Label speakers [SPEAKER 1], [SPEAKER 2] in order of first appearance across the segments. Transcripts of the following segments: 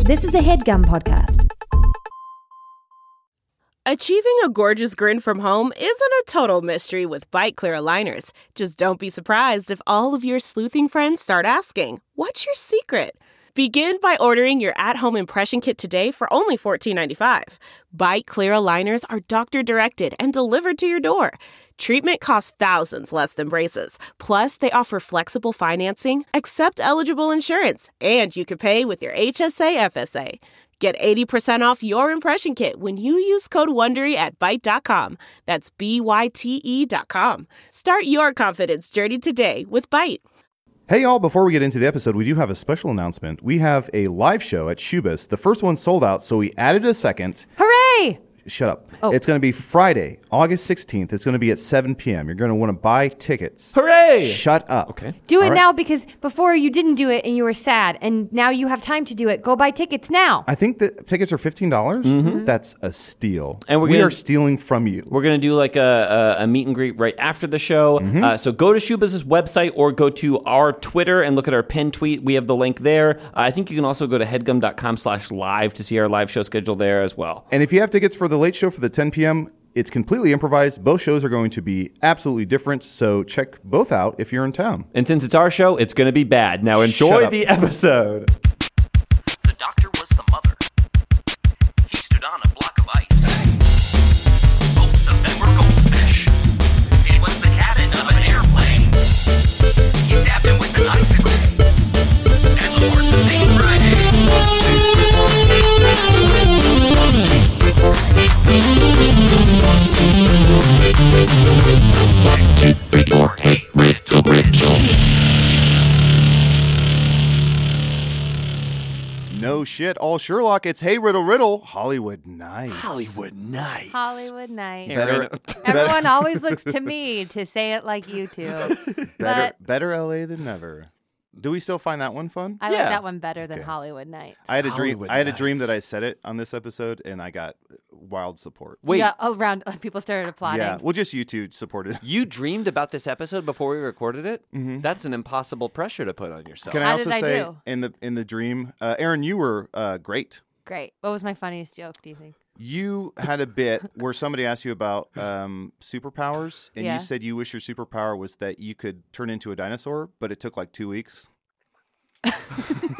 [SPEAKER 1] This is a headgum podcast.
[SPEAKER 2] Achieving a gorgeous grin from home isn't a total mystery with bite clear aligners. Just don't be surprised if all of your sleuthing friends start asking, What's your secret? Begin by ordering your at home impression kit today for only $14.95. Bite Clear aligners are doctor directed and delivered to your door. Treatment costs thousands less than braces. Plus, they offer flexible financing, accept eligible insurance, and you can pay with your HSA FSA. Get 80% off your impression kit when you use code WONDERY at Byte.com. That's B-Y-T-E E dot com. Start your confidence journey today with Byte.
[SPEAKER 3] Hey, y'all, before we get into the episode, we do have a special announcement. We have a live show at Shubas. The first one sold out, so we added a second.
[SPEAKER 1] Hooray!
[SPEAKER 3] Shut up. It's going to be Friday, August 16th. It's going to be at 7 p.m. You're going to want to buy tickets.
[SPEAKER 4] Hooray!
[SPEAKER 3] Shut up. Okay.
[SPEAKER 5] Do it
[SPEAKER 3] All right.
[SPEAKER 5] now because before you didn't do it and you were sad, and now you have time to do it. Go buy tickets now.
[SPEAKER 3] I think that tickets are $15. dollars That's a steal.
[SPEAKER 4] Mm-hmm. And we're
[SPEAKER 3] we
[SPEAKER 4] gonna-
[SPEAKER 3] are stealing from you.
[SPEAKER 4] We're gonna do like a, a, a meet and greet right after the show.
[SPEAKER 3] Mm-hmm.
[SPEAKER 4] Uh, so go to Shubas' website or go to our Twitter and look at our pinned tweet. We have the link there. Uh, I think you can also go to headgum.com slash live to see our live show schedule there as well.
[SPEAKER 3] And if you have tickets for the late show for the 10 p.m., it's completely improvised. Both shows are going to be absolutely different, so check both out if you're in town.
[SPEAKER 4] And since it's our show, it's gonna be bad. Now
[SPEAKER 3] Shut
[SPEAKER 4] enjoy
[SPEAKER 3] up.
[SPEAKER 4] the episode.
[SPEAKER 6] The doctor was the mother. He stood on a block of ice. Both of them were goldfish. It was the cabin of an airplane. He stabbed him with an icicle. And the horses ate Friday. Read or hate read original.
[SPEAKER 3] No shit, all Sherlock. It's Hey Riddle Riddle, Hollywood Nights. Hollywood.
[SPEAKER 5] Hollywood night.
[SPEAKER 3] Better,
[SPEAKER 5] Everyone always looks to me to say it like you two.
[SPEAKER 3] better,
[SPEAKER 5] But
[SPEAKER 3] better LA than never. Do we still find that one fun?
[SPEAKER 5] I
[SPEAKER 4] Yeah.
[SPEAKER 5] like that one better than
[SPEAKER 3] Okay.
[SPEAKER 5] Hollywood night.
[SPEAKER 3] I had a dream. I had a dream that I said it on this episode, and I got wild support.
[SPEAKER 7] Wait,
[SPEAKER 5] Yeah, around people started applauding.
[SPEAKER 3] Yeah, well, just you two supported.
[SPEAKER 7] you dreamed about this episode before we recorded it?
[SPEAKER 3] Mm-hmm.
[SPEAKER 7] That's an impossible pressure to put on yourself.
[SPEAKER 3] Can I
[SPEAKER 5] How
[SPEAKER 3] also
[SPEAKER 5] did I
[SPEAKER 3] say
[SPEAKER 5] do?
[SPEAKER 3] in the in the dream, uh, Aaron, you were uh, great.
[SPEAKER 5] Great. What was my funniest joke? Do you think?
[SPEAKER 3] You had a bit where somebody asked you about um, superpowers, and
[SPEAKER 5] Yeah.
[SPEAKER 3] you said you wish your superpower was that you could turn into a dinosaur, but it took like two weeks.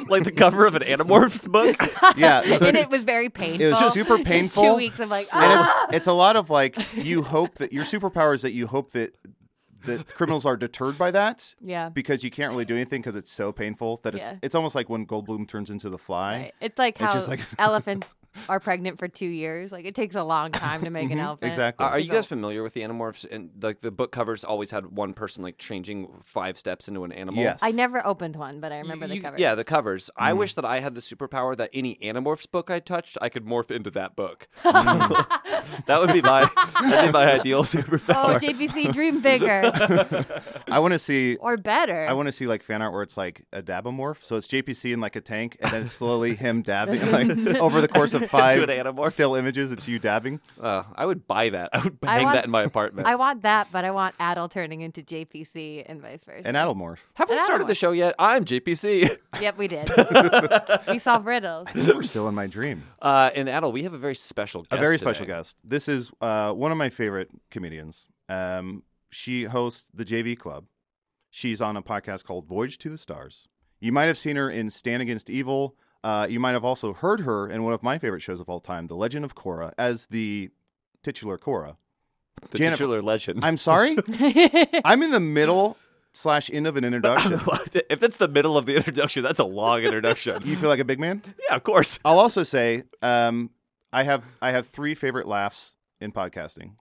[SPEAKER 4] like the cover of an Animorphs book.
[SPEAKER 3] Yeah, so
[SPEAKER 5] and it was very painful.
[SPEAKER 3] super
[SPEAKER 5] It's
[SPEAKER 3] painful.
[SPEAKER 5] two weeks of like,
[SPEAKER 3] and
[SPEAKER 5] ah.
[SPEAKER 3] it's, it's a lot of like you hope that your superpower is that you hope that that criminals are deterred by that
[SPEAKER 5] Yeah.
[SPEAKER 3] because you can't really do anything because it's so painful that it's
[SPEAKER 5] Yeah.
[SPEAKER 3] it's almost like when Goldblum turns into the fly.
[SPEAKER 5] Right. "Ah." It's like
[SPEAKER 3] It's
[SPEAKER 5] how
[SPEAKER 3] just like-
[SPEAKER 5] elephants are pregnant for two years. Like it takes a long time to make an elephant.
[SPEAKER 3] Mm-hmm. Exactly.
[SPEAKER 7] Are, are you guys familiar with the Animorphs? And like the book covers always had one person like changing five steps into an animal.
[SPEAKER 3] Yes.
[SPEAKER 5] I never opened one, but I
[SPEAKER 7] You-
[SPEAKER 5] remember the
[SPEAKER 7] you-
[SPEAKER 5] cover.
[SPEAKER 7] Yeah, the covers. I wish that I had the superpower that any Animorphs book I touched, I could morph into that book. So,
[SPEAKER 5] Mm.
[SPEAKER 7] that would be my that'd be my ideal
[SPEAKER 5] Oh,
[SPEAKER 7] superpower.
[SPEAKER 5] JPC, dream bigger
[SPEAKER 3] I want to see.
[SPEAKER 5] or better.
[SPEAKER 3] I want to see like fan art where it's like a dabamorph. So it's JPC in like a tank, and then it's slowly him dabbing. Like over the course of five
[SPEAKER 7] an animorph.
[SPEAKER 3] still images, it's you dabbing.
[SPEAKER 7] Uh, I would buy that. I would
[SPEAKER 5] Oh. I
[SPEAKER 7] hang
[SPEAKER 5] want-
[SPEAKER 7] that in my apartment.
[SPEAKER 5] I want that, but I want Adel turning into JPC and vice versa.
[SPEAKER 3] An adelmorph.
[SPEAKER 7] Have we
[SPEAKER 5] an
[SPEAKER 7] started the
[SPEAKER 5] Animorph.
[SPEAKER 7] show yet? I'm JPC.
[SPEAKER 5] yep, we did. we solved riddles.
[SPEAKER 3] You were still in my dream.
[SPEAKER 7] Uh, and Adel, we have a very special guest.
[SPEAKER 3] a very special
[SPEAKER 7] today.
[SPEAKER 3] guest. This is uh, one of my favorite comedians. Um, she hosts the JV Club. She's on a podcast called Voyage to the Stars. You might have seen her in Stand Against Evil. Uh, you might have also heard her in one of my favorite shows of all time, The Legend of Korra, as the titular Korra.
[SPEAKER 7] The
[SPEAKER 3] Jennifer-
[SPEAKER 7] titular legend.
[SPEAKER 3] I'm sorry, I'm in the middle slash end of an introduction.
[SPEAKER 7] if that's the middle of the introduction, that's a long introduction.
[SPEAKER 3] You feel like a big man.
[SPEAKER 7] yeah, of course.
[SPEAKER 3] I'll also say um, I have I have three favorite laughs in podcasting.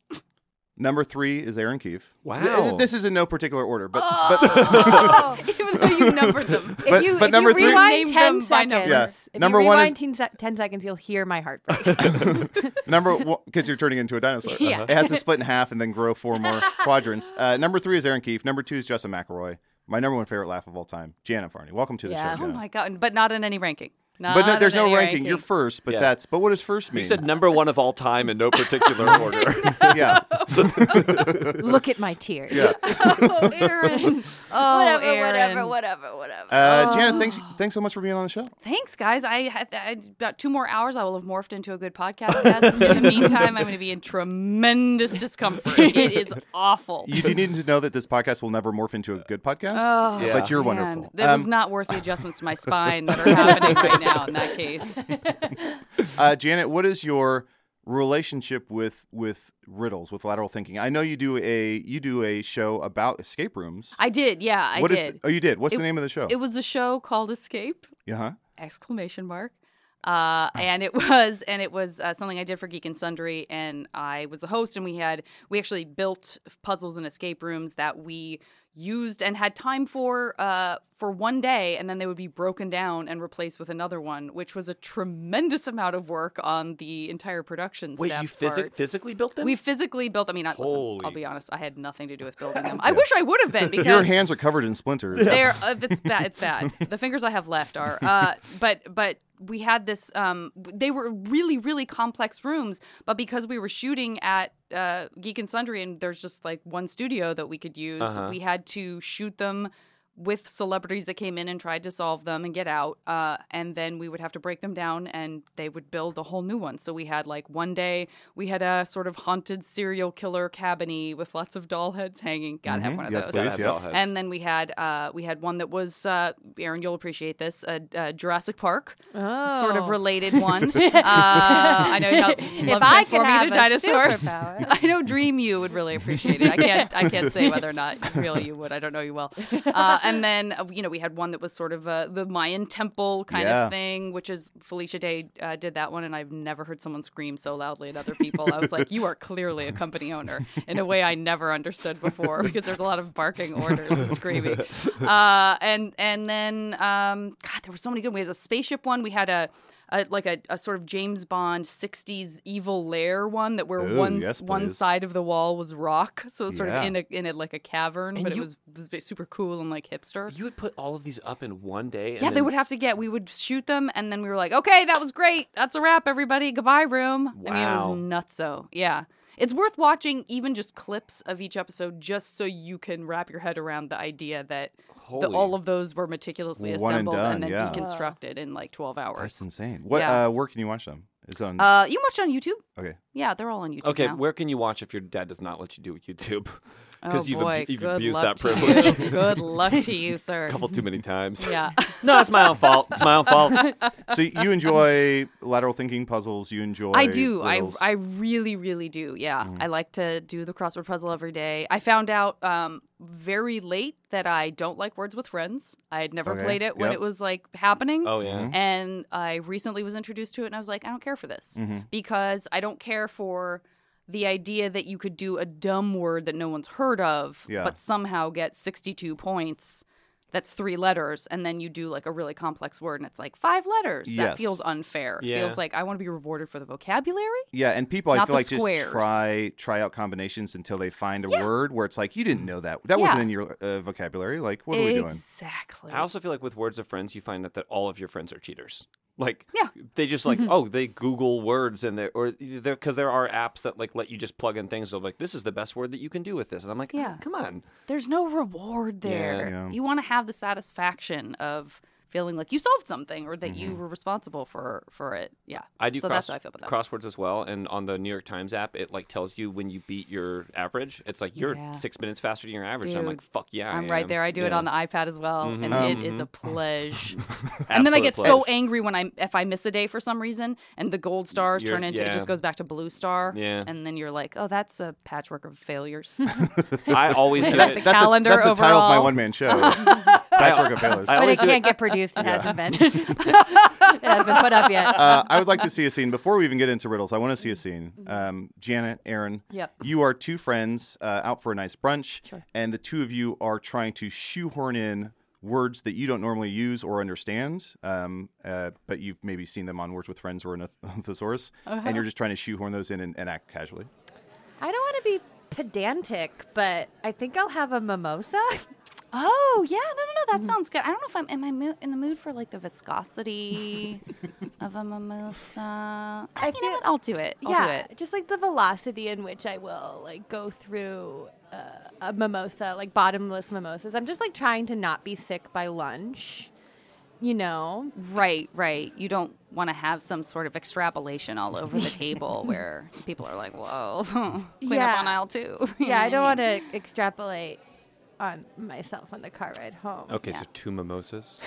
[SPEAKER 3] Number three is Aaron Keefe.
[SPEAKER 7] Wow.
[SPEAKER 3] Th- This is in no particular order, but
[SPEAKER 5] Oh,
[SPEAKER 8] even though you numbered them.
[SPEAKER 5] if
[SPEAKER 3] But-
[SPEAKER 5] you,
[SPEAKER 3] but
[SPEAKER 5] if
[SPEAKER 3] number
[SPEAKER 5] you
[SPEAKER 3] three-
[SPEAKER 5] rewind
[SPEAKER 8] Named
[SPEAKER 5] ten
[SPEAKER 8] them by number.
[SPEAKER 5] seconds,
[SPEAKER 3] Yeah.
[SPEAKER 5] if
[SPEAKER 3] Number
[SPEAKER 5] you
[SPEAKER 3] one
[SPEAKER 5] rewind
[SPEAKER 3] is-
[SPEAKER 5] 10, sec- 10 seconds, you'll hear my heartbreak.
[SPEAKER 3] but number because you're turning into a dinosaur,
[SPEAKER 8] Yeah.
[SPEAKER 3] it has to split in half and then grow four more quadrants. Uh, number three is Aaron Keefe. Number two is Justin McElroy. My number one favorite laugh of all time, Janet Farney. Welcome to the
[SPEAKER 5] Yeah.
[SPEAKER 3] show.
[SPEAKER 5] Oh
[SPEAKER 8] Oh
[SPEAKER 3] Janet.
[SPEAKER 8] my god! But not in any ranking. Not
[SPEAKER 3] but no, there's
[SPEAKER 8] an
[SPEAKER 3] no
[SPEAKER 8] area
[SPEAKER 3] ranking. You're
[SPEAKER 8] kink.
[SPEAKER 3] first, but
[SPEAKER 7] Yeah.
[SPEAKER 3] that's. But what does first mean?
[SPEAKER 7] You said number one of all time in no particular order.
[SPEAKER 3] yeah.
[SPEAKER 5] Look at my tears.
[SPEAKER 3] Yeah.
[SPEAKER 8] oh, Aaron. Oh,
[SPEAKER 9] whatever,
[SPEAKER 8] Aaron.
[SPEAKER 9] whatever, whatever, whatever.
[SPEAKER 3] Uh, Janet, thanks, thanks so much for being on the show.
[SPEAKER 8] Thanks, guys. I have I, about two more hours. I will have morphed into a good podcast guest. In the meantime, I'm going to be in tremendous discomfort. It is awful.
[SPEAKER 3] You do need to know that this podcast will never morph into a good podcast,
[SPEAKER 8] Oh,
[SPEAKER 7] Yeah.
[SPEAKER 3] but you're
[SPEAKER 8] Man,
[SPEAKER 3] wonderful. Um,
[SPEAKER 8] That was not worth the adjustments to my spine that are happening right now. In that case,
[SPEAKER 3] uh, Janet, what is your relationship with with riddles, with lateral thinking? I know you do a you do a show about escape rooms.
[SPEAKER 8] I did. Yeah, I
[SPEAKER 3] What is
[SPEAKER 8] did.
[SPEAKER 3] the- oh, you did. What's
[SPEAKER 8] It-
[SPEAKER 3] the name of the show?
[SPEAKER 8] It was a show called Escape.
[SPEAKER 3] uh-huh.
[SPEAKER 8] exclamation mark uh, and it was and it was uh, something i did for geek and sundry and i was the host and we had we actually built puzzles and escape rooms that we used and had time for uh, for one day and then they would be broken down and replaced with another one which was a tremendous amount of work on the entire production
[SPEAKER 7] Wait, you
[SPEAKER 8] staff's
[SPEAKER 7] physi-
[SPEAKER 8] part.
[SPEAKER 7] physically built them?
[SPEAKER 8] we physically built i mean I, listen, i'll
[SPEAKER 7] Holy.
[SPEAKER 8] be honest i had nothing to do with building them i wish i would have been because
[SPEAKER 3] Your hands are covered in splinters.
[SPEAKER 8] they're uh, it's bad. It's bad. The fingers I have left are. Uh, but but we had this. Um, they were really really complex rooms, but because we were shooting at uh, Geek and Sundry, and there's just like one studio that we could use,
[SPEAKER 7] Uh-huh.
[SPEAKER 8] we had to shoot them. With celebrities that came in and tried to solve them and get out, uh, and then we would have to break them down, and they would build a whole new one. So we had like one day we had a sort of haunted serial killer cabiny with lots of doll heads hanging. Gotta have
[SPEAKER 3] Mhm.
[SPEAKER 8] one of
[SPEAKER 3] Yes,
[SPEAKER 8] those.
[SPEAKER 3] please.
[SPEAKER 7] Gotta have
[SPEAKER 3] yeah.
[SPEAKER 7] doll heads.
[SPEAKER 8] And then we had uh, we had one that was uh, Aaron. You'll appreciate this uh, uh, Jurassic Park,
[SPEAKER 5] Oh.
[SPEAKER 8] sort of related one. uh, I know you
[SPEAKER 5] if
[SPEAKER 8] love
[SPEAKER 5] I could
[SPEAKER 8] transforming
[SPEAKER 5] have
[SPEAKER 8] into
[SPEAKER 5] a
[SPEAKER 8] dinosaurs.
[SPEAKER 5] superpower.
[SPEAKER 8] I know Dream you would really appreciate it. I can't I can't say whether or not really you would. I don't know you well. Uh, and then uh, you know we had one that was sort of uh, the Mayan temple kind
[SPEAKER 3] Yeah.
[SPEAKER 8] of thing, which is Felicia Day uh, did that one, and I've never heard someone scream so loudly at other people. I was like, you are clearly a company owner in a way I never understood before because there's a lot of barking orders and screaming. Uh, and and then um, God, there were so many good. We had a spaceship one. We had a. A, like a, a sort of James Bond '60s evil lair one that where
[SPEAKER 3] Ooh,
[SPEAKER 8] one
[SPEAKER 3] yes,
[SPEAKER 8] one
[SPEAKER 3] please.
[SPEAKER 8] side of the wall was rock, so it was sort
[SPEAKER 3] Yeah.
[SPEAKER 8] of in a in a, like a cavern,
[SPEAKER 7] And
[SPEAKER 8] but
[SPEAKER 7] you-
[SPEAKER 8] it was, was ve- super cool and like hipster.
[SPEAKER 7] you would put all of these up in one day. and
[SPEAKER 8] yeah, they
[SPEAKER 7] then-
[SPEAKER 8] would have to get. We would shoot them, and then we were like, "Okay, that was great. That's a wrap, everybody. Goodbye, room." I mean,
[SPEAKER 7] Wow.
[SPEAKER 8] it was nutso. Yeah, it's worth watching, even just clips of each episode, just so you can wrap your head around the idea that the,
[SPEAKER 7] Holy.
[SPEAKER 8] all of those were meticulously
[SPEAKER 3] One and
[SPEAKER 8] assembled and,
[SPEAKER 3] done,
[SPEAKER 8] then
[SPEAKER 3] yeah.
[SPEAKER 8] deconstructed in like twelve
[SPEAKER 3] That's
[SPEAKER 8] hours.
[SPEAKER 3] insane. What
[SPEAKER 8] Yeah.
[SPEAKER 3] uh, where can you watch them? It's on
[SPEAKER 8] Uh, you can watch it on YouTube.
[SPEAKER 3] Okay.
[SPEAKER 8] Yeah, they're all on YouTube.
[SPEAKER 7] Okay,
[SPEAKER 8] now.
[SPEAKER 7] where can you watch if your dad does not let you do YouTube?
[SPEAKER 8] Oh,
[SPEAKER 7] you've,
[SPEAKER 8] boy.
[SPEAKER 7] you've
[SPEAKER 8] Good
[SPEAKER 7] abused that
[SPEAKER 8] luck to
[SPEAKER 7] privilege
[SPEAKER 8] you.
[SPEAKER 7] a
[SPEAKER 8] Good luck to you, sir.
[SPEAKER 7] couple too many times.
[SPEAKER 8] Yeah.
[SPEAKER 7] No, it's my own fault. It's my own fault.
[SPEAKER 3] so you enjoy lateral thinking puzzles. You enjoy.
[SPEAKER 8] I do. I,
[SPEAKER 3] riddles.
[SPEAKER 8] I really, really do. Yeah.
[SPEAKER 7] Mm.
[SPEAKER 8] I like to do the crossword puzzle every day. I found out um, very late that I don't like words with friends. I had never
[SPEAKER 3] Okay.
[SPEAKER 8] played it when
[SPEAKER 3] Yep.
[SPEAKER 8] it was like happening.
[SPEAKER 7] Oh yeah.
[SPEAKER 8] And I recently was introduced to it and I was like, I don't care for this
[SPEAKER 3] Mm-hmm.
[SPEAKER 8] because I don't care for the idea that you could do a dumb word that no one's heard of,
[SPEAKER 3] Yeah.
[SPEAKER 8] but somehow get 62 points. That's three letters, and then you do like a really complex word, and it's like five letters.
[SPEAKER 3] Yes.
[SPEAKER 8] That feels unfair. It
[SPEAKER 7] Yeah.
[SPEAKER 8] Feels like I want to be rewarded for the vocabulary.
[SPEAKER 3] yeah, and people I
[SPEAKER 8] Not
[SPEAKER 3] feel
[SPEAKER 8] the
[SPEAKER 3] like just
[SPEAKER 8] squares.
[SPEAKER 3] try try out combinations until they find a word where it's like you didn't know that that
[SPEAKER 8] Yeah.
[SPEAKER 3] wasn't in your uh, vocabulary. Like what are we doing?
[SPEAKER 8] Exactly.
[SPEAKER 7] I also feel like with words of friends, you find out that all of your friends are cheaters. Like,
[SPEAKER 8] Yeah. Mm-hmm.
[SPEAKER 7] they just like, oh, they Google words and they or there because there are apps that like let you just plug in things. They're like, this is the best word that you can do with this, and I'm like, yeah,
[SPEAKER 8] Yeah.
[SPEAKER 7] come on,
[SPEAKER 8] There's no reward there.
[SPEAKER 3] Yeah.
[SPEAKER 8] You want to have the satisfaction of feeling like you solved something or that
[SPEAKER 3] Mm-hmm.
[SPEAKER 8] you were responsible for for it. Yeah.
[SPEAKER 7] I do
[SPEAKER 8] So
[SPEAKER 7] cross,
[SPEAKER 8] that's how I feel about that.
[SPEAKER 7] crosswords as well. And on the New York Times app, it like tells you when you beat your average. It's like you're
[SPEAKER 8] Yeah.
[SPEAKER 7] six minutes faster than your average. and I'm like,
[SPEAKER 8] Dude,
[SPEAKER 7] fuck yeah,
[SPEAKER 8] I'm
[SPEAKER 7] I
[SPEAKER 8] right
[SPEAKER 7] am.
[SPEAKER 8] there. I do it
[SPEAKER 7] Yeah. Mm-hmm.
[SPEAKER 8] on the iPad as well, and
[SPEAKER 3] Um,
[SPEAKER 8] it is a pledge. and then I
[SPEAKER 7] Absolute
[SPEAKER 8] get so
[SPEAKER 7] pledge.
[SPEAKER 8] angry when I if I miss a day for some reason, and the gold stars
[SPEAKER 7] You're-
[SPEAKER 8] turn into
[SPEAKER 7] yeah.
[SPEAKER 8] it just goes back to blue star.
[SPEAKER 7] Yeah.
[SPEAKER 8] and then you're like, oh, that's a patchwork of failures.
[SPEAKER 7] I always do
[SPEAKER 8] That's
[SPEAKER 7] it.
[SPEAKER 8] a calendar
[SPEAKER 3] a, that's the title of my
[SPEAKER 8] overall.
[SPEAKER 3] one man show. is Patchwork of failures.
[SPEAKER 7] I
[SPEAKER 5] But
[SPEAKER 7] always
[SPEAKER 5] it
[SPEAKER 7] do
[SPEAKER 5] can't get produced. It hasn't been. it hasn't been put up yet.
[SPEAKER 3] uh, I would like to see a scene before we even get into riddles. I want to
[SPEAKER 8] Mm-hmm.
[SPEAKER 3] see a scene. Um, Janet, Aaron,
[SPEAKER 5] Yep.
[SPEAKER 3] you are two friends uh, out for a nice brunch, and the two of you are trying to shoehorn in words that you don't normally use or understand, um, uh, but you've maybe seen them on Words with Friends or in a thesaurus, and
[SPEAKER 8] Uh-huh.
[SPEAKER 3] you're just trying to shoehorn those in and, and act casually.
[SPEAKER 5] I don't want to be pedantic, but I think I'll have a mimosa.
[SPEAKER 8] Oh yeah, no, no, no.
[SPEAKER 7] Mm.
[SPEAKER 8] That sounds good. I don't know if I'm am I mo- in the mood for like the viscosity of a mimosa. I you know
[SPEAKER 9] feel-
[SPEAKER 8] what? I'll do it. I'll do
[SPEAKER 9] yeah,
[SPEAKER 8] it.
[SPEAKER 9] just like the velocity in which I will like go through uh, a mimosa, like bottomless mimosas. I'm just like trying to not be sick by lunch, you know.
[SPEAKER 8] Right, right. You don't want to have some sort of extrapolation all over the table where people are like, "Whoa, clean
[SPEAKER 9] Yeah.
[SPEAKER 8] up on aisle two.
[SPEAKER 9] Yeah, I don't want to extrapolate on myself on the car ride home.
[SPEAKER 7] Okay, so two mimosas.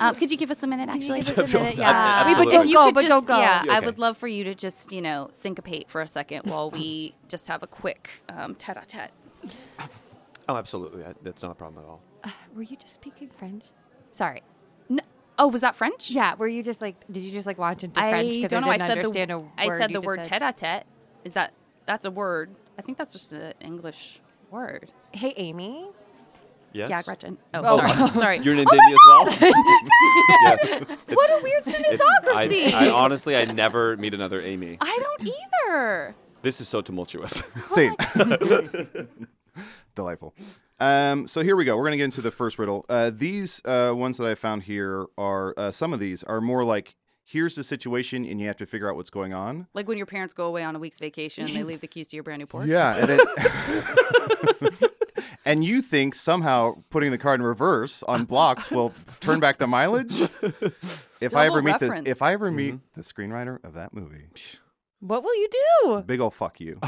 [SPEAKER 8] Um, could you give us a minute, actually?
[SPEAKER 9] Give us a minute,
[SPEAKER 8] Uh,
[SPEAKER 9] yeah. Wait, but
[SPEAKER 7] absolutely.
[SPEAKER 9] don't
[SPEAKER 8] if you
[SPEAKER 9] go,
[SPEAKER 8] could
[SPEAKER 9] but
[SPEAKER 8] just-
[SPEAKER 9] don't go.
[SPEAKER 8] Yeah, I
[SPEAKER 7] Okay.
[SPEAKER 8] would love for you to just, you know, syncopate for a second while we just have a quick um, tete-a-tete.
[SPEAKER 7] Oh, absolutely. I, that's not a problem at all.
[SPEAKER 9] Were you just speaking French? Sorry.
[SPEAKER 8] N- oh, was that French?
[SPEAKER 9] Yeah, were you just like? Did you just like launch into
[SPEAKER 8] I
[SPEAKER 9] French? 'cause
[SPEAKER 8] don't know. I,
[SPEAKER 9] didn't
[SPEAKER 8] said
[SPEAKER 9] understand
[SPEAKER 8] the
[SPEAKER 9] a word
[SPEAKER 8] I said
[SPEAKER 9] you
[SPEAKER 8] the
[SPEAKER 9] just
[SPEAKER 8] word
[SPEAKER 9] said.
[SPEAKER 8] tete-a-tete. Is that that's a word? I think that's just an English word.
[SPEAKER 9] Hey, Amy.
[SPEAKER 7] Yes.
[SPEAKER 8] Yeah, Gretchen. Oh,
[SPEAKER 9] Oh.
[SPEAKER 8] sorry. sorry.
[SPEAKER 7] You're an Indian as well. yeah. What a
[SPEAKER 8] Weird
[SPEAKER 7] I,
[SPEAKER 8] cinesography.
[SPEAKER 7] I honestly, I never meet another Amy.
[SPEAKER 8] I don't either.
[SPEAKER 7] This is so tumultuous.
[SPEAKER 3] Same. Delightful. Um, so here we go. We're going to get into the first riddle. Uh, these uh, ones that I found here are uh, some of these are more like here's the situation and you have to figure out what's going on.
[SPEAKER 8] Like when your parents go away on a week's vacation and they leave the keys to your brand new Porsche.
[SPEAKER 3] Yeah, and then and you think somehow putting the car in reverse on blocks will turn back the mileage? If I ever
[SPEAKER 8] Double
[SPEAKER 3] meet
[SPEAKER 8] reference.
[SPEAKER 3] this, if I ever meet the screenwriter of that movie,
[SPEAKER 9] What will you do?
[SPEAKER 3] big ol' fuck you.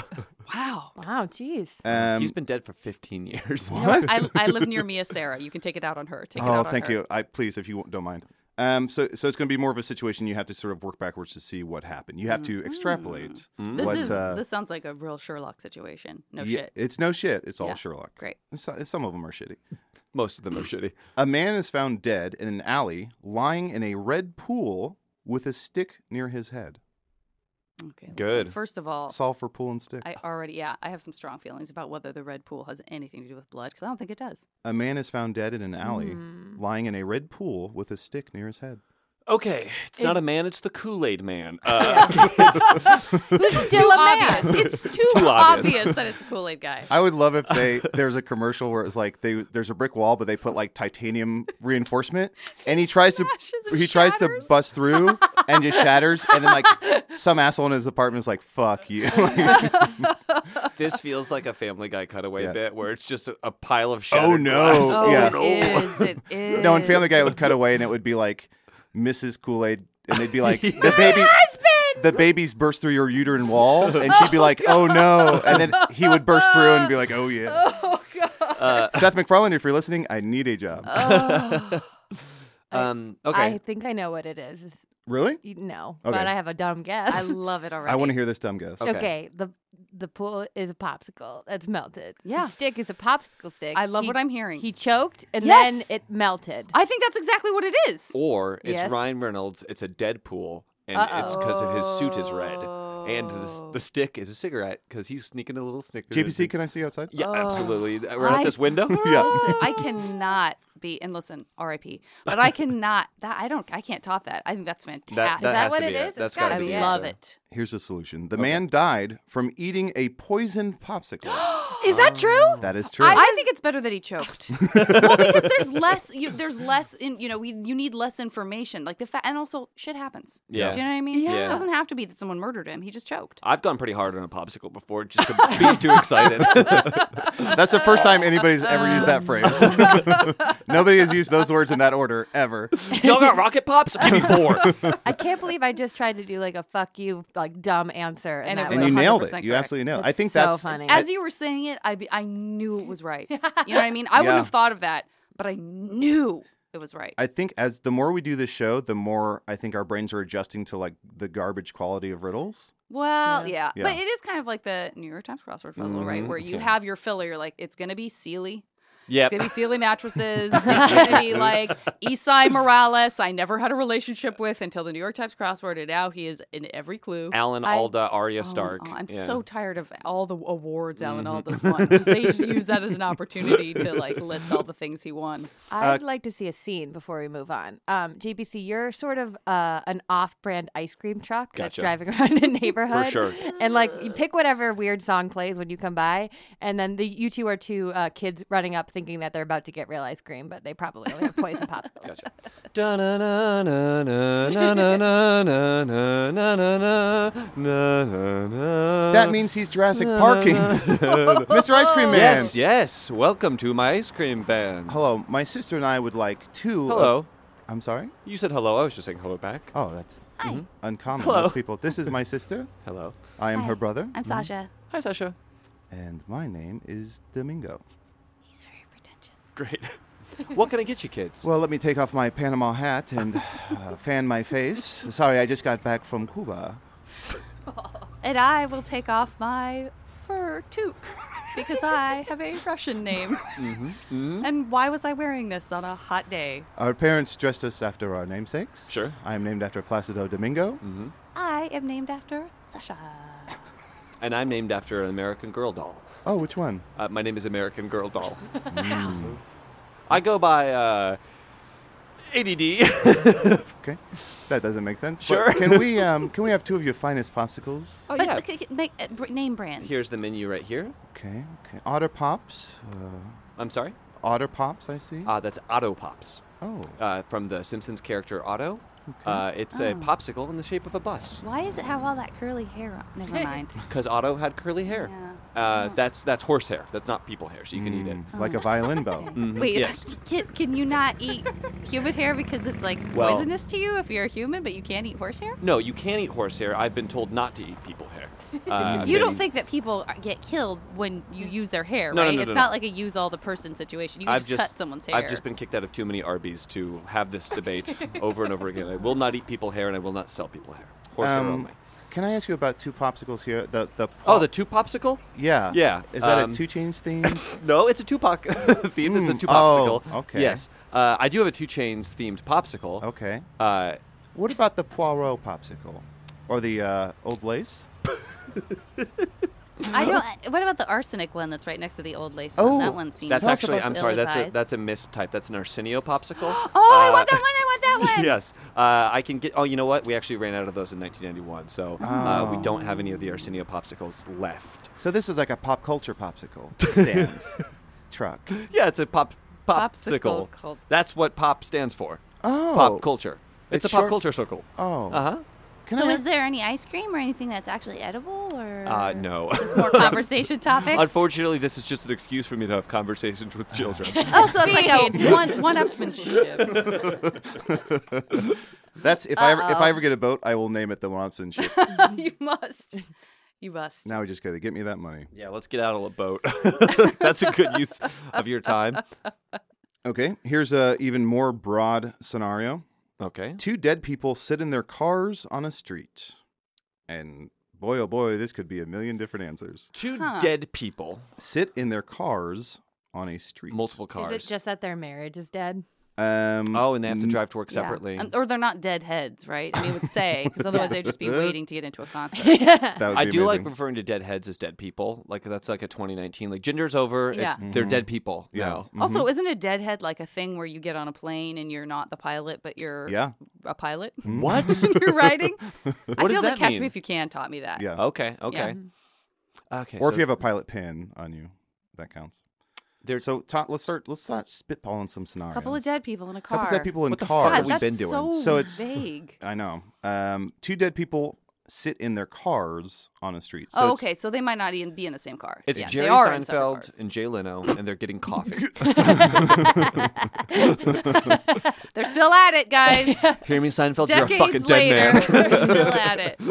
[SPEAKER 8] Wow.
[SPEAKER 9] Wow, jeez.
[SPEAKER 3] Um,
[SPEAKER 7] He's been dead for 15 years.
[SPEAKER 8] You know what? I, I live near Mia Sarah. You can take it out on her. Take it
[SPEAKER 3] oh,
[SPEAKER 8] out on
[SPEAKER 3] thank
[SPEAKER 8] her.
[SPEAKER 3] you. I please, if you don't mind. Um, so so it's going to be more of a situation you have to sort of work backwards to see what happened. You have to extrapolate.
[SPEAKER 8] Mm-hmm. Mm. This
[SPEAKER 3] what,
[SPEAKER 8] is
[SPEAKER 3] uh,
[SPEAKER 8] this sounds like a real Sherlock situation. No
[SPEAKER 3] yeah,
[SPEAKER 8] shit.
[SPEAKER 3] It's no shit. It's all
[SPEAKER 8] Yeah.
[SPEAKER 3] Sherlock.
[SPEAKER 8] Great.
[SPEAKER 3] It's, some of them are shitty.
[SPEAKER 7] Most of them are shitty.
[SPEAKER 3] A man is found dead in an alley, lying in a red pool with a stick near his head.
[SPEAKER 8] Okay. listen,
[SPEAKER 7] Good.
[SPEAKER 8] First of all,
[SPEAKER 3] Solve for pool and stick.
[SPEAKER 8] Oh. I already yeah I have some strong feelings about whether the red pool has anything to do with blood because I don't think it does.
[SPEAKER 3] A man is found dead in an alley,
[SPEAKER 8] Mm.
[SPEAKER 3] lying in a red pool with a stick near his head.
[SPEAKER 7] Okay, it's not a man. It's the Kool Aid Man. Uh,
[SPEAKER 9] Who's still a
[SPEAKER 5] Oh,
[SPEAKER 9] man?
[SPEAKER 8] It's too
[SPEAKER 7] Too obvious.
[SPEAKER 8] obvious that it's a Kool Aid guy.
[SPEAKER 3] I would love if they there's a commercial where it's like they there's a brick wall, but they put like titanium reinforcement, and he tries to
[SPEAKER 8] Smashes and
[SPEAKER 3] he tries to
[SPEAKER 8] shatters.
[SPEAKER 3] bust through and just shatters, and then like some asshole in his apartment is like, "Fuck you."
[SPEAKER 7] this feels like a Family Guy cutaway
[SPEAKER 3] Yeah.
[SPEAKER 7] bit where it's just a, a pile of shattered
[SPEAKER 3] no.
[SPEAKER 7] glass.
[SPEAKER 3] Oh, Yeah.
[SPEAKER 8] it
[SPEAKER 3] no.
[SPEAKER 8] is. It is.
[SPEAKER 3] no, and Family Guy would cut away, and it would be like Mrs. Kool Aid, and they'd be like, "The baby." The baby's burst through your uterine wall, and she'd be like, "Oh no!" And then he would burst through and be like, "Oh yeah." Seth MacFarlane, if you're listening, I need a job.
[SPEAKER 8] Oh.
[SPEAKER 7] Um, okay.
[SPEAKER 9] I think I know what it is. It's-
[SPEAKER 3] really?
[SPEAKER 9] you- No,
[SPEAKER 3] Okay.
[SPEAKER 9] but I have a dumb guess.
[SPEAKER 8] I love it already.
[SPEAKER 3] I want to hear this dumb guess.
[SPEAKER 9] okay. the the pool is a popsicle that's melted.
[SPEAKER 8] Yeah.
[SPEAKER 9] the stick is a popsicle stick.
[SPEAKER 8] I love
[SPEAKER 9] He-
[SPEAKER 8] what I'm hearing.
[SPEAKER 9] He choked and
[SPEAKER 8] Yes.
[SPEAKER 9] then it melted.
[SPEAKER 8] I think that's exactly what it is.
[SPEAKER 7] Or it's
[SPEAKER 9] Yes.
[SPEAKER 7] Ryan Reynolds. It's a Deadpool, and it's
[SPEAKER 9] Uh-oh.
[SPEAKER 7] because of his suit is red, and the, the stick is a cigarette because he's sneaking a little snicker.
[SPEAKER 3] JPC, can I see outside?
[SPEAKER 7] Yeah,
[SPEAKER 8] Oh.
[SPEAKER 7] absolutely. Right out
[SPEAKER 8] I-
[SPEAKER 7] this window.
[SPEAKER 3] Yeah.
[SPEAKER 8] Listen, I cannot be and listen, R.I.P. But I cannot. That I don't. I can't top that. I think that's fantastic.
[SPEAKER 7] That, that
[SPEAKER 9] that
[SPEAKER 7] has
[SPEAKER 9] what
[SPEAKER 7] to be
[SPEAKER 9] it
[SPEAKER 7] it.
[SPEAKER 9] is? It's
[SPEAKER 7] That's
[SPEAKER 9] gotta
[SPEAKER 7] gotta
[SPEAKER 8] I
[SPEAKER 7] be the
[SPEAKER 8] love
[SPEAKER 7] answer.
[SPEAKER 8] it.
[SPEAKER 3] Here's the solution. The man died from eating a poisoned popsicle.
[SPEAKER 9] Is that true?
[SPEAKER 3] that is true.
[SPEAKER 8] I think it's better that he choked. well, because there's less. You, there's less. In you know, we, you need less information. Like the fact, and also shit happens.
[SPEAKER 7] Yeah.
[SPEAKER 8] Do you know what I mean?
[SPEAKER 7] Yeah.
[SPEAKER 8] It doesn't have to be that someone murdered him. He just choked.
[SPEAKER 7] I've gone pretty hard on a popsicle before just to be too excited.
[SPEAKER 3] That's the first time anybody's ever used that phrase. Nobody has used those words in that order ever.
[SPEAKER 7] Y'all got rocket pops? Give me four.
[SPEAKER 9] I can't believe I just tried to do like a fuck you like dumb answer
[SPEAKER 8] And
[SPEAKER 9] and,
[SPEAKER 8] it
[SPEAKER 9] that
[SPEAKER 8] was
[SPEAKER 3] And
[SPEAKER 9] was
[SPEAKER 3] you nailed it.
[SPEAKER 8] 100%
[SPEAKER 3] You
[SPEAKER 8] correct.
[SPEAKER 3] absolutely nailed. it.
[SPEAKER 9] That's
[SPEAKER 3] I think
[SPEAKER 9] so
[SPEAKER 3] that's
[SPEAKER 9] funny.
[SPEAKER 8] As you were saying it, I be- I knew it was right. You know what I mean? I wouldn't
[SPEAKER 3] Yeah.
[SPEAKER 8] have thought of that, but I knew it was right.
[SPEAKER 3] I think as the more we do this show, the more I think our brains are adjusting to like the garbage quality of riddles.
[SPEAKER 8] Well, yeah.
[SPEAKER 3] Yeah.
[SPEAKER 8] But it is kind of like the New York Times crossword puzzle, right?
[SPEAKER 7] Mhm.
[SPEAKER 8] Where you
[SPEAKER 7] Yeah.
[SPEAKER 8] have your filler, you're like, it's going to be Sealy.
[SPEAKER 7] Yep.
[SPEAKER 8] It's going to be Sealy mattresses. it's going to be like Isai Morales, I never had a relationship with until the New York Times crossword, and now he is in every clue.
[SPEAKER 7] Alan
[SPEAKER 9] I-
[SPEAKER 7] Alda, Arya
[SPEAKER 8] Oh,
[SPEAKER 7] Stark.
[SPEAKER 8] I'm
[SPEAKER 7] Yeah. Mm-hmm.
[SPEAKER 8] so tired of all the awards Alan Alda's won. 'cause They just use that as an opportunity to like list all the things he won.
[SPEAKER 9] I'd like to see a scene before we move on. Um, JBC, you're sort of uh, an off-brand ice cream truck that's
[SPEAKER 7] Gotcha.
[SPEAKER 9] driving around a neighborhood.
[SPEAKER 7] sure.
[SPEAKER 9] And like, you pick whatever weird song plays when you come by, and then the you two are two uh, kids running up thinking that they're about to get real ice cream, but they probably only have poison popsicles.
[SPEAKER 7] Gotcha. That
[SPEAKER 3] That means he's Jurassic Parking. Mr. Ice Cream Man.
[SPEAKER 7] Yes, yes. Welcome to my ice cream van.
[SPEAKER 3] Hello, my sister and I would like two. of-
[SPEAKER 7] Hello.
[SPEAKER 3] I'm sorry?
[SPEAKER 7] You said hello. I was just saying hello back.
[SPEAKER 3] Oh, that's
[SPEAKER 7] Mhm.
[SPEAKER 3] uncommon.
[SPEAKER 7] Hello.
[SPEAKER 3] Most people. This is my sister.
[SPEAKER 7] Hello.
[SPEAKER 3] I am her brother.
[SPEAKER 10] I'm
[SPEAKER 7] Mm-hmm.
[SPEAKER 10] Sasha.
[SPEAKER 7] Hi, Sasha.
[SPEAKER 3] And my name is Domingo.
[SPEAKER 10] He's very pretentious.
[SPEAKER 7] Great. what can I get you, kids?
[SPEAKER 3] Well, let me take off my Panama hat and uh, fan my face. Sorry, I just got back from Cuba.
[SPEAKER 8] And I will take off my fur toque because I have a Russian name.
[SPEAKER 7] Mm-hmm.
[SPEAKER 8] And why was I wearing this on a hot day?
[SPEAKER 3] Our parents dressed us after our namesakes.
[SPEAKER 7] Sure. Mm.
[SPEAKER 3] I am named after Placido Domingo.
[SPEAKER 8] I am named after
[SPEAKER 10] Sasha.
[SPEAKER 7] And I'm named after an American Girl doll.
[SPEAKER 3] Oh, which one?
[SPEAKER 7] Uh, my name is American Girl Doll. I go by uh, ADD.
[SPEAKER 3] Okay. That doesn't make sense. but
[SPEAKER 7] Sure.
[SPEAKER 3] Can we um, can we have two of your finest popsicles?
[SPEAKER 7] oh,
[SPEAKER 10] but
[SPEAKER 7] yeah.
[SPEAKER 10] look, look, make, uh, br- name brand.
[SPEAKER 7] Here's the menu right here.
[SPEAKER 3] Okay. Okay. Otter pops. Uh,
[SPEAKER 7] I'm sorry.
[SPEAKER 3] otter pops. I see.
[SPEAKER 7] Uh, that's Otto Pops
[SPEAKER 3] oh.
[SPEAKER 7] uh, from the Simpsons character Otto. Uh, it's a popsicle in the shape of a bus
[SPEAKER 10] Why does it have all that curly hair on? Never mind.
[SPEAKER 7] because Otto had curly hair.
[SPEAKER 10] Yeah.
[SPEAKER 7] Uh, that's that's horse hair. That's not people hair, so you can eat it.
[SPEAKER 3] Mm, Like a violin bow.
[SPEAKER 8] Mm.
[SPEAKER 10] Wait,
[SPEAKER 7] Mm-hmm. yes.
[SPEAKER 10] can, can you not eat human hair because it's like
[SPEAKER 7] Well-
[SPEAKER 10] poisonous to you if you're a human, but you can't eat horse hair?
[SPEAKER 7] No, you can eat horse hair. I've been told not to eat people hair. Uh,
[SPEAKER 10] You don't
[SPEAKER 7] many-
[SPEAKER 10] think that people are- get killed when you use their hair,
[SPEAKER 7] No, no,
[SPEAKER 10] right?
[SPEAKER 7] no,
[SPEAKER 10] it's
[SPEAKER 7] no,
[SPEAKER 10] not
[SPEAKER 7] no.
[SPEAKER 10] like a use all the person situation. You can
[SPEAKER 7] I've
[SPEAKER 10] just,
[SPEAKER 7] just
[SPEAKER 10] cut someone's hair.
[SPEAKER 7] I've just been kicked out of too many Arby's to have this debate over and over again. I will not eat people hair, and I will not sell people hair. Horse hair
[SPEAKER 3] Um,
[SPEAKER 7] only.
[SPEAKER 3] can I ask you about two popsicles here? The the
[SPEAKER 7] Oh,
[SPEAKER 3] pop-
[SPEAKER 7] the two popsicle?
[SPEAKER 3] yeah
[SPEAKER 7] yeah,
[SPEAKER 3] Is that
[SPEAKER 7] um,
[SPEAKER 3] a two chains themed?
[SPEAKER 7] No, it's a Tupac themed. It's a
[SPEAKER 3] Mm,
[SPEAKER 7] two
[SPEAKER 3] oh,
[SPEAKER 7] popsicle.
[SPEAKER 3] okay.
[SPEAKER 7] Yes, uh, I do have a Two Chains themed popsicle.
[SPEAKER 3] okay.
[SPEAKER 7] Uh,
[SPEAKER 3] What about the Poirot popsicle, or the uh, old lace?
[SPEAKER 10] I don't. What about the arsenic one that's right next to the old lace
[SPEAKER 3] Oh,
[SPEAKER 10] one? That one seems.
[SPEAKER 7] that's
[SPEAKER 3] Tell us
[SPEAKER 7] actually.
[SPEAKER 3] about
[SPEAKER 7] I'm
[SPEAKER 10] the
[SPEAKER 7] sorry.
[SPEAKER 10] ill
[SPEAKER 7] That's a
[SPEAKER 10] advised.
[SPEAKER 7] that's a mistype. That's an Arsenio popsicle.
[SPEAKER 10] Oh, I
[SPEAKER 7] Uh,
[SPEAKER 10] want that one! I want that one!
[SPEAKER 7] yes, uh, I can get. Oh, you know what? We actually ran out of those in 1991, so uh, we
[SPEAKER 3] Oh.
[SPEAKER 7] don't have any of the Arsenio popsicles left.
[SPEAKER 3] So this is like a pop culture popsicle stand truck.
[SPEAKER 7] Yeah, it's a pop popsicle.
[SPEAKER 8] Popsicle cult.
[SPEAKER 7] That's what pop stands for.
[SPEAKER 3] Oh,
[SPEAKER 7] Pop culture. It's,
[SPEAKER 3] It's
[SPEAKER 7] a pop
[SPEAKER 3] short-
[SPEAKER 7] culture circle.
[SPEAKER 3] Oh,
[SPEAKER 7] Uh-huh.
[SPEAKER 3] Can
[SPEAKER 10] so,
[SPEAKER 3] I
[SPEAKER 10] is there any ice cream or anything that's actually edible, or
[SPEAKER 7] Uh no.
[SPEAKER 10] just more conversation topics?
[SPEAKER 7] Unfortunately, this is just an excuse for me to have conversations with children.
[SPEAKER 8] Oh, so it's like a one one upsmanship.
[SPEAKER 3] That's if I ever, if I ever get a boat, I will name it the Robson ship.
[SPEAKER 8] you must. You must.
[SPEAKER 3] now we just gotta get me that money.
[SPEAKER 7] yeah, let's get out on a boat. That's a good use of your time.
[SPEAKER 3] Okay, here's a even more broad scenario.
[SPEAKER 7] Okay.
[SPEAKER 3] Two dead people sit in their cars on a street, and boy oh boy, this could be a million different answers.
[SPEAKER 7] Two
[SPEAKER 10] Huh.
[SPEAKER 7] dead people,
[SPEAKER 3] Sit in their cars on a street.
[SPEAKER 7] multiple cars.
[SPEAKER 9] Is it just that their marriage is dead?
[SPEAKER 3] Um,
[SPEAKER 7] oh, and they have to
[SPEAKER 3] n-
[SPEAKER 7] drive to work
[SPEAKER 8] Yeah.
[SPEAKER 7] separately.
[SPEAKER 8] And- or they're not dead heads, right? I mean, would say, because otherwise they'd just be waiting to get into a concert.
[SPEAKER 3] That would
[SPEAKER 7] I
[SPEAKER 3] be
[SPEAKER 7] do like
[SPEAKER 3] amazing.
[SPEAKER 7] referring to dead heads as dead people. Like that's like a 2019. Like gender's over. It's
[SPEAKER 8] Yeah.
[SPEAKER 7] they're dead people.
[SPEAKER 3] Yeah. Mm-hmm.
[SPEAKER 7] now.
[SPEAKER 8] Also, isn't a deadhead like a thing where you get on a plane and you're not the pilot, but you're
[SPEAKER 3] Yeah.
[SPEAKER 8] a pilot?
[SPEAKER 7] What?
[SPEAKER 8] you're riding? I
[SPEAKER 7] does
[SPEAKER 8] feel
[SPEAKER 7] that
[SPEAKER 8] like Catch
[SPEAKER 7] mean?
[SPEAKER 8] Me If You Can taught me that.
[SPEAKER 3] Yeah.
[SPEAKER 7] okay. Okay.
[SPEAKER 8] Mm-hmm.
[SPEAKER 7] Okay.
[SPEAKER 3] or
[SPEAKER 7] so
[SPEAKER 3] if you have a pilot pin on you, that counts.
[SPEAKER 7] they're-
[SPEAKER 3] So ta- let's start. Let's start spitballing some scenarios.
[SPEAKER 8] A couple of dead people in a car.
[SPEAKER 3] Couple dead people in
[SPEAKER 7] What the fuck
[SPEAKER 3] cars.
[SPEAKER 7] have
[SPEAKER 8] God,
[SPEAKER 7] we
[SPEAKER 8] that's
[SPEAKER 7] been doing?
[SPEAKER 8] so,
[SPEAKER 3] So it's-
[SPEAKER 8] vague.
[SPEAKER 3] I know. Um, two dead people sit in their cars on a street. So
[SPEAKER 8] oh,
[SPEAKER 3] it's-
[SPEAKER 8] okay. So they might not even be in the same car.
[SPEAKER 7] It's
[SPEAKER 8] Yeah, they
[SPEAKER 7] Jerry
[SPEAKER 8] are in separate
[SPEAKER 7] Seinfeld
[SPEAKER 8] cars.
[SPEAKER 7] and Jay Leno, and they're getting coffee.
[SPEAKER 8] They're still at it, guys.
[SPEAKER 7] Hear me, Seinfeld?
[SPEAKER 8] Decades
[SPEAKER 7] You're a fucking
[SPEAKER 8] later,
[SPEAKER 7] dead man.
[SPEAKER 8] they're still at it.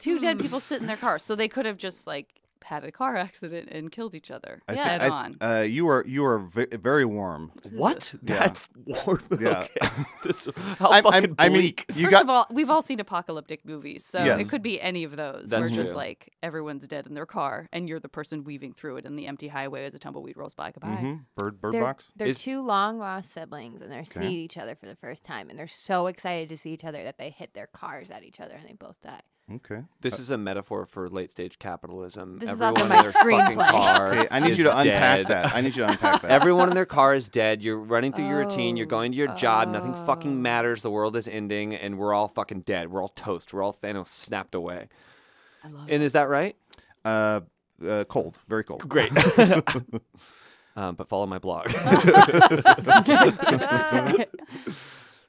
[SPEAKER 8] Two dead people sit in their car, so they could have just like had a car accident and killed each other.
[SPEAKER 3] I
[SPEAKER 8] yeah,
[SPEAKER 3] think-
[SPEAKER 8] head
[SPEAKER 3] I
[SPEAKER 8] on.
[SPEAKER 3] th- uh, you are you are ve- very warm.
[SPEAKER 7] What?
[SPEAKER 3] Yeah.
[SPEAKER 7] That's warm.
[SPEAKER 3] Yeah.
[SPEAKER 7] Okay. This, how
[SPEAKER 3] I- I'm-
[SPEAKER 7] fucking
[SPEAKER 3] I mean,
[SPEAKER 7] bleak.
[SPEAKER 3] you
[SPEAKER 8] First
[SPEAKER 3] got
[SPEAKER 8] of all, we've all seen apocalyptic movies, so
[SPEAKER 3] Yes.
[SPEAKER 8] it could be any of those.
[SPEAKER 7] That's
[SPEAKER 8] where just
[SPEAKER 7] true.
[SPEAKER 8] like everyone's dead in their car, and you're the person weaving through it in the empty highway as a tumbleweed rolls by. Goodbye.
[SPEAKER 3] Mhm. bird bird
[SPEAKER 9] They're,
[SPEAKER 3] box.
[SPEAKER 9] they're
[SPEAKER 7] Is-
[SPEAKER 9] two long lost siblings and they're
[SPEAKER 3] Okay.
[SPEAKER 9] seeing each other for the first time and they're so excited to see each other that they hit their cars at each other and they both die.
[SPEAKER 3] Okay.
[SPEAKER 7] This is a metaphor for late stage capitalism.
[SPEAKER 9] This is
[SPEAKER 7] Everyone
[SPEAKER 9] also
[SPEAKER 7] in
[SPEAKER 9] my
[SPEAKER 7] their fucking
[SPEAKER 9] screenplay.
[SPEAKER 7] car
[SPEAKER 3] Okay. I need
[SPEAKER 7] is
[SPEAKER 3] you to unpack
[SPEAKER 7] dead.
[SPEAKER 3] that. I need you to unpack that.
[SPEAKER 7] Everyone in their car is dead. You're running through your routine. You're
[SPEAKER 8] Oh.
[SPEAKER 7] going to your job. Nothing
[SPEAKER 8] Oh.
[SPEAKER 7] fucking matters. The world is ending, and we're all fucking dead. We're all toast. We're all Thanos snapped away.
[SPEAKER 8] I love it.
[SPEAKER 7] And is that right?
[SPEAKER 3] uh, uh, cold. Very cold.
[SPEAKER 7] Great. um, but follow my blog.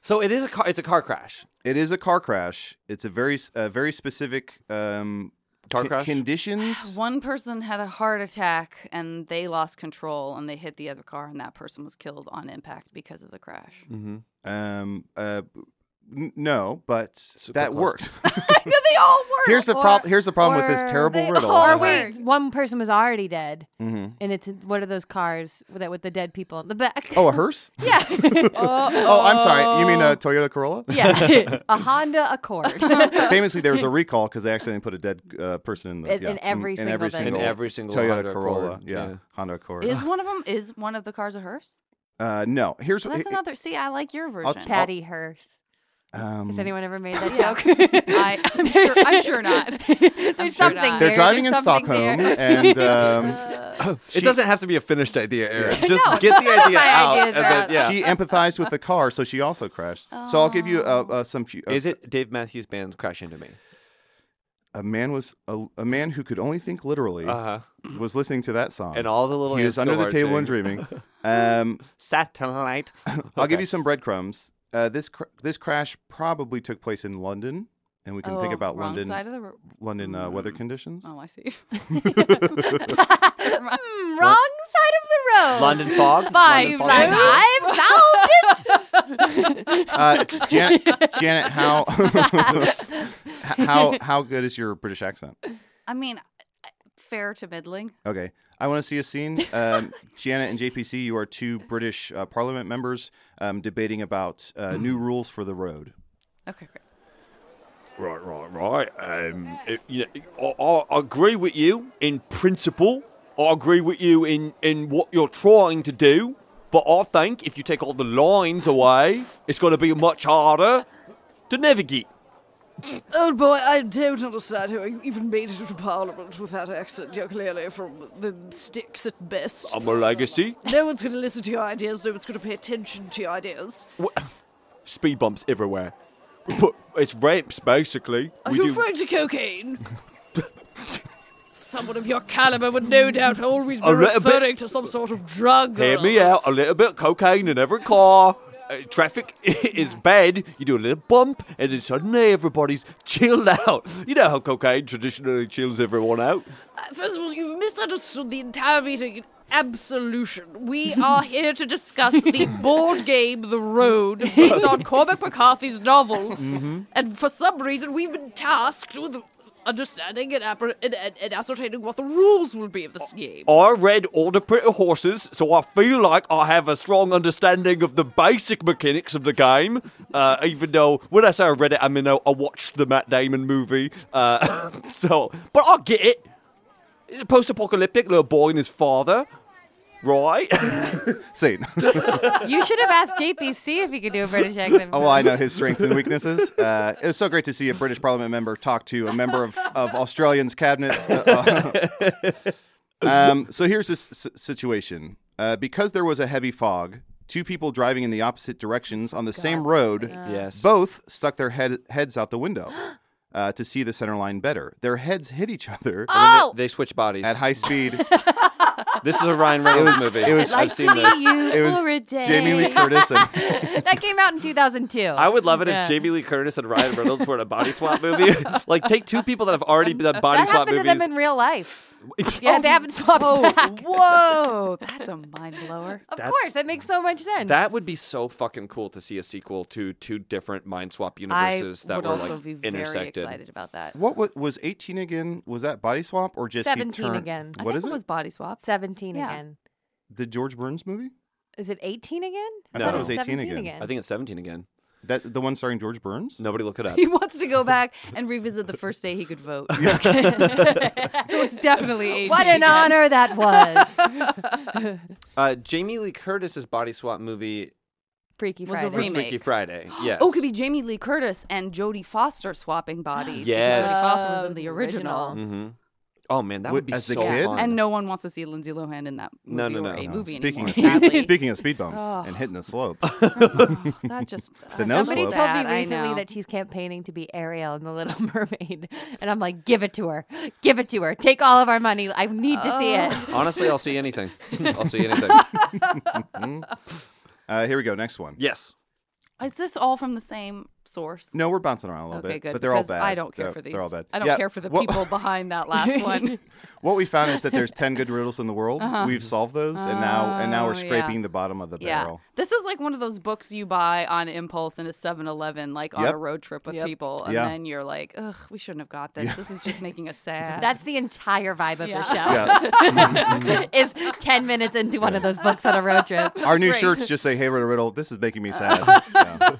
[SPEAKER 7] so it is a car. It's a car crash.
[SPEAKER 3] It is a car crash. It's a very s- a very specific um,
[SPEAKER 7] Car
[SPEAKER 3] con-
[SPEAKER 7] crash?
[SPEAKER 3] conditions.
[SPEAKER 8] One person had a heart attack and they lost control and they hit the other car and that person was killed on impact because of the crash.
[SPEAKER 7] Mm-hmm.
[SPEAKER 3] Um, uh, n- no, but that
[SPEAKER 7] close.
[SPEAKER 3] worked.
[SPEAKER 8] no, they all were.
[SPEAKER 3] here's the problem. Here's the problem with
[SPEAKER 5] or
[SPEAKER 3] this terrible
[SPEAKER 5] they
[SPEAKER 3] riddle.
[SPEAKER 5] all
[SPEAKER 11] Or wait, one person was already dead,
[SPEAKER 3] hmm
[SPEAKER 7] Mm-hmm.
[SPEAKER 11] and it's what are those cars that with the dead people in the back?
[SPEAKER 3] Oh, a hearse?
[SPEAKER 11] yeah,
[SPEAKER 3] Oh, I'm sorry. You mean a Toyota Corolla?
[SPEAKER 11] yeah, a Honda Accord.
[SPEAKER 3] Famously, there was a recall because they accidentally put a dead uh, person in the
[SPEAKER 11] In- in every single
[SPEAKER 3] every
[SPEAKER 11] thing.
[SPEAKER 7] In
[SPEAKER 3] single
[SPEAKER 7] every single
[SPEAKER 3] Toyota
[SPEAKER 7] Honda
[SPEAKER 3] Corolla.
[SPEAKER 7] Accord,
[SPEAKER 3] Yeah,
[SPEAKER 7] yeah.
[SPEAKER 3] Honda Accord.
[SPEAKER 8] Is one of them is one of the cars a hearse?
[SPEAKER 3] uh, no, here's
[SPEAKER 12] Well, that's
[SPEAKER 3] he-
[SPEAKER 12] another. See, I like your version.
[SPEAKER 11] Patty Hearse.
[SPEAKER 3] um,
[SPEAKER 11] Has anyone ever made that
[SPEAKER 8] Yeah.
[SPEAKER 11] joke?
[SPEAKER 8] I, I'm sure. I'm sure not.
[SPEAKER 11] There's
[SPEAKER 8] I'm sure
[SPEAKER 11] something.
[SPEAKER 8] not.
[SPEAKER 3] They're
[SPEAKER 11] there,
[SPEAKER 3] driving in
[SPEAKER 11] there's something
[SPEAKER 3] Stockholm,
[SPEAKER 11] there.
[SPEAKER 3] and um,
[SPEAKER 8] Uh,
[SPEAKER 7] It doesn't have to be a finished idea, Eric. Just
[SPEAKER 11] No,
[SPEAKER 7] get the idea
[SPEAKER 11] my
[SPEAKER 7] out.
[SPEAKER 11] ideas
[SPEAKER 7] and
[SPEAKER 11] are
[SPEAKER 7] then-
[SPEAKER 11] out.
[SPEAKER 7] yeah.
[SPEAKER 3] she empathized with the car, so she also crashed. So I'll give you uh, uh, some. Few, uh,
[SPEAKER 7] Oh. Is it Dave Matthews Band crash into me?
[SPEAKER 3] a man was a, a man who could only think literally
[SPEAKER 7] Uh huh.
[SPEAKER 13] Uh-huh.
[SPEAKER 3] was listening to that song,
[SPEAKER 7] And all the little
[SPEAKER 3] he was
[SPEAKER 7] ants
[SPEAKER 3] under
[SPEAKER 7] go
[SPEAKER 3] the table and
[SPEAKER 7] marching.
[SPEAKER 3] dreaming. Um,
[SPEAKER 7] Satellite.
[SPEAKER 3] I'll give
[SPEAKER 7] Okay.
[SPEAKER 3] you some breadcrumbs. Uh, this cr- this crash probably took place in London, and we can think
[SPEAKER 8] Oh,
[SPEAKER 3] about
[SPEAKER 8] wrong
[SPEAKER 3] London
[SPEAKER 8] side of the ro-
[SPEAKER 3] London uh, weather
[SPEAKER 8] Mm.
[SPEAKER 3] conditions.
[SPEAKER 8] Oh, I see.
[SPEAKER 11] Hmm, wrong side of the road.
[SPEAKER 7] London fog.
[SPEAKER 11] Five,
[SPEAKER 7] London fog.
[SPEAKER 11] five, five, sound
[SPEAKER 3] Uh, Janet, Janet, how how how good is your British accent?
[SPEAKER 8] I mean, I- fair to middling.
[SPEAKER 3] Okay, I want to see a scene. Um, Janet and JPC, you are two British uh, Parliament members um, debating about uh, new rules for the road.
[SPEAKER 8] Okay, great.
[SPEAKER 13] Right, right, right. Um, it- you know, I, I- I agree with you in principle. I agree with you in, in what you're trying to do. But I think if you take all the lines away, it's going to be much harder to navigate.
[SPEAKER 9] Old Oh, boy, I don't understand how you even made it into Parliament with that accent. You're clearly from the sticks at best.
[SPEAKER 13] I'm a legacy.
[SPEAKER 9] No one's going to listen to your ideas. No one's going to pay attention to your ideas.
[SPEAKER 13] Speed bumps everywhere. We put, it's ramps, basically.
[SPEAKER 9] Are
[SPEAKER 13] We
[SPEAKER 9] you
[SPEAKER 13] do-
[SPEAKER 9] afraid to cocaine? Someone of your caliber would no doubt always be
[SPEAKER 13] A little bit-
[SPEAKER 9] referring to some sort of drug.
[SPEAKER 13] Hear
[SPEAKER 9] or-
[SPEAKER 13] me out. A little bit of cocaine in every car. Uh, traffic is bad. You do a little bump, and then suddenly everybody's chilled out. You know how cocaine traditionally chills everyone out.
[SPEAKER 9] Uh, First of all, you've misunderstood the entire meeting in absolution. We are here to discuss the board game The Road based on Cormac McCarthy's novel. And for some reason, we've been tasked with understanding and, appre- and, and, and ascertaining what the rules will be of this game.
[SPEAKER 13] I read all the pretty horses, so I feel like I have a strong understanding of the basic mechanics of the game. Uh, even though when I say I read it, I mean I I watched the Matt Damon movie. Uh, so, but I get it. It's a post-apocalyptic little boy and his father, right?
[SPEAKER 3] Scene.
[SPEAKER 5] You should have asked JPC if he could do a British accent.
[SPEAKER 3] Oh, well, I know his strengths and weaknesses. Uh, it was so great to see a British Parliament member talk to a member of, of Australian's cabinet. um, so here's this s- situation. Uh, because there was a heavy fog, two people driving in the opposite directions on the same road
[SPEAKER 7] Yes.
[SPEAKER 3] both stuck their head- heads out the window uh, to see the center line better. Their heads hit each other
[SPEAKER 11] Oh,
[SPEAKER 7] They switch bodies.
[SPEAKER 3] at high speed.
[SPEAKER 7] this is a Ryan Reynolds movie.
[SPEAKER 3] it was-
[SPEAKER 7] I've seen this.
[SPEAKER 12] You
[SPEAKER 3] It was
[SPEAKER 12] for a day.
[SPEAKER 3] Jamie Lee Curtis and
[SPEAKER 5] that came out in 2002.
[SPEAKER 7] I would love it
[SPEAKER 5] Yeah.
[SPEAKER 7] if Jamie Lee Curtis and Ryan Reynolds were in a body swap movie. like, take two people that have already done body
[SPEAKER 5] that happened
[SPEAKER 7] swap
[SPEAKER 5] to
[SPEAKER 7] movies. Oh,
[SPEAKER 5] them in real life. Yeah, they haven't swapped back.
[SPEAKER 8] Oh, Whoa, that's a mind blower.
[SPEAKER 5] Of
[SPEAKER 7] That's-
[SPEAKER 5] course, that makes so much sense.
[SPEAKER 7] that would be so fucking cool to see a sequel to two different mind swap
[SPEAKER 8] I
[SPEAKER 7] universes that
[SPEAKER 8] would
[SPEAKER 7] were
[SPEAKER 8] also
[SPEAKER 7] like
[SPEAKER 8] be very
[SPEAKER 7] intersected.
[SPEAKER 8] excited about that.
[SPEAKER 3] what was, was 18 again? Was that body swap or just he
[SPEAKER 11] 17
[SPEAKER 3] turned-
[SPEAKER 11] again.
[SPEAKER 8] I
[SPEAKER 3] What
[SPEAKER 8] think
[SPEAKER 3] is
[SPEAKER 8] it
[SPEAKER 3] it?
[SPEAKER 8] was body swap.
[SPEAKER 11] 17
[SPEAKER 8] Yeah.
[SPEAKER 11] again.
[SPEAKER 3] The George Burns movie?
[SPEAKER 11] Is it 18 again?
[SPEAKER 3] I
[SPEAKER 7] No.
[SPEAKER 3] thought it was 18
[SPEAKER 11] 17
[SPEAKER 3] again.
[SPEAKER 7] I think it's 17 again.
[SPEAKER 3] That the one starring George Burns?
[SPEAKER 7] Nobody look it up.
[SPEAKER 8] He wants to go back and revisit the first day he could vote. so it's definitely 18.
[SPEAKER 5] what an honor that was.
[SPEAKER 7] Uh, Jamie Lee Curtis's body swap movie
[SPEAKER 5] Freaky
[SPEAKER 8] Was a
[SPEAKER 5] Friday.
[SPEAKER 7] was
[SPEAKER 8] remake.
[SPEAKER 7] Freaky Friday. Yes.
[SPEAKER 8] Oh, it could be Jamie Lee Curtis and Jodie Foster swapping bodies. because
[SPEAKER 7] Yes.
[SPEAKER 8] Jodie Foster was
[SPEAKER 11] Oh,
[SPEAKER 8] in the
[SPEAKER 11] the
[SPEAKER 8] original.
[SPEAKER 11] original.
[SPEAKER 7] Mm-hmm. Oh man, that would be
[SPEAKER 3] as
[SPEAKER 7] so
[SPEAKER 3] a kid?
[SPEAKER 7] fun.
[SPEAKER 8] And no one wants to see Lindsay Lohan in that movie
[SPEAKER 7] No, no,
[SPEAKER 8] or
[SPEAKER 7] no,
[SPEAKER 8] a
[SPEAKER 7] no.
[SPEAKER 8] movie
[SPEAKER 3] Oh, Speaking
[SPEAKER 8] anymore.
[SPEAKER 3] of speed,
[SPEAKER 8] sadly.
[SPEAKER 3] speaking of speed bumps
[SPEAKER 8] Oh.
[SPEAKER 3] and hitting the slope,
[SPEAKER 8] that just
[SPEAKER 3] the no
[SPEAKER 5] Somebody
[SPEAKER 3] slope.
[SPEAKER 5] told
[SPEAKER 8] Sad,
[SPEAKER 5] me
[SPEAKER 8] I
[SPEAKER 5] recently
[SPEAKER 8] know.
[SPEAKER 5] that she's campaigning to be Ariel in The Little Mermaid, and I'm like, give it to her, give it to her, take all of our money. I need to see
[SPEAKER 8] Oh.
[SPEAKER 5] it.
[SPEAKER 7] Honestly, I'll see anything. I'll see anything.
[SPEAKER 3] uh, here we go. Next one.
[SPEAKER 7] Yes.
[SPEAKER 8] Is this all from the same source?
[SPEAKER 3] No, we're bouncing around a little
[SPEAKER 8] okay,
[SPEAKER 3] bit,
[SPEAKER 8] good.
[SPEAKER 3] but they're all
[SPEAKER 8] because
[SPEAKER 3] bad.
[SPEAKER 8] I don't care
[SPEAKER 3] They're-
[SPEAKER 8] for these.
[SPEAKER 3] They're all bad.
[SPEAKER 8] I don't
[SPEAKER 3] Yeah,
[SPEAKER 8] care for the
[SPEAKER 3] what-
[SPEAKER 8] people behind that last one.
[SPEAKER 3] What we found is that there's ten good riddles in the world.
[SPEAKER 8] Uh-huh.
[SPEAKER 3] We've solved those, and now and now
[SPEAKER 8] Oh,
[SPEAKER 3] we're
[SPEAKER 8] yeah.
[SPEAKER 3] scraping the bottom of the barrel.
[SPEAKER 8] Yeah. This is like one of those books you buy on impulse in a 7 Eleven, like on
[SPEAKER 3] Yep.
[SPEAKER 8] a road trip with
[SPEAKER 5] Yep.
[SPEAKER 8] people. And
[SPEAKER 3] Yeah.
[SPEAKER 8] then you're like, ugh, we shouldn't have got this.
[SPEAKER 3] Yeah.
[SPEAKER 8] This is just making us sad.
[SPEAKER 5] That's the entire vibe of the show.
[SPEAKER 3] Yeah.
[SPEAKER 5] is ten minutes into one of those books on a road trip.
[SPEAKER 3] Our new
[SPEAKER 5] Great.
[SPEAKER 3] shirts just say, "Hey, riddle, riddle. This is making me sad," Yeah.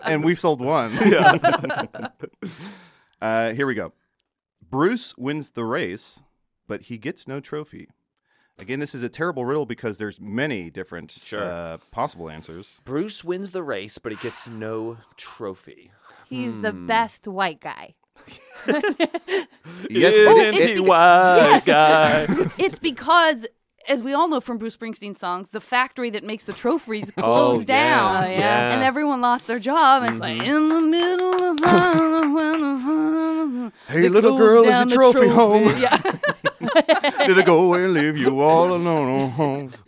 [SPEAKER 3] and we've sold one. uh, here we go. Bruce wins the race, but he gets no trophy. Again, this is a terrible riddle because there's many different uh, possible answers.
[SPEAKER 7] Bruce wins the race, but he gets no trophy.
[SPEAKER 5] He's the
[SPEAKER 7] Hmm.
[SPEAKER 5] best white guy.
[SPEAKER 7] Yes, Isn't
[SPEAKER 8] it's
[SPEAKER 7] he
[SPEAKER 8] beca-
[SPEAKER 7] white
[SPEAKER 8] yes.
[SPEAKER 7] guy?
[SPEAKER 8] it's because, as we all know from Bruce Springsteen songs, the factory that makes the trophies
[SPEAKER 7] Oh,
[SPEAKER 8] closed
[SPEAKER 7] yeah.
[SPEAKER 8] down,
[SPEAKER 7] Oh, yeah. Mm-hmm.
[SPEAKER 8] and everyone lost their job. And It's like in the middle of the
[SPEAKER 3] Hey,
[SPEAKER 8] It
[SPEAKER 3] little
[SPEAKER 8] goes
[SPEAKER 3] girl, is your
[SPEAKER 8] down the
[SPEAKER 3] trophy,
[SPEAKER 8] trophy.
[SPEAKER 3] home?
[SPEAKER 8] Yeah.
[SPEAKER 3] Did it go away and leave you all alone? at home?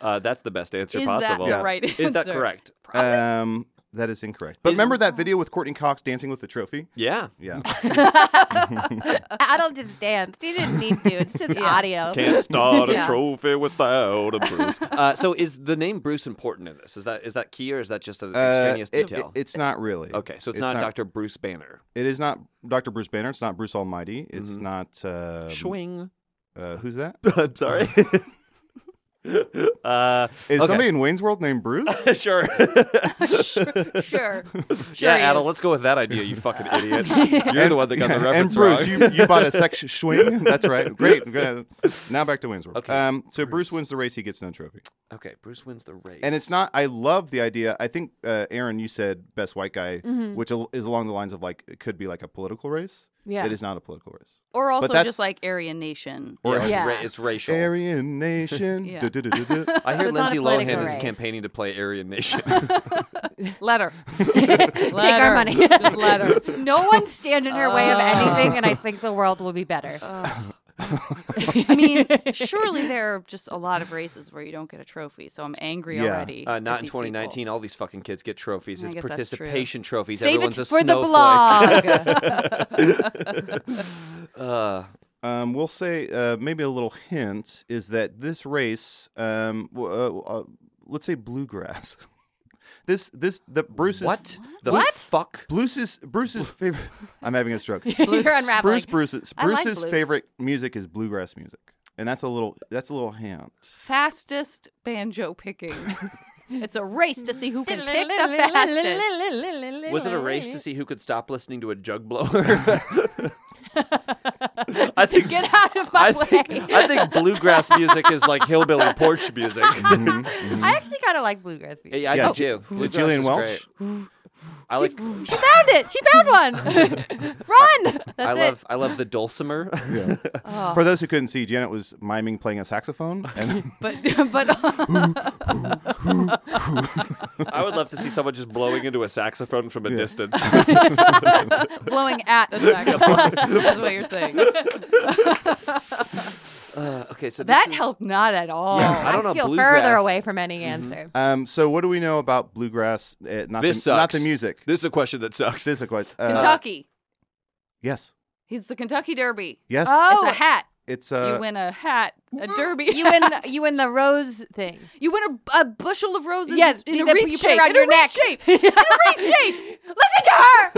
[SPEAKER 7] Uh, that's the best answer
[SPEAKER 8] Is that
[SPEAKER 7] possible.
[SPEAKER 8] the Yeah. right
[SPEAKER 7] Is that
[SPEAKER 8] answer?
[SPEAKER 7] correct?
[SPEAKER 3] Um, that is incorrect. But remember that video with Courtney Cox dancing with the trophy?
[SPEAKER 7] Yeah.
[SPEAKER 3] Yeah.
[SPEAKER 5] Adult just danced. He didn't need to. It's just audio.
[SPEAKER 7] Can't start
[SPEAKER 5] Yeah.
[SPEAKER 7] a trophy without a Bruce. Uh, so, is the name Bruce important in this? Is that is that key, or is that just an extraneous
[SPEAKER 3] Uh, it-
[SPEAKER 7] detail?
[SPEAKER 3] it- it's not really.
[SPEAKER 7] okay, so it's, not, Doctor Bruce Banner.
[SPEAKER 3] It is not Dr. Bruce Banner. It's not Bruce Almighty. It's
[SPEAKER 7] Mhm.
[SPEAKER 3] not. Um,
[SPEAKER 7] Swing.
[SPEAKER 3] Uh, who's that?
[SPEAKER 7] I'm sorry. uh,
[SPEAKER 3] Is
[SPEAKER 7] okay.
[SPEAKER 3] somebody in Wayne's World named Bruce?
[SPEAKER 7] sure.
[SPEAKER 8] sure. Sure.
[SPEAKER 7] yeah,
[SPEAKER 8] he
[SPEAKER 7] Adel,
[SPEAKER 8] is.
[SPEAKER 7] let's go with that idea. You fucking idiot. You're the one that got the
[SPEAKER 3] And-
[SPEAKER 7] reference
[SPEAKER 3] And Bruce,
[SPEAKER 7] wrong.
[SPEAKER 3] you, you bought a sex swing. That's right. Great. Good. Now back to Wayne's World. Okay. Um, so Bruce wins the race. He gets no trophy.
[SPEAKER 7] Okay, Bruce wins the race.
[SPEAKER 3] And it's not. I love the idea. I think uh, Aaron, you said best white guy,
[SPEAKER 8] Mhm.
[SPEAKER 3] which al- is along the lines of like it could be like a political race.
[SPEAKER 8] Yeah.
[SPEAKER 3] it is not a political race.
[SPEAKER 8] Or
[SPEAKER 3] But
[SPEAKER 8] also
[SPEAKER 3] that's-
[SPEAKER 8] just like Aryan Nation.
[SPEAKER 7] Or Yeah. ra- it's racial.
[SPEAKER 3] Aryan Nation.
[SPEAKER 8] Yeah.
[SPEAKER 3] Du-du-du-du-du.
[SPEAKER 7] I hear
[SPEAKER 8] So it's not
[SPEAKER 7] Lindsay
[SPEAKER 8] a
[SPEAKER 7] Lohan
[SPEAKER 8] political
[SPEAKER 7] is
[SPEAKER 8] race.
[SPEAKER 7] campaigning to play Aryan Nation.
[SPEAKER 8] Let her.
[SPEAKER 5] Take our money.
[SPEAKER 8] Just let her.
[SPEAKER 5] No one's standing in her way
[SPEAKER 7] Oh.
[SPEAKER 5] of
[SPEAKER 8] Uh.
[SPEAKER 5] anything, and I think the world will be better.
[SPEAKER 8] I mean, surely there are just a lot of races where you don't get a trophy. So I'm angry already.
[SPEAKER 7] Uh, not
[SPEAKER 8] with
[SPEAKER 7] in
[SPEAKER 8] these people.
[SPEAKER 7] 2019. All these fucking kids get trophies.
[SPEAKER 8] I
[SPEAKER 7] it's
[SPEAKER 8] guess that's true.
[SPEAKER 7] participation trophies.
[SPEAKER 5] Save
[SPEAKER 7] Everyone's
[SPEAKER 5] it
[SPEAKER 7] a
[SPEAKER 5] for the
[SPEAKER 7] snowflake. uh,
[SPEAKER 3] Um, we'll say uh, maybe a little hint is that this race, um, w- uh, uh, let's say bluegrass. this this the Bruce's
[SPEAKER 7] What? The What? fuck?
[SPEAKER 3] Bruce's Bruce's favorite. I'm having a stroke.
[SPEAKER 5] You're unraveling.
[SPEAKER 3] Bruce Bruce's
[SPEAKER 8] I like
[SPEAKER 3] Bruce's
[SPEAKER 8] blues.
[SPEAKER 3] favorite music is bluegrass music, and that's a little that's a little hint.
[SPEAKER 8] Fastest banjo picking. it's a race to see who can pick the fastest.
[SPEAKER 7] was it a race to see who could stop listening to a jug blower? I think.
[SPEAKER 5] Get out of my
[SPEAKER 7] I
[SPEAKER 5] way.
[SPEAKER 7] think, I think bluegrass music is like hillbilly porch music.
[SPEAKER 5] Mm-hmm. I actually kind of like bluegrass music.
[SPEAKER 7] Yeah, I
[SPEAKER 3] Yeah,
[SPEAKER 7] do too.
[SPEAKER 3] Ju-
[SPEAKER 7] Bluegrass
[SPEAKER 3] Julian
[SPEAKER 7] is
[SPEAKER 3] Welch?
[SPEAKER 7] great. I like.
[SPEAKER 5] She found it. She found one. Run. That's
[SPEAKER 7] I
[SPEAKER 5] it.
[SPEAKER 7] love. I love the dulcimer.
[SPEAKER 5] Oh.
[SPEAKER 3] For those who couldn't see, Janet was miming playing a saxophone. And
[SPEAKER 8] But but
[SPEAKER 7] I would love to see someone just blowing into a saxophone from a distance. Uh,
[SPEAKER 8] blowing at a saxophone. That's what you're saying.
[SPEAKER 7] Uh, okay, so
[SPEAKER 8] that
[SPEAKER 7] this is-
[SPEAKER 8] helped not at all.
[SPEAKER 7] Yeah, I don't know.
[SPEAKER 5] Feel
[SPEAKER 7] bluegrass. Mm-hmm.
[SPEAKER 5] further away from any answer.
[SPEAKER 3] um, so, what do we know about bluegrass? Uh, not
[SPEAKER 7] This
[SPEAKER 3] the, not
[SPEAKER 7] sucks.
[SPEAKER 3] the music.
[SPEAKER 7] This is a question that sucks.
[SPEAKER 3] This is a question. uh,
[SPEAKER 8] Kentucky.
[SPEAKER 3] Yes.
[SPEAKER 8] He's the Kentucky Derby.
[SPEAKER 3] Yes.
[SPEAKER 5] Oh.
[SPEAKER 8] It's a hat.
[SPEAKER 3] It's uh,
[SPEAKER 8] you win a hat, a derby.
[SPEAKER 5] You win.
[SPEAKER 8] hat.
[SPEAKER 5] You win the rose thing.
[SPEAKER 8] You win a, a bushel of roses
[SPEAKER 5] Yes,
[SPEAKER 8] in a
[SPEAKER 5] that
[SPEAKER 8] wreath
[SPEAKER 5] you put
[SPEAKER 8] shape.
[SPEAKER 5] around
[SPEAKER 8] in
[SPEAKER 5] your
[SPEAKER 8] a wreath
[SPEAKER 5] neck.
[SPEAKER 8] shape. In a wreath shape.
[SPEAKER 5] Listen to her.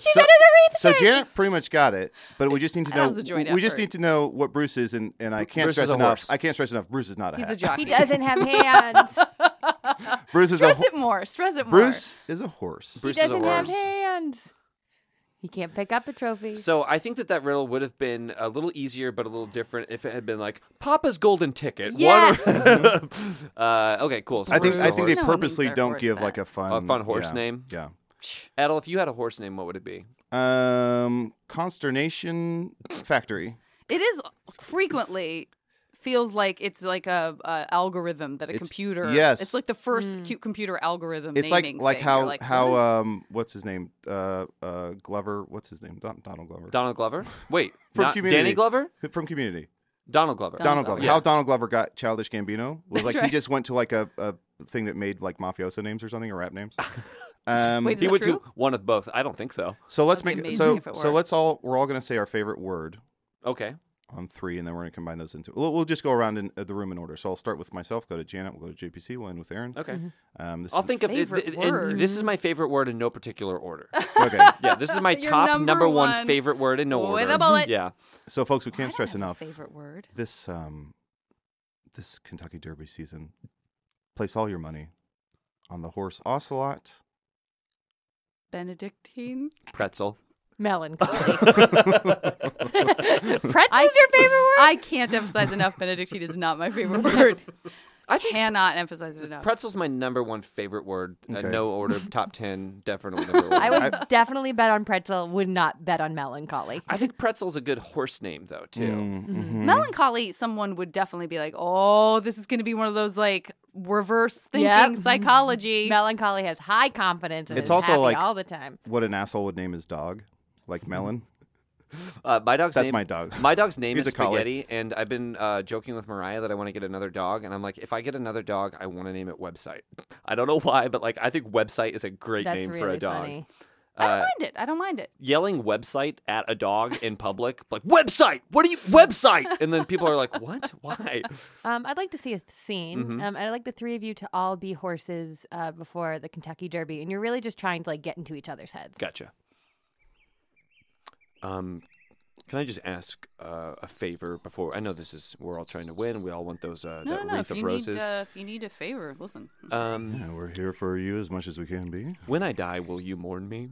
[SPEAKER 5] She
[SPEAKER 3] So-
[SPEAKER 5] made it a wreath.
[SPEAKER 3] So
[SPEAKER 5] shape.
[SPEAKER 3] Janet pretty much got it, but we just need to
[SPEAKER 8] That
[SPEAKER 3] know.
[SPEAKER 8] was a joint
[SPEAKER 3] we just
[SPEAKER 8] effort.
[SPEAKER 3] need to know what Bruce is, and, and I can't
[SPEAKER 7] Bruce is
[SPEAKER 3] stress
[SPEAKER 7] a
[SPEAKER 3] enough.
[SPEAKER 7] horse.
[SPEAKER 3] I can't stress enough. Bruce is not a
[SPEAKER 8] He's
[SPEAKER 3] hat.
[SPEAKER 8] a jockey.
[SPEAKER 5] He doesn't have hands.
[SPEAKER 3] Bruce is a
[SPEAKER 8] Stress
[SPEAKER 3] ho-
[SPEAKER 8] it more. Stress it more.
[SPEAKER 3] Bruce is a horse.
[SPEAKER 5] he
[SPEAKER 7] Bruce is a
[SPEAKER 5] doesn't have
[SPEAKER 7] horse.
[SPEAKER 5] hands. He can't pick up a trophy.
[SPEAKER 7] So I think that that riddle would have been a little easier, but a little different if it had been like Papa's golden ticket.
[SPEAKER 8] Yes.
[SPEAKER 7] One- uh, okay. Cool. So
[SPEAKER 3] I think
[SPEAKER 7] Bruce
[SPEAKER 3] I
[SPEAKER 7] is a
[SPEAKER 3] think they
[SPEAKER 7] horse.
[SPEAKER 8] No one names
[SPEAKER 3] purposely
[SPEAKER 8] their
[SPEAKER 3] don't
[SPEAKER 8] horse
[SPEAKER 3] give
[SPEAKER 8] that.
[SPEAKER 3] like a fun
[SPEAKER 7] A fun horse
[SPEAKER 3] yeah,
[SPEAKER 7] name?
[SPEAKER 3] Yeah.
[SPEAKER 7] Adel, if you had a horse name, what would it be?
[SPEAKER 3] Um, consternation factory.
[SPEAKER 8] It is frequently feels like it's like a, a algorithm that a
[SPEAKER 3] It's-
[SPEAKER 8] computer.
[SPEAKER 3] yes.
[SPEAKER 8] it's like the first cute computer algorithm.
[SPEAKER 3] It's like
[SPEAKER 8] naming
[SPEAKER 3] like
[SPEAKER 8] thing.
[SPEAKER 3] how
[SPEAKER 8] You're like,
[SPEAKER 3] how
[SPEAKER 8] what is-
[SPEAKER 3] um what's his name uh uh Glover what's his name Don- Donald Glover
[SPEAKER 7] Donald Glover. Wait,
[SPEAKER 3] from
[SPEAKER 7] not
[SPEAKER 3] Community
[SPEAKER 7] Danny Glover.
[SPEAKER 3] from Community
[SPEAKER 7] Donald Glover.
[SPEAKER 3] Donald Glover
[SPEAKER 7] Yeah.
[SPEAKER 3] how Donald Glover got Childish Gambino was
[SPEAKER 7] That's
[SPEAKER 3] like he
[SPEAKER 7] right.
[SPEAKER 3] just went to like a, a thing that made like mafioso names or something or rap names. Um,
[SPEAKER 7] he went to one of both. I don't think so.
[SPEAKER 3] So let's
[SPEAKER 7] That'd be
[SPEAKER 3] make
[SPEAKER 7] amazing
[SPEAKER 3] so
[SPEAKER 7] if it
[SPEAKER 3] so
[SPEAKER 7] worked.
[SPEAKER 3] let's all we're all gonna say our favorite word.
[SPEAKER 7] Okay.
[SPEAKER 3] On three, and then we're gonna combine those into. We'll, we'll just go around in uh, the room in order. So I'll start with myself. Go to Janet. We'll go to JPC. We'll end with Aaron.
[SPEAKER 7] Okay.
[SPEAKER 8] Mm-hmm.
[SPEAKER 7] Mhm.
[SPEAKER 3] Um, this
[SPEAKER 7] I'll
[SPEAKER 3] is-
[SPEAKER 7] think of it. th- and this is my favorite word in no particular order.
[SPEAKER 3] Okay.
[SPEAKER 7] yeah, this is my
[SPEAKER 8] Your
[SPEAKER 7] top number,
[SPEAKER 8] number
[SPEAKER 7] one,
[SPEAKER 8] one
[SPEAKER 7] favorite word in no
[SPEAKER 8] with
[SPEAKER 7] order.
[SPEAKER 8] a bullet.
[SPEAKER 7] Yeah.
[SPEAKER 3] So, folks, we can't stress enough.
[SPEAKER 8] favorite word.
[SPEAKER 3] This um, this Kentucky Derby season, place all your money on the horse Ocelot.
[SPEAKER 8] Benedictine.
[SPEAKER 7] Pretzel.
[SPEAKER 9] Melancholy.
[SPEAKER 8] Pretzel's your favorite word? I can't emphasize enough. Benedictine is not my favorite word. I cannot emphasize it enough.
[SPEAKER 7] Pretzel's my number one favorite word. Uh,
[SPEAKER 3] Okay.
[SPEAKER 7] no order, top ten, definitely number one.
[SPEAKER 9] I would definitely bet on pretzel. Would not bet on melancholy.
[SPEAKER 7] I think pretzel's a good horse name though too.
[SPEAKER 3] Mm. Mm-hmm.
[SPEAKER 8] Melancholy, someone would definitely be like, oh, this is going to be one of those like reverse thinking
[SPEAKER 9] Yep.
[SPEAKER 8] psychology.
[SPEAKER 9] Melancholy has high confidence and
[SPEAKER 3] It's
[SPEAKER 9] is
[SPEAKER 3] also
[SPEAKER 9] happy
[SPEAKER 3] like
[SPEAKER 9] all the time.
[SPEAKER 3] What an asshole would name his dog,
[SPEAKER 7] Mm-hmm.
[SPEAKER 3] like Melon.
[SPEAKER 7] Uh, my dog's
[SPEAKER 3] That's
[SPEAKER 7] name-
[SPEAKER 3] my dog.
[SPEAKER 7] My dog's name
[SPEAKER 3] He's
[SPEAKER 7] is
[SPEAKER 3] a collie.
[SPEAKER 7] Spaghetti, and I've been uh, joking with Mariah that I want to get another dog, and I'm like, if I get another dog, I want to name it Website. I don't know why, but like, I think Website is a great
[SPEAKER 9] That's
[SPEAKER 7] name for a
[SPEAKER 9] really
[SPEAKER 7] dog.
[SPEAKER 9] funny.
[SPEAKER 8] I don't
[SPEAKER 7] Uh,
[SPEAKER 8] mind it. I don't mind it.
[SPEAKER 7] yelling website at a dog in public, like website, what are you website? And then people are like, what? Why?
[SPEAKER 9] Um, I'd like to see a scene.
[SPEAKER 7] Mhm.
[SPEAKER 9] Um, I'd like the three of you to all be horses uh, before the Kentucky Derby, and you're really just trying to like get into each other's heads.
[SPEAKER 7] Gotcha. Um, can I just ask uh, a favor before? I know this is we're all trying to win. We all want those uh,
[SPEAKER 8] No, no,
[SPEAKER 7] that
[SPEAKER 8] no.
[SPEAKER 7] wreath
[SPEAKER 8] If
[SPEAKER 7] of
[SPEAKER 8] you,
[SPEAKER 7] roses.
[SPEAKER 8] need, uh, if you need a favor, listen.
[SPEAKER 7] Um,
[SPEAKER 3] yeah, we're here for you as much as we can be.
[SPEAKER 7] When I die, will you mourn me?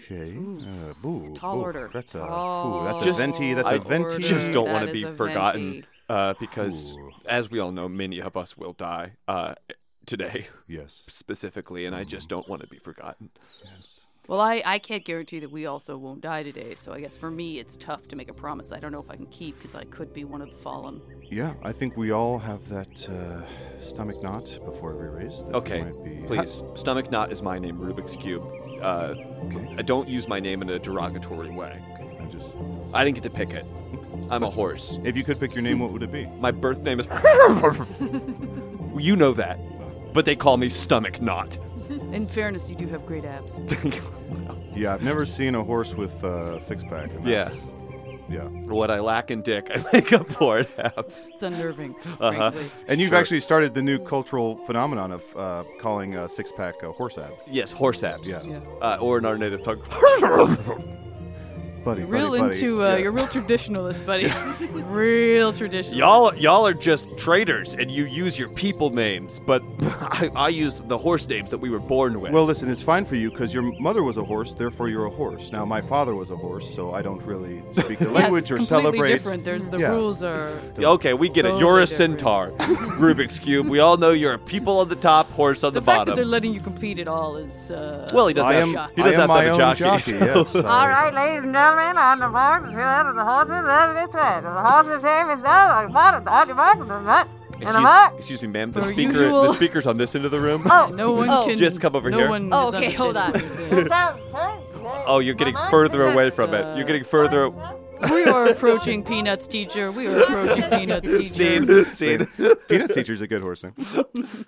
[SPEAKER 3] Okay. Uh, boo,
[SPEAKER 8] Tall
[SPEAKER 3] boo.
[SPEAKER 8] order.
[SPEAKER 3] That's a
[SPEAKER 8] Tall
[SPEAKER 3] ooh, that's
[SPEAKER 8] Just-
[SPEAKER 3] a venti. That's
[SPEAKER 7] I
[SPEAKER 3] a venti.
[SPEAKER 7] Just don't
[SPEAKER 8] That
[SPEAKER 7] want
[SPEAKER 8] is
[SPEAKER 7] to be
[SPEAKER 8] a
[SPEAKER 7] forgotten
[SPEAKER 8] venti.
[SPEAKER 7] uh, because, as we all know, many of us will die uh, today.
[SPEAKER 3] Yes.
[SPEAKER 7] Specifically, and I just don't want to be forgotten.
[SPEAKER 8] Well, I, I can't guarantee that we also won't die today, so I guess for me it's tough to make a promise I don't know if I can keep because I could be one of the fallen.
[SPEAKER 3] Yeah, I think we all have that uh, stomach knot before every race. That
[SPEAKER 7] Okay,
[SPEAKER 3] might be-
[SPEAKER 7] please. Stomach knot is my name. Rubik's cube. Uh, I don't use my name in a derogatory way.
[SPEAKER 3] I just.
[SPEAKER 7] I didn't get to pick it. I'm a horse.
[SPEAKER 3] If you could pick your name, what would it be?
[SPEAKER 7] My birth name is. you know that, but they call me Stomach Knot.
[SPEAKER 8] In fairness, you do have great abs.
[SPEAKER 3] Yeah, I've never seen a horse with uh, six pack. And
[SPEAKER 7] Yeah.
[SPEAKER 3] that's, yeah.
[SPEAKER 7] What I lack in dick, I make up for it. Abs.
[SPEAKER 8] It's unnerving,
[SPEAKER 7] Uh-huh.
[SPEAKER 8] frankly.
[SPEAKER 3] And you've
[SPEAKER 7] Sure.
[SPEAKER 3] actually started the new cultural phenomenon of uh, calling a six pack uh, horse abs.
[SPEAKER 7] Yes, horse abs.
[SPEAKER 3] Yeah.
[SPEAKER 7] Uh, or in our native tongue.
[SPEAKER 3] Buddy,
[SPEAKER 8] You're real
[SPEAKER 3] buddy, buddy.
[SPEAKER 8] into, uh, you're real traditionalist, buddy. real traditionalist.
[SPEAKER 14] Y'all, y'all are just traitors, and you use your people names, but I, I use the horse names that we were born with.
[SPEAKER 3] Well, listen, it's fine for you because your mother was a horse, therefore you're a horse. Now, my father was a horse, so I don't really speak the language
[SPEAKER 8] That's
[SPEAKER 3] or
[SPEAKER 8] completely
[SPEAKER 3] celebrate.
[SPEAKER 8] different. There's the
[SPEAKER 3] Yeah.
[SPEAKER 8] rules are.
[SPEAKER 14] okay, we get it.
[SPEAKER 8] Totally
[SPEAKER 14] You're a
[SPEAKER 8] different.
[SPEAKER 14] centaur, Rubik's cube. We all know you're a people on the top, horse on the,
[SPEAKER 8] The fact that
[SPEAKER 14] bottom.
[SPEAKER 8] they're letting you complete it all is. Uh,
[SPEAKER 14] Well, he does
[SPEAKER 3] I
[SPEAKER 14] have.
[SPEAKER 3] am-
[SPEAKER 14] he
[SPEAKER 3] I
[SPEAKER 14] does
[SPEAKER 3] am
[SPEAKER 14] have, to
[SPEAKER 3] my
[SPEAKER 14] have a
[SPEAKER 3] own
[SPEAKER 14] jockey.
[SPEAKER 3] jockey, yes,
[SPEAKER 14] so-
[SPEAKER 3] I- All right,
[SPEAKER 15] ladies and gentlemen, on the board is head, the horses head, it's head, the horses head is head, on the bottom, on the bottom, on the bottom,
[SPEAKER 14] Excuse, excuse me, ma'am. The
[SPEAKER 8] For
[SPEAKER 14] speaker, the
[SPEAKER 8] usual-
[SPEAKER 14] speaker's on this end of the room.
[SPEAKER 8] no one
[SPEAKER 14] Oh.
[SPEAKER 8] can.
[SPEAKER 14] Just come over
[SPEAKER 8] no
[SPEAKER 14] here.
[SPEAKER 8] One
[SPEAKER 9] Oh,
[SPEAKER 8] is
[SPEAKER 9] okay, hold
[SPEAKER 8] understanding
[SPEAKER 9] on.
[SPEAKER 8] what you're saying.
[SPEAKER 14] Oh, you're getting further away from it. You're getting further.
[SPEAKER 8] we were approaching Peanuts teacher. We were approaching Peanuts teacher.
[SPEAKER 14] Scene, scene.
[SPEAKER 3] Peanuts teacher's a good horse name.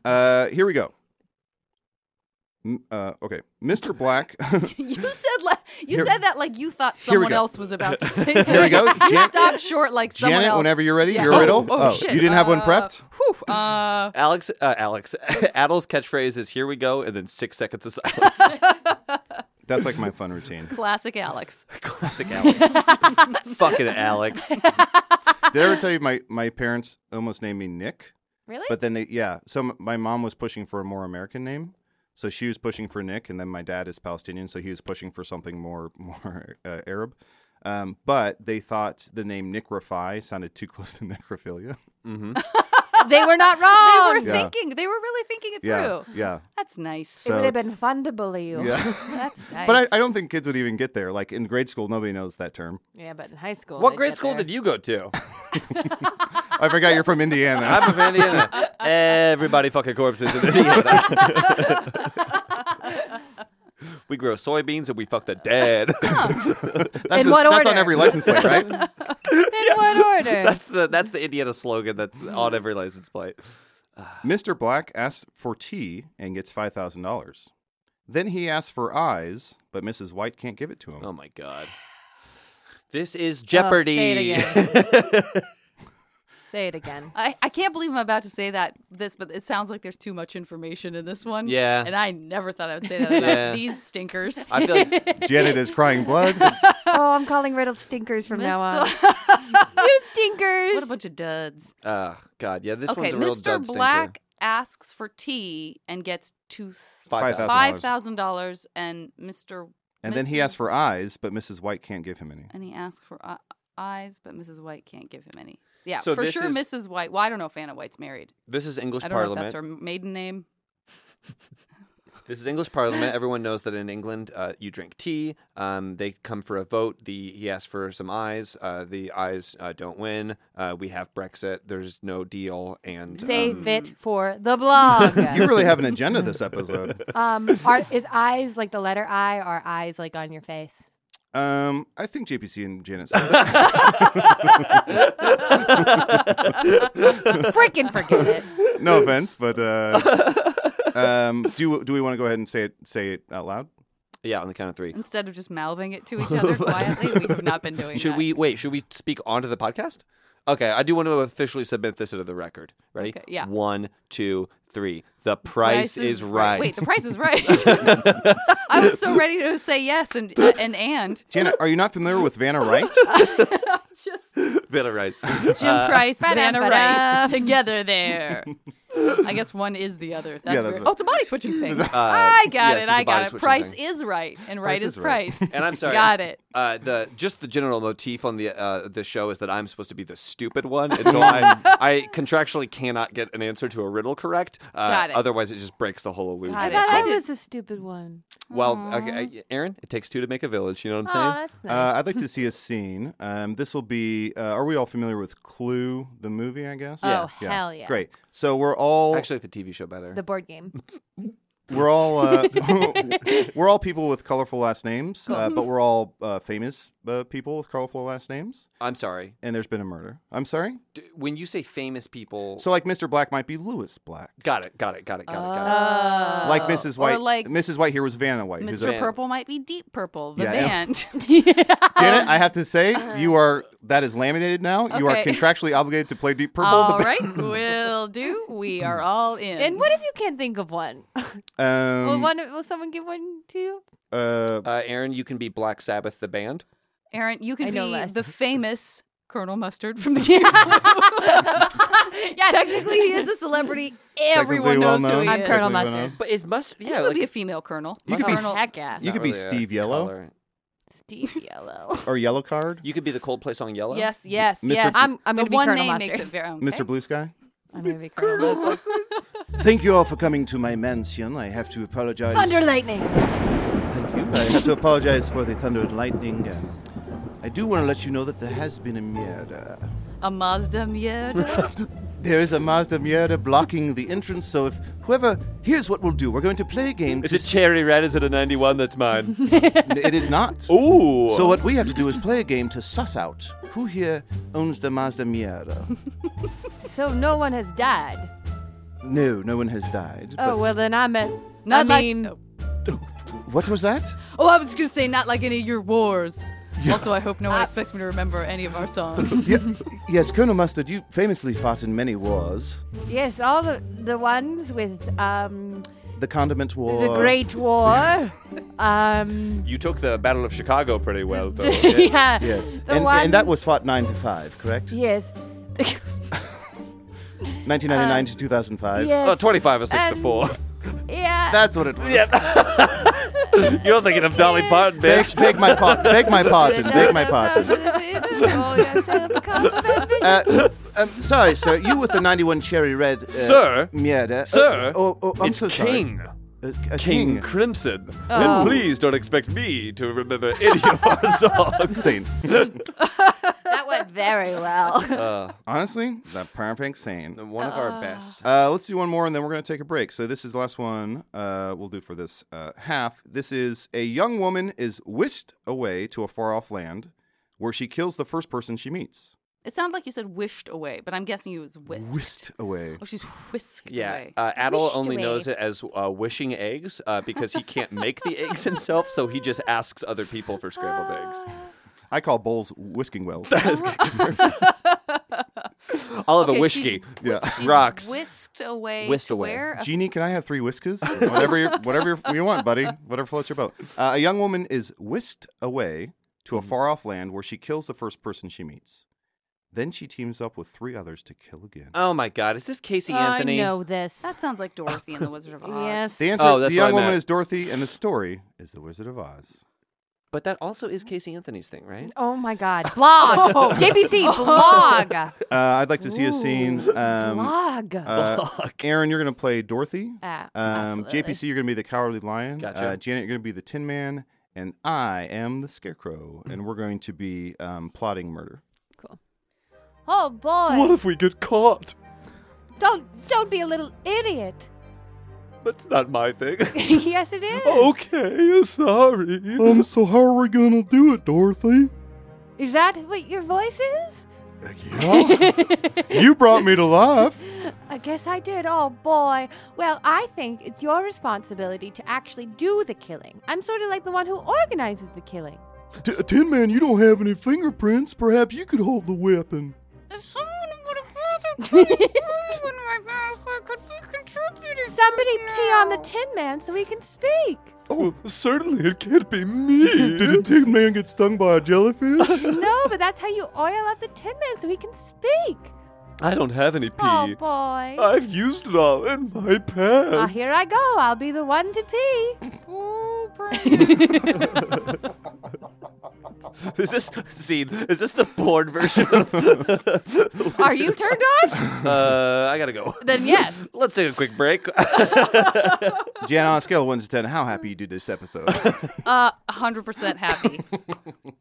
[SPEAKER 3] Uh, here we go. M- Uh, okay, Mr. Black.
[SPEAKER 8] You said la- you
[SPEAKER 3] Here-
[SPEAKER 8] said that like you thought
[SPEAKER 3] here we
[SPEAKER 8] someone
[SPEAKER 3] go.
[SPEAKER 8] else was about to say.
[SPEAKER 3] Here we go.
[SPEAKER 8] something. You
[SPEAKER 3] Jan-
[SPEAKER 8] stopped short like someone
[SPEAKER 3] Janet,
[SPEAKER 8] else.
[SPEAKER 3] whenever you're ready,
[SPEAKER 8] Yeah.
[SPEAKER 3] your riddle.
[SPEAKER 8] Oh, oh, shit.
[SPEAKER 3] you didn't have one
[SPEAKER 8] Uh,
[SPEAKER 3] prepped.
[SPEAKER 8] Whew, uh,
[SPEAKER 7] Alex, uh, Alex, Adel's catchphrase is "Here we go," and then six seconds of silence.
[SPEAKER 3] That's like my fun routine.
[SPEAKER 8] classic Alex.
[SPEAKER 7] Classic Alex. Fucking Alex.
[SPEAKER 3] Did I ever tell you my my parents almost named me Nick?
[SPEAKER 9] Really?
[SPEAKER 3] But then they yeah. So m- my mom was pushing for a more American name. So she was pushing for Nick, and then my dad is Palestinian, so he was pushing for something more more uh, Arab. Um, but they thought the name Nick Rafai sounded too close to necrophilia.
[SPEAKER 7] Mm-hmm.
[SPEAKER 9] they were not wrong.
[SPEAKER 8] They were thinking. They were really thinking it
[SPEAKER 3] Yeah,
[SPEAKER 8] through.
[SPEAKER 3] yeah.
[SPEAKER 8] That's nice.
[SPEAKER 3] So It would have it's- been
[SPEAKER 9] fun to believe.
[SPEAKER 3] Yeah.
[SPEAKER 9] That's
[SPEAKER 3] But I, I don't think kids would even get there. Like in grade school, nobody knows that term.
[SPEAKER 9] yeah, but in high school.
[SPEAKER 7] What grade school did you go to?
[SPEAKER 3] I forgot you're from Indiana.
[SPEAKER 7] I'm from Indiana. Everybody fucking corpses in Indiana. we grow soybeans and we fuck the dead.
[SPEAKER 8] Oh,
[SPEAKER 3] That's In a- what that's on order? every license plate, right? In
[SPEAKER 9] what order?
[SPEAKER 7] That's the that's the Indiana slogan that's on every license plate.
[SPEAKER 3] Mr. Black asks for tea and gets five thousand dollars. Then he asks for eyes, but Mrs. White can't give it to him. Oh
[SPEAKER 7] my god! This
[SPEAKER 8] Oh,
[SPEAKER 7] is
[SPEAKER 9] Jeopardy.
[SPEAKER 7] Jeopardy.
[SPEAKER 9] Say it again.
[SPEAKER 8] I, I can't believe I'm about to say that this, but it sounds like there's too much information in this one.
[SPEAKER 3] Yeah.
[SPEAKER 8] And I never thought I would say that about
[SPEAKER 3] Yeah.
[SPEAKER 8] these stinkers.
[SPEAKER 3] I feel like- Janet is crying blood.
[SPEAKER 9] oh, I'm calling Riddle stinkers from now on. you stinkers.
[SPEAKER 8] What a bunch of duds.
[SPEAKER 7] Ah, God, yeah, this
[SPEAKER 8] okay,
[SPEAKER 7] one's a real
[SPEAKER 8] Mr.
[SPEAKER 7] dud stinker.
[SPEAKER 8] Black asks for tea and gets two
[SPEAKER 3] $5,000.
[SPEAKER 8] five thousand dollars, and Mr.
[SPEAKER 3] And then he asks for eyes, but Mrs. White can't give him any.
[SPEAKER 8] and he asks for uh, eyes, but Mrs. White can't give him any. Yeah,
[SPEAKER 7] So
[SPEAKER 8] for
[SPEAKER 7] this
[SPEAKER 8] sure,
[SPEAKER 7] is-
[SPEAKER 8] Mrs. White. Well, I don't know if Anna White's married.
[SPEAKER 7] This is English
[SPEAKER 8] I don't know if that's her
[SPEAKER 7] Parliament.
[SPEAKER 8] maiden name.
[SPEAKER 7] This is English Parliament. Everyone knows that in England, uh, you drink tea. Um, they come for a vote. The he asks for some eyes. Uh, the eyes uh, don't win. Uh, we have Brexit. There's no deal. And
[SPEAKER 9] Save
[SPEAKER 7] um,
[SPEAKER 9] it for the blog.
[SPEAKER 3] you really have an agenda this episode.
[SPEAKER 9] Um, are, is eyes like the letter I, or eyes like on your face?
[SPEAKER 3] Um, I think JPC and Janet said that.
[SPEAKER 9] Frickin' forget it.
[SPEAKER 3] No offense, but uh, um, do do we want to go ahead and say it say it out loud?
[SPEAKER 7] Yeah, on the count of three.
[SPEAKER 8] Instead of just mouthing it to each other quietly, we have not been doing
[SPEAKER 7] Should
[SPEAKER 8] that.
[SPEAKER 7] we wait? Should we speak onto the podcast? Okay, I do want to officially submit this into the record. Ready?
[SPEAKER 8] Okay, yeah.
[SPEAKER 7] One, two, three. The price, is, right.
[SPEAKER 8] Wait, the price is right. I was so ready to say yes and and and
[SPEAKER 3] Janet, are you not familiar with Vanna Wright?
[SPEAKER 7] Vanna Wright.
[SPEAKER 8] Jim Price, Vanna
[SPEAKER 9] Ba-dum-ba-dum.
[SPEAKER 8] Wright Uh, together there. I guess one is the other. That's
[SPEAKER 7] that's
[SPEAKER 8] weird.
[SPEAKER 7] right.
[SPEAKER 8] Oh, it's a body switching thing.
[SPEAKER 7] Uh,
[SPEAKER 8] I got
[SPEAKER 7] yes, it's
[SPEAKER 8] it.
[SPEAKER 7] a body
[SPEAKER 8] I got it.
[SPEAKER 7] switching
[SPEAKER 8] Price
[SPEAKER 7] thing.
[SPEAKER 8] is right, and right is,
[SPEAKER 7] right.
[SPEAKER 8] price.
[SPEAKER 7] And I'm sorry.
[SPEAKER 8] Got it.
[SPEAKER 7] Uh, the just the general motif on the uh, the show is that I'm supposed to be the stupid one, and so I, I contractually cannot get an answer to a riddle correct. Uh,
[SPEAKER 9] Got it.
[SPEAKER 7] Otherwise, it just breaks the whole illusion.
[SPEAKER 9] I thought I
[SPEAKER 7] So-
[SPEAKER 9] was the stupid one.
[SPEAKER 7] well, okay, Aaron, it takes two to make a village. You know what I'm
[SPEAKER 9] Aw,
[SPEAKER 7] saying?
[SPEAKER 9] that's nice.
[SPEAKER 3] Uh, I'd like to see a scene. Um, this will be. Uh, are we all familiar with Clue, the movie? I guess.
[SPEAKER 9] Oh, Yeah. hell yeah.
[SPEAKER 3] Great. So we're all
[SPEAKER 7] actually like the TV show better.
[SPEAKER 9] The board game.
[SPEAKER 3] We're all uh, we're all people with colorful last names, uh, but we're all uh, famous uh, people with colorful last names.
[SPEAKER 7] I'm sorry.
[SPEAKER 3] And there's been a murder. I'm sorry.
[SPEAKER 7] D- when you say famous people,
[SPEAKER 3] So like Mr. Black might be Lewis Black.
[SPEAKER 7] got it, got it, got it, got it, got it.
[SPEAKER 9] Oh.
[SPEAKER 8] Uh,
[SPEAKER 3] like Mrs. White.
[SPEAKER 8] Or like
[SPEAKER 3] Mrs. White here was Vanna White. who's
[SPEAKER 8] Mr.
[SPEAKER 3] a-
[SPEAKER 8] Purple might be Deep Purple, the
[SPEAKER 3] Yeah, yeah.
[SPEAKER 8] band.
[SPEAKER 3] Janet,
[SPEAKER 8] uh,
[SPEAKER 3] I have to say you are that is laminated now. You are
[SPEAKER 8] Okay.
[SPEAKER 3] contractually obligated to play Deep Purple.
[SPEAKER 8] All
[SPEAKER 3] the
[SPEAKER 8] right, will do. We
[SPEAKER 7] Hmm.
[SPEAKER 8] are all in.
[SPEAKER 9] And what if you can't think of one?
[SPEAKER 3] Um,
[SPEAKER 9] will one? Will someone give one to you?
[SPEAKER 3] Uh,
[SPEAKER 7] Aaron, you can be Black Sabbath, the band.
[SPEAKER 8] Aaron, you can
[SPEAKER 9] I know
[SPEAKER 8] be
[SPEAKER 9] less.
[SPEAKER 8] the famous Colonel Mustard from the game. Blue. Technically, he is a celebrity.
[SPEAKER 3] Technically
[SPEAKER 8] Everyone knows
[SPEAKER 3] well-known.
[SPEAKER 8] who he
[SPEAKER 3] I'm
[SPEAKER 8] is.
[SPEAKER 3] Colonel Technically Mustard. well-known.
[SPEAKER 7] But is must
[SPEAKER 8] Yeah,
[SPEAKER 7] yeah,
[SPEAKER 8] it would
[SPEAKER 7] like
[SPEAKER 8] be a female Colonel.
[SPEAKER 3] You could be
[SPEAKER 8] Colonel-
[SPEAKER 3] Heck yeah. You could be
[SPEAKER 7] uh,
[SPEAKER 3] Steve Yellow
[SPEAKER 9] Steve Yellow.
[SPEAKER 3] or Yellow Card.
[SPEAKER 7] You could be the Coldplay song Yellow.
[SPEAKER 8] Yes, yes,
[SPEAKER 3] Mr.
[SPEAKER 8] yes.
[SPEAKER 3] I'm-
[SPEAKER 9] I'm
[SPEAKER 8] the
[SPEAKER 9] gonna be
[SPEAKER 8] one
[SPEAKER 9] Colonel
[SPEAKER 8] name
[SPEAKER 9] Mustard.
[SPEAKER 8] makes it very. okay.
[SPEAKER 3] Mr. Blue Sky.
[SPEAKER 9] I'm gonna be Colonel Mustard.
[SPEAKER 3] Thank you all for coming to my mansion. I have to apologize.
[SPEAKER 9] Thunder lightning.
[SPEAKER 3] Thank you. I have to apologize for the thunder and lightning. Uh, I do want to let you know that there has been a murder.
[SPEAKER 8] A Mazda Miata.
[SPEAKER 3] There is a Mazda Miata blocking the entrance, so if whoever. Here's what we'll do. We're going to play a game.
[SPEAKER 7] Is
[SPEAKER 3] to
[SPEAKER 7] it cherry red? Is it a 91? That's mine.
[SPEAKER 3] It is not.
[SPEAKER 7] Ooh.
[SPEAKER 3] So what we have to do is play a game to suss out who here owns the Mazda Miata.
[SPEAKER 9] So no one has died.
[SPEAKER 3] No, no one has died.
[SPEAKER 9] Oh
[SPEAKER 3] but-
[SPEAKER 9] well, then I meant.
[SPEAKER 8] Not
[SPEAKER 9] I
[SPEAKER 8] like-
[SPEAKER 9] mean,
[SPEAKER 3] What was that?
[SPEAKER 8] oh, I was gonna say not like any of your wars. Also, I hope no one expects me to remember any of our songs.
[SPEAKER 3] Yes, Colonel Mustard, you famously fought in many wars.
[SPEAKER 9] yes, all the, the ones with um
[SPEAKER 3] The Condiment War.
[SPEAKER 9] the Great War. um,
[SPEAKER 7] You took the Battle of Chicago pretty well, though.
[SPEAKER 9] yeah.
[SPEAKER 3] Yes.
[SPEAKER 9] The
[SPEAKER 3] And,
[SPEAKER 9] one,
[SPEAKER 3] and that was fought 9 to 5, correct?
[SPEAKER 9] yes.
[SPEAKER 3] 1999 to 2005.
[SPEAKER 9] yes. Oh, 25
[SPEAKER 7] or
[SPEAKER 9] 6 to Um, 4. Yeah.
[SPEAKER 3] That's what it was.
[SPEAKER 7] You're thinking of Dolly Parton, bitch.
[SPEAKER 3] Beg, beg my pardon. Beg my pardon. Beg my pardon.
[SPEAKER 9] Oh, yes, I have a compliment.
[SPEAKER 3] Uh, um, sorry, sir. You with the 91 cherry red. Uh,
[SPEAKER 7] Sir?
[SPEAKER 3] Mierda. Uh,
[SPEAKER 7] Sir?
[SPEAKER 3] oh, oh, I'm
[SPEAKER 7] It's
[SPEAKER 3] so sorry.
[SPEAKER 7] King.
[SPEAKER 3] Uh, a
[SPEAKER 7] King,
[SPEAKER 3] king.
[SPEAKER 7] Crimson.
[SPEAKER 3] Oh.
[SPEAKER 7] And please don't expect me to remember any of our songs.
[SPEAKER 3] Scene.
[SPEAKER 5] That went very well.
[SPEAKER 3] Honestly, that perfect scene.
[SPEAKER 7] One of our best.
[SPEAKER 3] Uh, let's do one more and then we're going to take a break. So, this is the last one uh, we'll do for this uh, half. This is a young woman is whisked away to a far off land where she kills the first person she meets.
[SPEAKER 8] It sounded like you said wished away, but I'm guessing it was whisked.
[SPEAKER 3] Whisked away.
[SPEAKER 8] Oh, she's whisked
[SPEAKER 7] Yeah,
[SPEAKER 8] away.
[SPEAKER 7] uh, Adel
[SPEAKER 8] Whisked
[SPEAKER 7] only
[SPEAKER 8] away.
[SPEAKER 7] knows it as uh, wishing eggs uh, because he can't make the eggs himself, so he just asks other people for scrambled eggs.
[SPEAKER 3] I call bowls whisking wells.
[SPEAKER 7] I'll have a
[SPEAKER 8] Okay,
[SPEAKER 7] whiskey.
[SPEAKER 8] she's-
[SPEAKER 3] Yeah.
[SPEAKER 8] she's
[SPEAKER 7] Rocks.
[SPEAKER 8] Whisked away.
[SPEAKER 7] Whisked
[SPEAKER 8] to
[SPEAKER 7] away.
[SPEAKER 8] Where? Uh, A
[SPEAKER 3] Genie, can I have three whiskas? whatever, you whatever you want, buddy. Whatever floats your boat. Uh, a young woman is whisked away to a far off land where she kills the first person she meets. Then she teams up with three others to kill again.
[SPEAKER 7] Oh my God! Is this Casey Anthony?
[SPEAKER 5] I know this.
[SPEAKER 8] That sounds like Dorothy and the Wizard of Oz.
[SPEAKER 5] Yes.
[SPEAKER 3] The answer,
[SPEAKER 7] Oh, that's
[SPEAKER 3] the
[SPEAKER 7] what I
[SPEAKER 3] young woman
[SPEAKER 7] meant.
[SPEAKER 3] is Dorothy, and the story is The Wizard of Oz.
[SPEAKER 7] But that also is Casey Anthony's thing, right?
[SPEAKER 5] Oh my God. Blog.
[SPEAKER 8] Oh.
[SPEAKER 5] JPC, blog.
[SPEAKER 3] Uh, I'd like to see a scene. Um,
[SPEAKER 5] Blog.
[SPEAKER 3] uh, Aaron, you're going to play Dorothy.
[SPEAKER 5] Ah,
[SPEAKER 3] Um,
[SPEAKER 5] absolutely.
[SPEAKER 3] JPC, you're going to be the Cowardly Lion.
[SPEAKER 7] Gotcha.
[SPEAKER 3] Uh, Janet, you're going to be the Tin Man. And I am the Scarecrow. And we're going to be um, plotting murder.
[SPEAKER 9] Oh boy!
[SPEAKER 14] What if we get caught?
[SPEAKER 9] Don't don't be a little idiot.
[SPEAKER 14] That's not my thing.
[SPEAKER 9] yes, it is.
[SPEAKER 3] Oh,
[SPEAKER 14] okay, sorry.
[SPEAKER 3] Um, so how are we gonna do it, Dorothy?
[SPEAKER 9] Is that what your voice is?
[SPEAKER 3] you brought me to life.
[SPEAKER 9] I guess I did. Oh boy. Well, I think it's your responsibility to actually do the killing. I'm sort of like the one who organizes the killing.
[SPEAKER 3] T- Tin Man, you don't have any fingerprints. Perhaps you could hold the weapon.
[SPEAKER 5] Oh
[SPEAKER 9] Somebody pee on the Tin Man so he can speak.
[SPEAKER 14] Oh, certainly it can't be me.
[SPEAKER 3] Did the Tin Man get stung by a jellyfish?
[SPEAKER 9] no, but that's how you oil up the Tin Man so he can speak.
[SPEAKER 14] I don't have any pee.
[SPEAKER 9] Oh boy.
[SPEAKER 13] Uh,
[SPEAKER 14] I've used it all in my pants.
[SPEAKER 9] Ah, here I go. I'll be the one to pee.
[SPEAKER 5] Oh,
[SPEAKER 7] Is this scene? Is this the porn version? Of,
[SPEAKER 5] Are you turned on?
[SPEAKER 7] uh, I gotta go.
[SPEAKER 5] then yes.
[SPEAKER 7] Let's take a quick break.
[SPEAKER 3] Jan, on a scale of one to ten, how happy you did this episode?
[SPEAKER 8] Uh, 100% happy.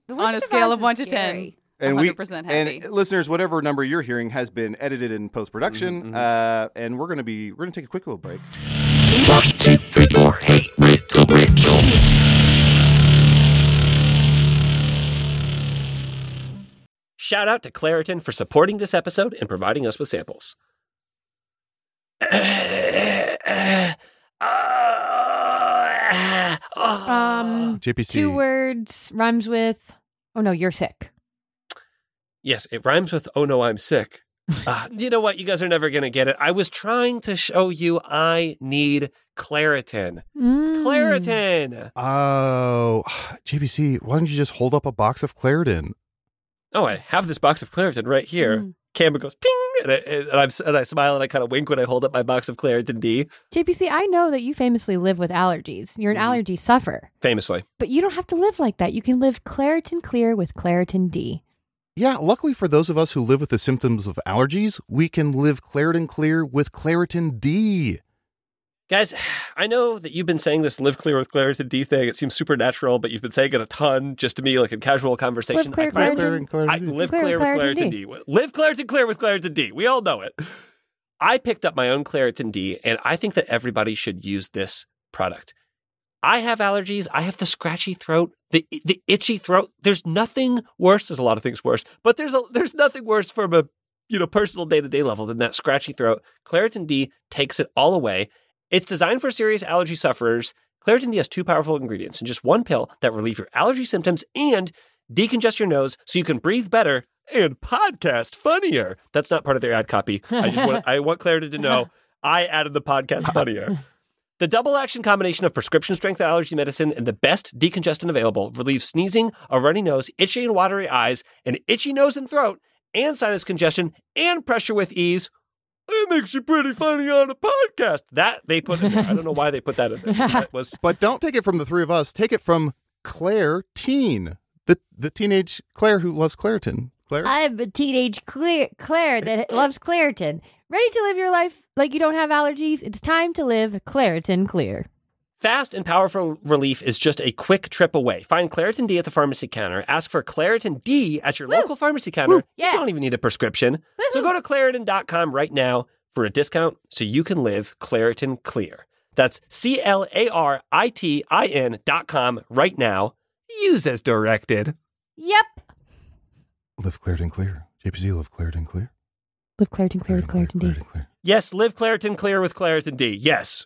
[SPEAKER 8] On a scale of 1 to 10. 100% happy.
[SPEAKER 3] and listeners, whatever number you're hearing has been edited in post production, uh, and we're gonna be we're gonna take a quick little break.
[SPEAKER 13] Shout out to Claritin for supporting this episode and providing us with samples.
[SPEAKER 5] Um,
[SPEAKER 3] JPC.
[SPEAKER 5] two words rhymes with. Oh no, you're sick.
[SPEAKER 13] Yes, it rhymes with "Oh no, I'm sick." Ah, you know what? You guys are never gonna get it. I was trying to show you I need Claritin.
[SPEAKER 9] Mm. Hmm.
[SPEAKER 13] Claritin.
[SPEAKER 3] Oh, JBC, why don't you just hold up a box of Claritin?
[SPEAKER 13] Oh, I have this box of Claritin right here.
[SPEAKER 9] Hmm.
[SPEAKER 13] Camera goes ping, and I, and, I'm, and I smile and I kind of wink when I hold up my box of Claritin D.
[SPEAKER 5] JPC, I know that you famously live with allergies. You're an allergy sufferer,
[SPEAKER 13] Famously,
[SPEAKER 5] but you don't have to live like that. You can live Claritin Clear with Claritin D.
[SPEAKER 3] Yeah, luckily for those of us who live with the symptoms of allergies, we can live Claritin Clear with Claritin D.
[SPEAKER 13] guys, I know that you've been saying this "Live Clear with Claritin D" thing. It seems supernatural, but you've been saying it a ton, just to me, like in casual conversation.
[SPEAKER 5] Live clear,
[SPEAKER 13] I finally-
[SPEAKER 5] Claritin.
[SPEAKER 13] I live
[SPEAKER 5] Clear
[SPEAKER 13] clear,
[SPEAKER 5] with
[SPEAKER 13] with
[SPEAKER 5] Claritin
[SPEAKER 13] Claritin
[SPEAKER 5] D.
[SPEAKER 13] D. Live Claritin clear with Claritin D. We all know it. I picked up my own Claritin D, and I think that everybody should use this product. I have allergies. I have the scratchy throat, the the itchy throat. There's nothing worse. There's a lot of things worse, but there's a, there's nothing worse from a you know personal day to day level than that scratchy throat. Claritin D takes it all away. It's designed for serious allergy sufferers. Claritin D has two powerful ingredients in just one pill that relieve your allergy symptoms and decongest your nose so you can breathe better and podcast funnier. That's not part of their ad copy. I just want I want Clarity to know I added the podcast funnier. The double action combination of prescription strength allergy medicine and the best decongestant available relieves sneezing, a runny nose, itchy and watery eyes, an itchy nose and throat, and sinus congestion and pressure with ease. It makes you pretty funny on a podcast. That they put in there. I don't know why they put that in there. That was
[SPEAKER 3] But don't take it from the three of us. Take it from Claire Teen, the, the teenage Claire who loves Claritin. Claire?
[SPEAKER 16] I'm a teenage Claire, Claire that loves Claritin.
[SPEAKER 9] Ready to live your life like you don't have allergies? It's time to live Claritin Clear.
[SPEAKER 13] Fast and powerful relief is just a quick trip away. Find Claritin D at the pharmacy counter. Ask for Claritin D at your local pharmacy counter. You don't even need a prescription. So go to Claritin.com right now for a discount so you can live Claritin clear. That's C L A R I T I N.com right now. Use as directed.
[SPEAKER 9] Yep.
[SPEAKER 3] Live Claritin Clear. JPC, live Claritin Clear.
[SPEAKER 9] Live Claritin Clear with Claritin D.
[SPEAKER 13] Yes, live Claritin clear with Claritin D. Yes.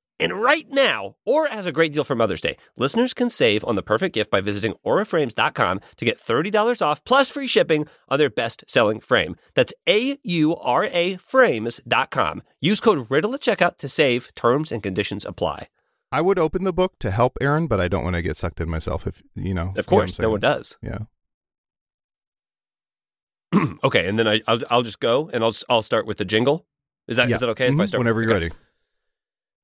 [SPEAKER 13] And right now, Aura has a great deal for Mother's Day. Listeners can save on the perfect gift by visiting auraframes.com to get $30 off plus free shipping on their best-selling frame. That's A-U-R-A frames.com. Use code RIDDLE at checkout to save. Terms and conditions apply.
[SPEAKER 3] I would open the book to help Aaron, but I don't want to get sucked in myself. If you know,
[SPEAKER 13] Of course, no one does.
[SPEAKER 3] Yeah.
[SPEAKER 13] okay, and then I, I'll, I'll just go and I'll s- I'll start with the jingle. Is that is
[SPEAKER 3] Yeah.
[SPEAKER 13] that okay if I
[SPEAKER 3] Mhm.
[SPEAKER 13] start
[SPEAKER 3] whenever you're
[SPEAKER 13] okay.
[SPEAKER 3] ready?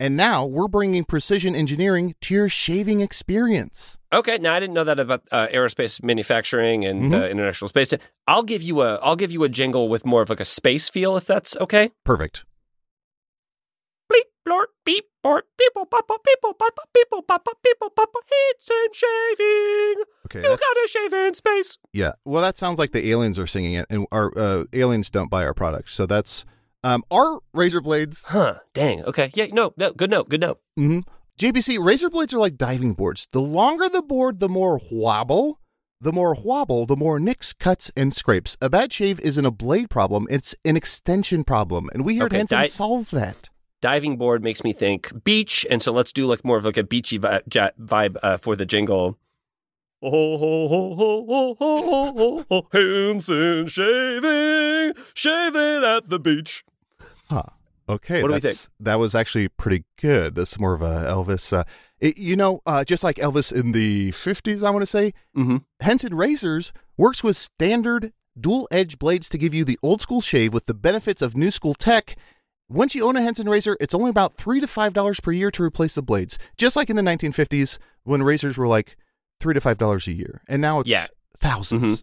[SPEAKER 3] And now we're bringing precision engineering to your shaving experience.
[SPEAKER 13] Okay, now I didn't know that about uh, aerospace manufacturing and
[SPEAKER 3] Mm-hmm.
[SPEAKER 13] uh, international space. Sta- I'll give you a I'll give you a jingle with more of like a space feel if that's okay.
[SPEAKER 3] Perfect.
[SPEAKER 13] Bleep, blort, beep, bort, people, papa, people, papa, people, papa, people, papa, heats and shaving.
[SPEAKER 3] Okay,
[SPEAKER 13] You
[SPEAKER 3] that-
[SPEAKER 13] gotta shave in space.
[SPEAKER 3] Yeah. Well, that sounds like the aliens are singing it, and our uh, aliens don't buy our product. So that's um, our razor blades.
[SPEAKER 13] Huh. Dang. Okay. Yeah. No. No. Good note. Good note.
[SPEAKER 3] hmm JBC razor blades are like diving boards. The longer the board, the more wobble. The more wobble, the more nicks, cuts, and scrapes. A bad shave isn't a blade problem; it's an extension problem, and we here
[SPEAKER 13] Okay,
[SPEAKER 3] at Hanson
[SPEAKER 13] di-
[SPEAKER 3] solve that.
[SPEAKER 13] Diving board makes me think beach, and so let's do like more of like a beachy vi- ja- vibe uh, for the jingle.
[SPEAKER 6] Oh, oh, oh, oh, oh, oh, oh, oh, Hanson shaving, shaving at the beach.
[SPEAKER 3] Huh. Okay.
[SPEAKER 6] What do we
[SPEAKER 3] that's- That was actually pretty good. That's more of a Elvis. Uh, it- you know, uh, just like Elvis in the 50s, I want to say,
[SPEAKER 13] Mm-hmm.
[SPEAKER 3] Henson Razors works with standard dual edge blades to give you the old school shave with the benefits of new school tech. Once you own a Henson razor, it's only about three to five dollars per year to replace the blades. Just like in the 1950s, when razors were like three to five dollars a year, and now it's 1000s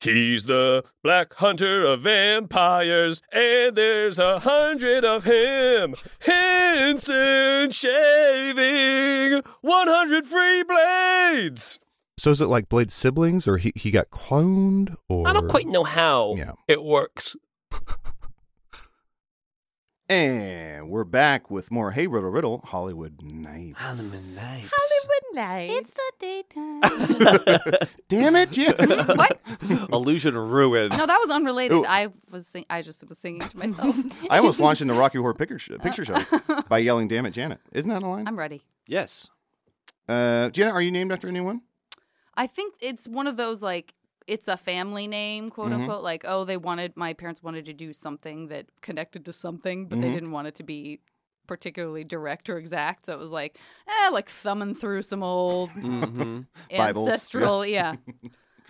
[SPEAKER 13] He's the black hunter of vampires, and there's a hundred of him. Henson shaving 100 free blades.
[SPEAKER 3] So is it like Blade's siblings or he, he got cloned or
[SPEAKER 13] I don't quite know how it works.
[SPEAKER 3] And we're back with more Hey Riddle Riddle Hollywood Nights. Hollywood
[SPEAKER 13] Nights.
[SPEAKER 9] Hollywood night.
[SPEAKER 10] It's the daytime.
[SPEAKER 3] Damn it, Jim.
[SPEAKER 8] What?
[SPEAKER 7] Illusion ruined.
[SPEAKER 8] No, that was unrelated.
[SPEAKER 3] Ooh.
[SPEAKER 8] I was sing- I just was singing to myself.
[SPEAKER 3] I almost launched into Rocky Horror Picture, Sh- picture Show by yelling, Damn it, Janet. Isn't that a line?
[SPEAKER 8] I'm ready.
[SPEAKER 7] Yes.
[SPEAKER 3] Uh, Janet, are you named after anyone?
[SPEAKER 8] I think it's one of those like it's a family name, quote
[SPEAKER 3] Mhm.
[SPEAKER 8] unquote. Like, oh, they wanted my parents wanted to do something that connected to something, but they
[SPEAKER 3] Mhm.
[SPEAKER 8] didn't want it to be particularly direct or exact. So it was like, eh, like thumbing through some old
[SPEAKER 7] Mhm.
[SPEAKER 3] Mm-hmm. Bibles, yeah.
[SPEAKER 8] ancestral. Yeah.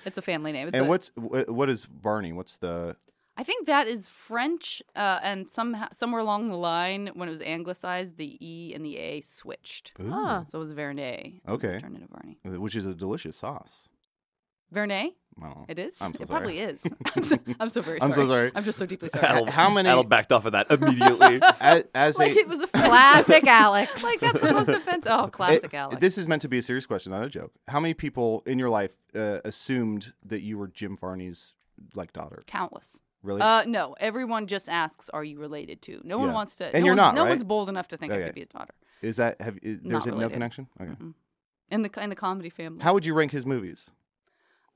[SPEAKER 8] It's a family name. It's
[SPEAKER 3] and
[SPEAKER 8] a-
[SPEAKER 3] what's wh- what is Varney? What's the
[SPEAKER 8] I think that is French, uh, and somehow somewhere along the line, when it was anglicized, the E and the A switched.
[SPEAKER 3] Ooh. Ah.
[SPEAKER 8] So it was Vernet.
[SPEAKER 3] okay?
[SPEAKER 8] Turned into Varney.
[SPEAKER 3] Which is a delicious sauce.
[SPEAKER 8] Vernet?
[SPEAKER 3] I don't know.
[SPEAKER 8] It is?
[SPEAKER 3] I'm so
[SPEAKER 8] it
[SPEAKER 3] sorry.
[SPEAKER 8] probably is. I'm so, I'm so very
[SPEAKER 3] I'm so sorry.
[SPEAKER 8] I'm just so deeply sorry.
[SPEAKER 7] Al,
[SPEAKER 3] How many-
[SPEAKER 7] Al backed off of that immediately.
[SPEAKER 3] As, as
[SPEAKER 8] like
[SPEAKER 3] a,
[SPEAKER 8] it was offensive.
[SPEAKER 9] Classic Alex.
[SPEAKER 8] like that's the most offensive. Oh, classic
[SPEAKER 3] It-
[SPEAKER 8] Alex.
[SPEAKER 3] This is meant to be a serious question, not a joke. How many people in your life uh, assumed that you were Jim Varney's like daughter?
[SPEAKER 8] Countless.
[SPEAKER 3] Really?
[SPEAKER 8] Uh, no, everyone just asks, "Are you related to?" No one
[SPEAKER 3] Yeah.
[SPEAKER 8] wants to.
[SPEAKER 3] And
[SPEAKER 8] no
[SPEAKER 3] you're
[SPEAKER 8] one's,
[SPEAKER 3] not,
[SPEAKER 8] No
[SPEAKER 3] right?
[SPEAKER 8] one's bold enough to think I
[SPEAKER 3] Okay.
[SPEAKER 8] could be his daughter.
[SPEAKER 3] is that have is,
[SPEAKER 8] Not
[SPEAKER 3] there's a- no
[SPEAKER 8] related.
[SPEAKER 3] connection? Okay.
[SPEAKER 8] In the in the comedy family,
[SPEAKER 3] How would you rank his movies?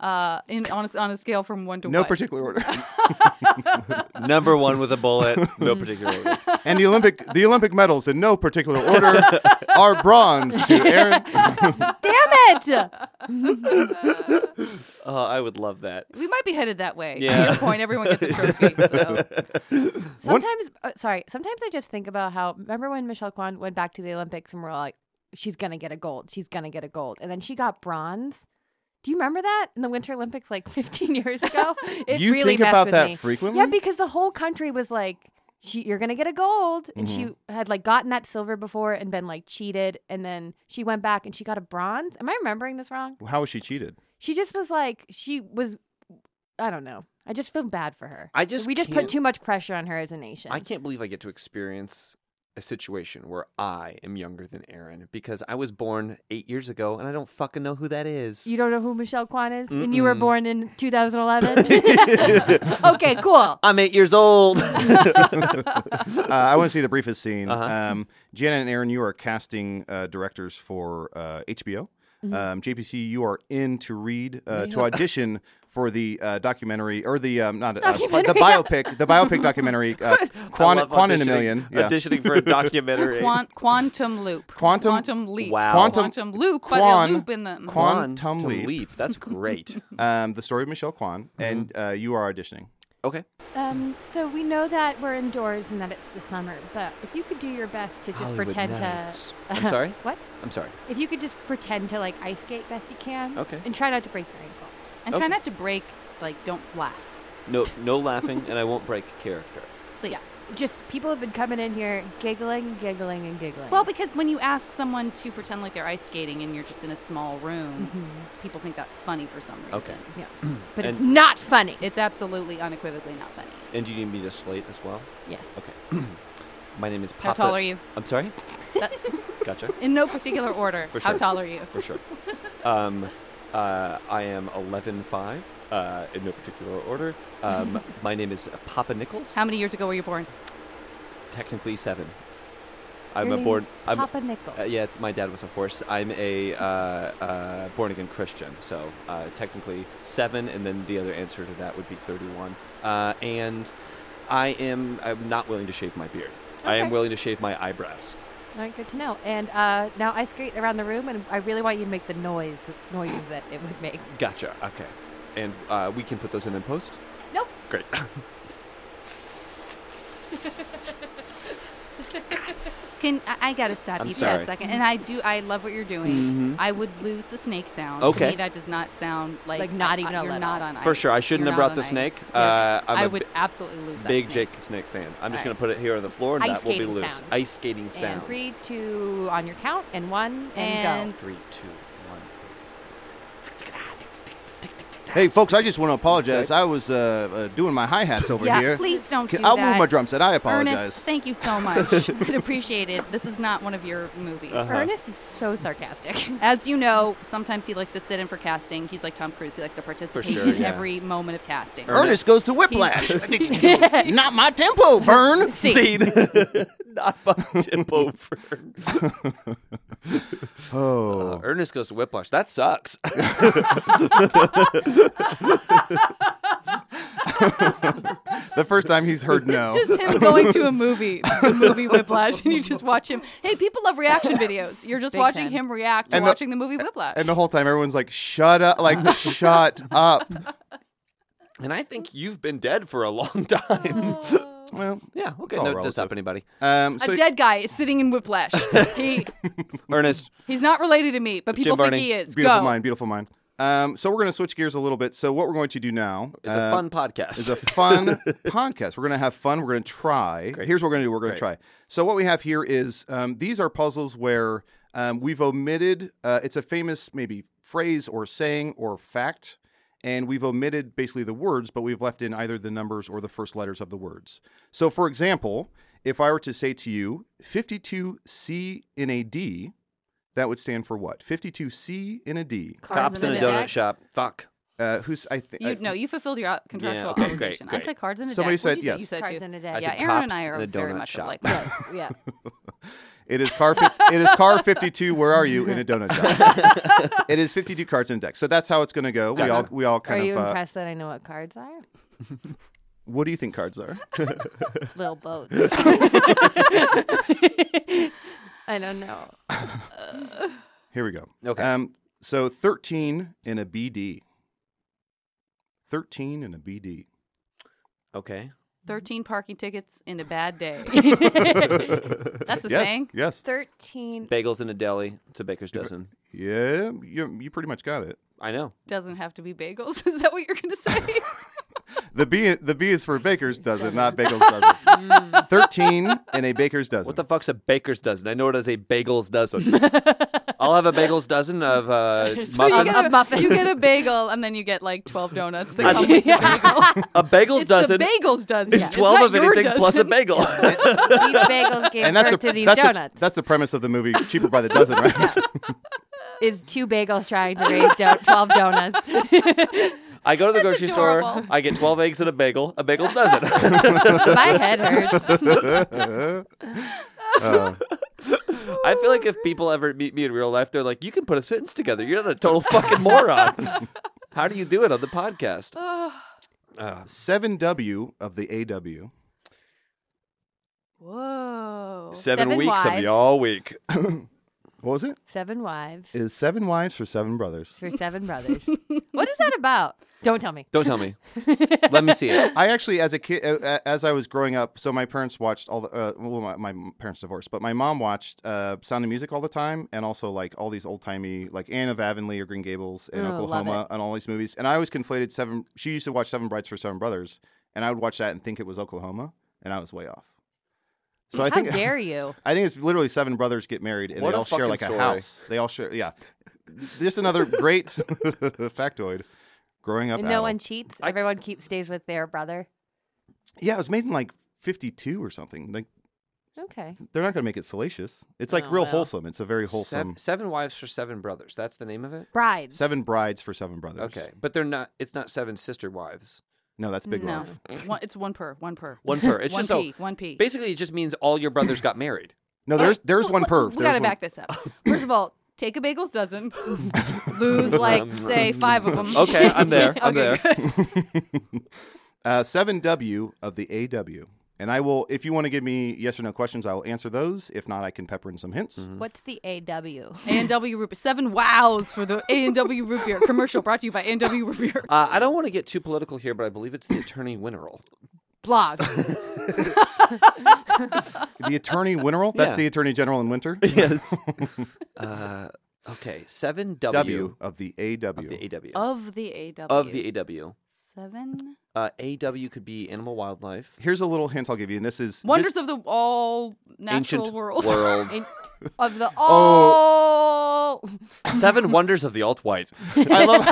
[SPEAKER 8] uh, in on a, on a scale from one to
[SPEAKER 3] No
[SPEAKER 8] what?
[SPEAKER 3] particular order.
[SPEAKER 7] Number one with a bullet. No particular order.
[SPEAKER 3] and the Olympic the Olympic medals in no particular order are bronze to Aaron.
[SPEAKER 9] Damn
[SPEAKER 8] it!
[SPEAKER 7] Oh, I would love that.
[SPEAKER 8] we might be headed that way.
[SPEAKER 7] Yeah.
[SPEAKER 8] To your point, everyone gets a trophy. So.
[SPEAKER 9] Sometimes, uh, sorry. Sometimes I just think about how. Remember when Michelle Kwan went back to the Olympics and we're all like, "She's gonna get a gold. She's gonna get a gold," and then she got bronze. Do you remember that in the Winter Olympics like 15 years ago? It
[SPEAKER 3] You
[SPEAKER 9] really
[SPEAKER 3] think
[SPEAKER 9] messed
[SPEAKER 3] about
[SPEAKER 9] with
[SPEAKER 3] that
[SPEAKER 9] me.
[SPEAKER 3] frequently?
[SPEAKER 9] Yeah, because the whole country was like, "She, you're gonna get a gold," and
[SPEAKER 3] Mhm.
[SPEAKER 9] she had like gotten that silver before and been like cheated, and then she went back and she got a bronze. Am I remembering this wrong?
[SPEAKER 3] How was she cheated?
[SPEAKER 9] She just was like, she was, I don't know. I just feel bad for her.
[SPEAKER 7] I just
[SPEAKER 9] we just put
[SPEAKER 7] can't-
[SPEAKER 9] too much pressure on her as a nation.
[SPEAKER 7] I can't believe I get to experience a situation where I am younger than Aaron because I was born eight years ago and I don't fucking know who that is.
[SPEAKER 9] You don't know who Michelle Kwan is, and you were
[SPEAKER 7] Mm-mm.
[SPEAKER 9] born in 2011. okay, cool.
[SPEAKER 7] I'm eight years old.
[SPEAKER 3] uh, I want to see the briefest scene. Um, Janet and Aaron, you are casting uh, directors for uh, HBO.
[SPEAKER 10] Mm-hmm.
[SPEAKER 17] Mhm.
[SPEAKER 3] Um, JPC, you are in to read uh, to
[SPEAKER 17] Yeah.
[SPEAKER 3] audition for the uh, documentary or the um, not uh,
[SPEAKER 17] Documentary.
[SPEAKER 3] the biopic, the biopic documentary, uh, Quan, Quan in a Million, Yeah.
[SPEAKER 7] Auditioning for a documentary.
[SPEAKER 8] Quan- quantum loop.
[SPEAKER 3] Quantum-
[SPEAKER 8] Quantum leap.
[SPEAKER 3] Wow. Quantum-
[SPEAKER 8] quantum loop. but
[SPEAKER 3] Quan-
[SPEAKER 8] a loop in the
[SPEAKER 3] Quan Tum
[SPEAKER 7] Quantum
[SPEAKER 3] Leap.
[SPEAKER 7] Leap. That's great.
[SPEAKER 3] um, the story of Michelle Kwan, and uh, you are auditioning.
[SPEAKER 7] Okay.
[SPEAKER 9] Um, so we know that we're indoors and that it's the summer, but if you could do your best to just
[SPEAKER 7] Hollywood
[SPEAKER 9] pretend
[SPEAKER 7] nights.
[SPEAKER 9] to.
[SPEAKER 7] I'm sorry?
[SPEAKER 9] what?
[SPEAKER 7] I'm sorry.
[SPEAKER 9] If you could just pretend to like ice skate best you can.
[SPEAKER 7] Okay.
[SPEAKER 9] And try not to break your ankle.
[SPEAKER 8] And try
[SPEAKER 7] Okay.
[SPEAKER 8] not to break. Like, don't laugh.
[SPEAKER 7] No, no laughing, and I won't break character.
[SPEAKER 8] Please.
[SPEAKER 9] Just people have been coming in here giggling, giggling, and giggling.
[SPEAKER 8] Well, because when you ask someone to pretend like they're ice skating and you're just in a small room,
[SPEAKER 10] Mm-hmm.
[SPEAKER 8] people think that's funny for some reason.
[SPEAKER 7] Okay.
[SPEAKER 9] Yeah.
[SPEAKER 7] But it's And-
[SPEAKER 9] not funny.
[SPEAKER 8] It's absolutely unequivocally not funny.
[SPEAKER 7] And do you need me to slate as well?
[SPEAKER 9] Yes.
[SPEAKER 7] Okay. My name is Papa.
[SPEAKER 8] How tall are you?
[SPEAKER 7] I'm sorry.
[SPEAKER 8] That-
[SPEAKER 7] Gotcha.
[SPEAKER 8] in no particular order.
[SPEAKER 7] For
[SPEAKER 8] How
[SPEAKER 7] sure.
[SPEAKER 8] tall are you?
[SPEAKER 7] For sure. Um, uh, I am 11'5", uh, in no particular order. Um, my name is Papa Nichols,
[SPEAKER 8] How many years ago were you born?
[SPEAKER 7] technically seven. I'm
[SPEAKER 9] Your
[SPEAKER 7] a
[SPEAKER 9] name
[SPEAKER 7] born.
[SPEAKER 9] is
[SPEAKER 7] I'm,
[SPEAKER 9] Papa Nichols.
[SPEAKER 7] Uh, yeah, it's my dad was a horse. I'm a uh, uh, born again Christian, so uh, technically seven, and then the other answer to that would be thirty-one. Uh, and I am. I'm not willing to shave my beard. I am
[SPEAKER 9] Okay.
[SPEAKER 7] willing to shave my eyebrows.
[SPEAKER 9] All right, good to know. And uh, now I skate around the room, and I really want you to make the noise, the noises that it would make.
[SPEAKER 7] Gotcha. Okay, and uh, we can put those in in post.
[SPEAKER 9] Nope.
[SPEAKER 7] Great.
[SPEAKER 10] Can I, I gotta stop
[SPEAKER 7] I'm
[SPEAKER 10] you for
[SPEAKER 7] sorry.
[SPEAKER 10] a second? And I do. I love what you're doing.
[SPEAKER 8] Mm-hmm.
[SPEAKER 7] Mhm.
[SPEAKER 10] I would lose the snake sound.
[SPEAKER 7] Okay.
[SPEAKER 10] To me, that does not sound like
[SPEAKER 9] Like not even a
[SPEAKER 10] You're
[SPEAKER 9] little.
[SPEAKER 10] not on ice.
[SPEAKER 7] For sure, I shouldn't
[SPEAKER 10] You're
[SPEAKER 7] have
[SPEAKER 10] not
[SPEAKER 7] brought
[SPEAKER 10] on
[SPEAKER 7] the
[SPEAKER 10] ice.
[SPEAKER 7] snake. Uh, I'm
[SPEAKER 10] I
[SPEAKER 7] a
[SPEAKER 10] would
[SPEAKER 7] bi-
[SPEAKER 10] absolutely lose that.
[SPEAKER 7] Big
[SPEAKER 10] snake.
[SPEAKER 7] Jake the Snake fan. I'm just
[SPEAKER 9] Alright.
[SPEAKER 7] gonna put it here on the floor, and
[SPEAKER 9] Ice
[SPEAKER 7] that will be
[SPEAKER 9] skating
[SPEAKER 7] loose.
[SPEAKER 9] sounds.
[SPEAKER 7] Ice skating
[SPEAKER 9] And
[SPEAKER 7] sounds.
[SPEAKER 9] three, two, on your count, and one, and,
[SPEAKER 10] And-
[SPEAKER 9] go.
[SPEAKER 7] Three, two, one.
[SPEAKER 3] Hey, folks, I just want to apologize. I was uh, uh, doing my hi hats over
[SPEAKER 10] yeah,
[SPEAKER 3] here.
[SPEAKER 10] please don't
[SPEAKER 3] Can-
[SPEAKER 10] do
[SPEAKER 3] I'll
[SPEAKER 10] that.
[SPEAKER 3] move my drum set. I
[SPEAKER 10] Ernest,
[SPEAKER 3] apologize.
[SPEAKER 10] thank you so much. I'd appreciate it. This is not one of your movies.
[SPEAKER 3] Uh-huh.
[SPEAKER 9] Ernest is so sarcastic.
[SPEAKER 10] As you know, sometimes he likes to sit in for casting. He's like Tom Cruise. He likes to participate
[SPEAKER 3] sure,
[SPEAKER 10] in
[SPEAKER 3] yeah.
[SPEAKER 10] every moment of casting.
[SPEAKER 3] Ernest goes to Whiplash. Not my tempo, Vern.
[SPEAKER 7] Not my tempo, Vern.
[SPEAKER 3] oh.
[SPEAKER 7] Uh, Ernest goes to Whiplash. That sucks.
[SPEAKER 3] the first time he's heard no.
[SPEAKER 8] Oh, It's just him going to a movie, the movie Whiplash, and you just watch him. Hey, people love reaction videos. You're just
[SPEAKER 10] Big
[SPEAKER 8] watching
[SPEAKER 10] time.
[SPEAKER 8] him react to
[SPEAKER 3] And the-
[SPEAKER 8] watching the, movie Whiplash.
[SPEAKER 3] and the whole time, everyone's like, shut up. Like, shut up.
[SPEAKER 7] and I think you've been dead for a long time.
[SPEAKER 8] Oh.
[SPEAKER 3] well,
[SPEAKER 7] yeah,
[SPEAKER 3] it's
[SPEAKER 7] okay.
[SPEAKER 3] all
[SPEAKER 7] No, it does
[SPEAKER 3] relative.
[SPEAKER 7] stop anybody.
[SPEAKER 3] Um, so
[SPEAKER 8] a dead guy is sitting in Whiplash. he
[SPEAKER 7] Ernest.
[SPEAKER 8] he's not related to me, but people think he is.
[SPEAKER 3] Beautiful
[SPEAKER 8] Go.
[SPEAKER 3] mind, beautiful mind. Um, so we're going to switch gears a little bit. So what we're going to do now
[SPEAKER 7] Uh, It's a fun podcast.
[SPEAKER 3] It's a fun podcast. We're going to have fun. We're going to try. Here's what we're going to do. We're going to try.
[SPEAKER 7] Great.
[SPEAKER 3] So what we have here is um, these are puzzles where um, we've omitted. Uh, it's a famous maybe phrase or saying or fact, and we've omitted basically the words, but we've left in either the numbers or the first letters of the words. So for example, if I were to say to you 52 C in a D, that would stand for what? 52 C in a D.
[SPEAKER 8] Cars
[SPEAKER 7] Cops in a donut shop. Fuck.
[SPEAKER 3] Uh, who's I think
[SPEAKER 8] You, no, you fulfilled your out- contractual
[SPEAKER 7] okay, great,
[SPEAKER 8] obligation.
[SPEAKER 7] great.
[SPEAKER 8] I said cards in a
[SPEAKER 3] Somebody
[SPEAKER 8] deck.
[SPEAKER 3] said
[SPEAKER 8] What'd you say?
[SPEAKER 3] yes.
[SPEAKER 8] You said
[SPEAKER 9] Cards
[SPEAKER 8] too.
[SPEAKER 9] in a
[SPEAKER 7] I
[SPEAKER 9] deck.
[SPEAKER 7] said
[SPEAKER 8] Yeah, Aaron and
[SPEAKER 7] tops
[SPEAKER 8] I
[SPEAKER 7] in a
[SPEAKER 8] are very
[SPEAKER 7] donut
[SPEAKER 8] much
[SPEAKER 7] shop.
[SPEAKER 8] alike.
[SPEAKER 9] yes, yeah.
[SPEAKER 3] It is car. fif- it is car fifty-two. Where are you in a donut shop? it is fifty-two cards in a deck. So that's how it's going to go. We all we all
[SPEAKER 9] Are
[SPEAKER 3] kind
[SPEAKER 9] you
[SPEAKER 3] of. Uh,
[SPEAKER 9] impressed that I know what cards are?
[SPEAKER 3] what do you think cards are?
[SPEAKER 9] Little boats. I don't know.
[SPEAKER 3] Here we go.
[SPEAKER 7] Okay.
[SPEAKER 3] Um. So thirteen in a BD. Thirteen in a BD.
[SPEAKER 7] Okay.
[SPEAKER 8] 13 parking tickets in a bad day.
[SPEAKER 7] That's
[SPEAKER 8] That's a
[SPEAKER 3] yes,
[SPEAKER 8] saying?
[SPEAKER 3] Yes.
[SPEAKER 9] 13.
[SPEAKER 7] Bagels in a deli. It's a baker's dozen.
[SPEAKER 3] Yeah. You you pretty much got it.
[SPEAKER 7] I know.
[SPEAKER 8] Doesn't have to be bagels. Is that what you're going to say?
[SPEAKER 3] The B the B is for bakers dozen, not bagels
[SPEAKER 9] Mm.
[SPEAKER 3] dozen. Thirteen in a baker's dozen.
[SPEAKER 7] What the fuck's a baker's dozen? I know it as a bagels dozen. I'll have a bagels dozen of uh,
[SPEAKER 8] You get
[SPEAKER 7] muffins.
[SPEAKER 8] a- You get a bagel and then you get like 12 donuts. They
[SPEAKER 7] I-
[SPEAKER 8] come with the bagel.
[SPEAKER 7] A bagels
[SPEAKER 8] It's
[SPEAKER 7] dozen.
[SPEAKER 8] the bagels dozen.
[SPEAKER 7] It's
[SPEAKER 8] It's
[SPEAKER 7] twelve of
[SPEAKER 8] not your
[SPEAKER 7] anything plus a
[SPEAKER 8] dozen.
[SPEAKER 7] bagel.
[SPEAKER 9] These bagels gave
[SPEAKER 3] and that's
[SPEAKER 9] birth
[SPEAKER 3] a,
[SPEAKER 9] to these
[SPEAKER 3] that's, a,
[SPEAKER 9] donuts.
[SPEAKER 3] that's the premise of the movie Cheaper by the Dozen, right?
[SPEAKER 9] Is two bagels trying to raise do- 12 donuts?
[SPEAKER 7] I go to the grocery store.
[SPEAKER 9] adorable.
[SPEAKER 7] I get twelve eggs and a bagel. A bagel's dozen.
[SPEAKER 9] My head hurts.
[SPEAKER 3] Uh,
[SPEAKER 7] I feel like if people ever meet me in real life, they're like, "You can put a sentence together. You're not a total fucking moron." How do you do it on the podcast? Uh,
[SPEAKER 3] Seven W of the AW.
[SPEAKER 8] Whoa.
[SPEAKER 7] seven,
[SPEAKER 9] Seven
[SPEAKER 7] weeks of
[SPEAKER 9] wives.
[SPEAKER 7] the all week.
[SPEAKER 3] What was it?
[SPEAKER 9] seven wives
[SPEAKER 3] It Is seven wives for seven brothers?
[SPEAKER 9] for seven brothers. what is that about? Don't tell me.
[SPEAKER 7] Don't tell me. Let me see it.
[SPEAKER 3] I actually, as a kid, uh, uh, as I was growing up, so my parents watched all the. Uh, well, my, my parents divorced, but my mom watched uh, Sound of Music all the time, and also like all these old timey, like Anne of Avonlea or Green Gables and
[SPEAKER 9] Oh, love
[SPEAKER 3] Oklahoma, and all these movies. And I always conflated seven. She used to watch Seven Brides for Seven Brothers, and I would watch that and think it was Oklahoma, and I was way off. So I
[SPEAKER 9] How
[SPEAKER 3] think
[SPEAKER 9] dare you?
[SPEAKER 3] I think it's literally seven brothers get married and
[SPEAKER 7] What
[SPEAKER 3] they
[SPEAKER 7] a
[SPEAKER 3] all share
[SPEAKER 7] fucking
[SPEAKER 3] like
[SPEAKER 7] story.
[SPEAKER 3] a house. They all share, yeah. Just another great factoid. Growing up,
[SPEAKER 9] And
[SPEAKER 3] Adel.
[SPEAKER 9] no one cheats. Everyone keeps stays with their brother.
[SPEAKER 3] Yeah, it was made in like '52 or something. Like
[SPEAKER 9] Okay.
[SPEAKER 3] they're not going to make it salacious. It's like
[SPEAKER 9] Oh,
[SPEAKER 3] real
[SPEAKER 9] well.
[SPEAKER 3] wholesome. It's a very
[SPEAKER 7] Seven,
[SPEAKER 3] wholesome.
[SPEAKER 7] seven wives for seven brothers. That's the name of it.
[SPEAKER 9] Brides.
[SPEAKER 3] Seven brides for seven brothers.
[SPEAKER 7] Okay, but they're not. It's not seven sister wives.
[SPEAKER 3] No, that's big
[SPEAKER 8] no.
[SPEAKER 3] love.
[SPEAKER 8] One, it's one per. One per.
[SPEAKER 7] One per. It's
[SPEAKER 8] one
[SPEAKER 7] just
[SPEAKER 8] P,
[SPEAKER 7] so
[SPEAKER 8] One P.
[SPEAKER 7] Basically, it just means all your brothers got married.
[SPEAKER 3] No, there's there's one perv.
[SPEAKER 8] We
[SPEAKER 3] There's
[SPEAKER 8] gotta
[SPEAKER 3] one-
[SPEAKER 8] back this up. First of all, take a bagels dozen, lose like say five of them. Okay, good.
[SPEAKER 3] uh, 7W of the AW. And I will, if you want to give me yes or no questions, I will answer those. If not, I can pepper in some hints.
[SPEAKER 7] Mm-hmm.
[SPEAKER 9] What's the AW?
[SPEAKER 8] A&W root beer. Seven wows for the A&W root beer commercial brought to you by A&W root beer.
[SPEAKER 7] Uh, I don't want to get too political here, but I believe it's the attorney Winterall.
[SPEAKER 9] Blog.
[SPEAKER 3] The attorney Winterall? That's
[SPEAKER 7] Yeah.
[SPEAKER 3] the attorney general in winter?
[SPEAKER 7] Yes. uh, okay, seven W,
[SPEAKER 3] W of the AW.
[SPEAKER 7] Of the AW.
[SPEAKER 8] Of the AW.
[SPEAKER 7] Of the AW.
[SPEAKER 8] Seven.
[SPEAKER 7] Uh, AW could be animal wildlife.
[SPEAKER 3] Here's a little hint I'll give you, and this is
[SPEAKER 8] Wonders of the all natural
[SPEAKER 7] Ancient
[SPEAKER 8] world.
[SPEAKER 7] world.
[SPEAKER 9] In- of the
[SPEAKER 7] Oh.
[SPEAKER 9] all.
[SPEAKER 7] Seven wonders of the alt white.
[SPEAKER 9] I love-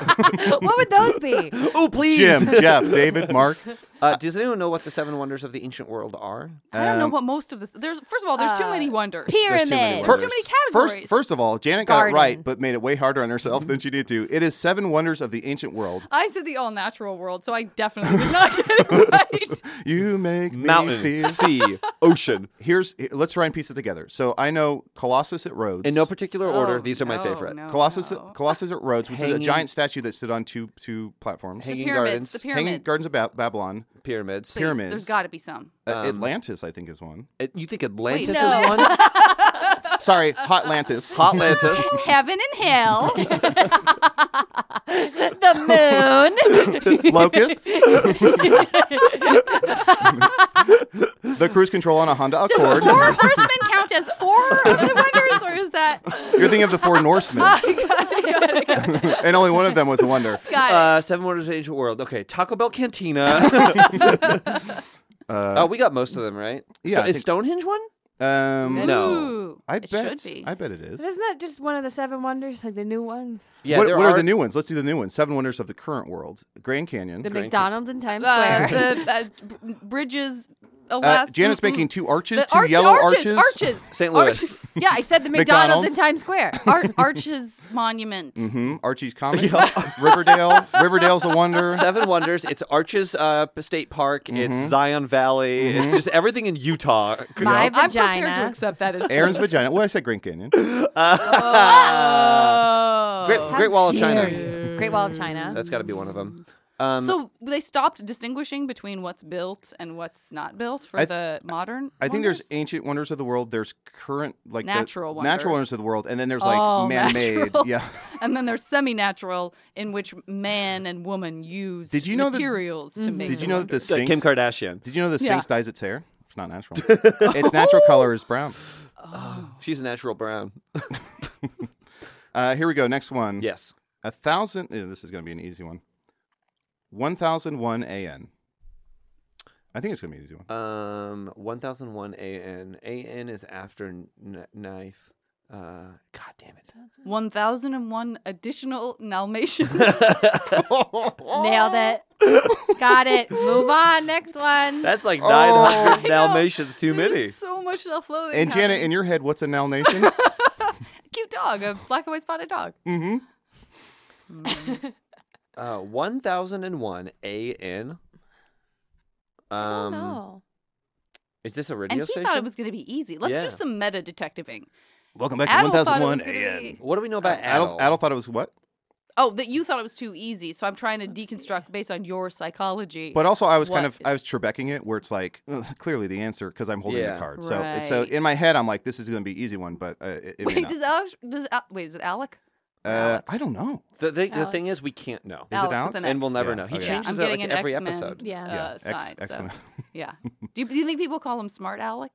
[SPEAKER 9] What would those be?
[SPEAKER 7] Oh, please.
[SPEAKER 3] Jim, Jeff, David, Mark.
[SPEAKER 7] Uh, does anyone know what the seven wonders of the ancient world are?
[SPEAKER 8] I don't know
[SPEAKER 7] Um,
[SPEAKER 8] what most of this. There's first of all, there's too
[SPEAKER 7] uh,
[SPEAKER 8] many wonders.
[SPEAKER 3] There's too many
[SPEAKER 8] There's too
[SPEAKER 3] wonders.
[SPEAKER 8] many categories.
[SPEAKER 3] First, first of all, Janet got
[SPEAKER 8] Garden.
[SPEAKER 3] it right, but made it way harder on herself than she needed to. It is Seven Wonders of the Ancient World.
[SPEAKER 8] I said the all natural world, so I definitely did not get it right.
[SPEAKER 3] You make
[SPEAKER 7] Mountain,
[SPEAKER 3] me feel
[SPEAKER 7] sea, ocean.
[SPEAKER 3] Here's let's try and piece it together. So I know Colossus at Rhodes.
[SPEAKER 7] In no particular order, Oh, these are my no, favorite. no,
[SPEAKER 3] Colossus,
[SPEAKER 8] Oh.
[SPEAKER 3] Colossus at Rhodes, which is
[SPEAKER 7] Hanging-
[SPEAKER 3] a giant statue that stood on two two platforms.
[SPEAKER 8] The Hanging pyramids, gardens. the
[SPEAKER 3] Hanging
[SPEAKER 8] pyramids.
[SPEAKER 3] gardens of Ba- Babylon.
[SPEAKER 7] Pyramids.
[SPEAKER 8] Please,
[SPEAKER 3] pyramids.
[SPEAKER 8] There's got to be some.
[SPEAKER 3] Uh,
[SPEAKER 7] Um,
[SPEAKER 3] Atlantis, I think, is one.
[SPEAKER 7] you think Atlantis
[SPEAKER 8] Wait, no.
[SPEAKER 7] is one?
[SPEAKER 3] Sorry, Hotlantis.
[SPEAKER 7] Hotlantis.
[SPEAKER 8] Oh, Heaven and hell.
[SPEAKER 9] the moon.
[SPEAKER 3] Locusts. the cruise control on a Honda Accord.
[SPEAKER 8] Four horsemen count as four of the wonders, or is that?
[SPEAKER 3] You're thinking of the Four Norsemen,
[SPEAKER 8] I got it, got it, got it.
[SPEAKER 3] and only one of them was a wonder.
[SPEAKER 8] Got it.
[SPEAKER 7] Uh, seven wonders of the ancient world. Okay, Taco Bell Cantina.
[SPEAKER 3] Uh,
[SPEAKER 7] Oh, we got most of them right.
[SPEAKER 3] Yeah,
[SPEAKER 7] Sto-
[SPEAKER 3] I
[SPEAKER 7] is
[SPEAKER 3] think-
[SPEAKER 7] Stonehenge one?
[SPEAKER 3] Um,
[SPEAKER 7] No.
[SPEAKER 9] Ooh,
[SPEAKER 3] I
[SPEAKER 9] it
[SPEAKER 3] bet.
[SPEAKER 9] should be.
[SPEAKER 8] Uh,
[SPEAKER 3] I bet it is.
[SPEAKER 9] Isn't that just one of the seven wonders, like the new ones?
[SPEAKER 7] Yeah,
[SPEAKER 3] what
[SPEAKER 7] there
[SPEAKER 3] what are,
[SPEAKER 7] are-
[SPEAKER 3] the new ones? Let's do the new ones. Seven Wonders of the Current World, Grand Canyon.
[SPEAKER 9] The McDonald's in Times
[SPEAKER 8] Uh,
[SPEAKER 9] Square.
[SPEAKER 8] the uh, br- bridges.
[SPEAKER 3] Uh,
[SPEAKER 8] Alas-
[SPEAKER 3] Janet's
[SPEAKER 8] mm,
[SPEAKER 3] making
[SPEAKER 8] mm.
[SPEAKER 3] two arches,
[SPEAKER 8] The
[SPEAKER 3] two
[SPEAKER 8] arch-
[SPEAKER 3] yellow
[SPEAKER 8] arches,
[SPEAKER 3] arches.
[SPEAKER 8] arches.
[SPEAKER 7] St. Louis.
[SPEAKER 9] yeah, I said the
[SPEAKER 3] McDonald's?
[SPEAKER 9] McDonald's, in Times Square.
[SPEAKER 8] Ar- Arches Monument.
[SPEAKER 3] hmm Archie's Comet, Riverdale. Riverdale's a wonder.
[SPEAKER 7] Seven Wonders. It's Arches uh, State Park. It's Zion Valley. It's just everything in Utah.
[SPEAKER 9] My
[SPEAKER 8] I'm prepared
[SPEAKER 9] vagina.
[SPEAKER 8] to accept that as
[SPEAKER 3] Aaron's
[SPEAKER 8] truth.
[SPEAKER 3] vagina. Well, I said Grand Canyon. Um,
[SPEAKER 8] Oh.
[SPEAKER 7] Great, Great Wall of China.
[SPEAKER 9] Great Wall of China.
[SPEAKER 7] That's got to be one of them. Um,
[SPEAKER 8] so they stopped distinguishing between what's built and what's not built for
[SPEAKER 3] I th-
[SPEAKER 8] the modern.
[SPEAKER 3] I think
[SPEAKER 8] wonders?
[SPEAKER 3] there's ancient wonders of the world. There's current, like the
[SPEAKER 8] Natural
[SPEAKER 3] natural
[SPEAKER 8] wonders.
[SPEAKER 3] wonders of the world, and then there's like
[SPEAKER 8] All
[SPEAKER 3] man-made.
[SPEAKER 8] natural.
[SPEAKER 3] Yeah.
[SPEAKER 8] and then there's semi-natural in which man and woman use
[SPEAKER 3] Did you know that-
[SPEAKER 8] materials to make.
[SPEAKER 3] Did you
[SPEAKER 8] the
[SPEAKER 3] know that the
[SPEAKER 8] wonders.
[SPEAKER 3] Sphinx?
[SPEAKER 7] Kim Kardashian.
[SPEAKER 3] Did you know the
[SPEAKER 8] Yeah.
[SPEAKER 3] Sphinx dyes its hair? It's not natural. its natural color is brown.
[SPEAKER 7] Oh.
[SPEAKER 9] Oh.
[SPEAKER 7] She's a natural brown.
[SPEAKER 3] Uh, here we go. Next one.
[SPEAKER 7] Yes.
[SPEAKER 3] A thousand. eh, This is going to be an easy one. One thousand one an. I think it's going to be an easy one.
[SPEAKER 7] Um, 1001 AN. AN is after n- n- ninth. Uh, God damn it.
[SPEAKER 8] one thousand and one additional Dalmatians?
[SPEAKER 9] Nailed it. Got it. Move on. Next one.
[SPEAKER 7] That's
[SPEAKER 8] Oh,
[SPEAKER 7] like 900 Dalmatians too many.
[SPEAKER 8] There's so much self-loathing.
[SPEAKER 3] And Janet,
[SPEAKER 8] happening.
[SPEAKER 3] in your head, what's a Nal Nation?
[SPEAKER 8] cute dog, a black and white spotted dog.
[SPEAKER 3] mm-hmm. Mm,
[SPEAKER 7] Uh, 1001 AN. Um,
[SPEAKER 9] Oh, no.
[SPEAKER 7] Is this a radio
[SPEAKER 8] And he
[SPEAKER 7] station?
[SPEAKER 8] thought it was going to be easy. Let's
[SPEAKER 7] Yeah.
[SPEAKER 8] do some meta detectiving.
[SPEAKER 3] Welcome back
[SPEAKER 8] Adel
[SPEAKER 3] to one
[SPEAKER 8] thought it
[SPEAKER 3] thousand one
[SPEAKER 8] was gonna
[SPEAKER 3] an.
[SPEAKER 8] be-
[SPEAKER 7] What do we know about
[SPEAKER 3] Adel,
[SPEAKER 7] Adel?
[SPEAKER 3] Adel thought it was what?
[SPEAKER 8] Oh, that you thought it was too easy. So I'm trying to deconstruct based on your psychology.
[SPEAKER 3] But also, I was kind of
[SPEAKER 8] what-
[SPEAKER 3] I was Trebecking it, where it's like ugh, clearly the answer because I'm holding
[SPEAKER 7] Yeah.
[SPEAKER 3] the card. So so
[SPEAKER 8] Right.
[SPEAKER 3] in my head, I'm like, this is going to be an easy one, but uh, it, it may
[SPEAKER 8] Wait,
[SPEAKER 3] not.
[SPEAKER 8] does Alex? Does Al- wait? Is it Alec?
[SPEAKER 3] uh, I don't know.
[SPEAKER 7] The, the, the
[SPEAKER 8] Alex.
[SPEAKER 7] thing is, we can't know.
[SPEAKER 8] Is it Alex with Alex? an
[SPEAKER 7] And we'll
[SPEAKER 8] X.
[SPEAKER 7] never
[SPEAKER 3] Yeah.
[SPEAKER 7] know. He
[SPEAKER 3] Oh, yeah.
[SPEAKER 8] Yeah,
[SPEAKER 7] changes
[SPEAKER 8] Oh. I'm
[SPEAKER 7] it like
[SPEAKER 8] getting an
[SPEAKER 7] every
[SPEAKER 8] X-Men.
[SPEAKER 7] episode.
[SPEAKER 9] Yeah.
[SPEAKER 8] Uh,
[SPEAKER 3] Yeah, X-
[SPEAKER 8] sign,
[SPEAKER 3] X
[SPEAKER 8] so-
[SPEAKER 3] Men.
[SPEAKER 8] Yeah. Do you, do you think people call him Smart Alec?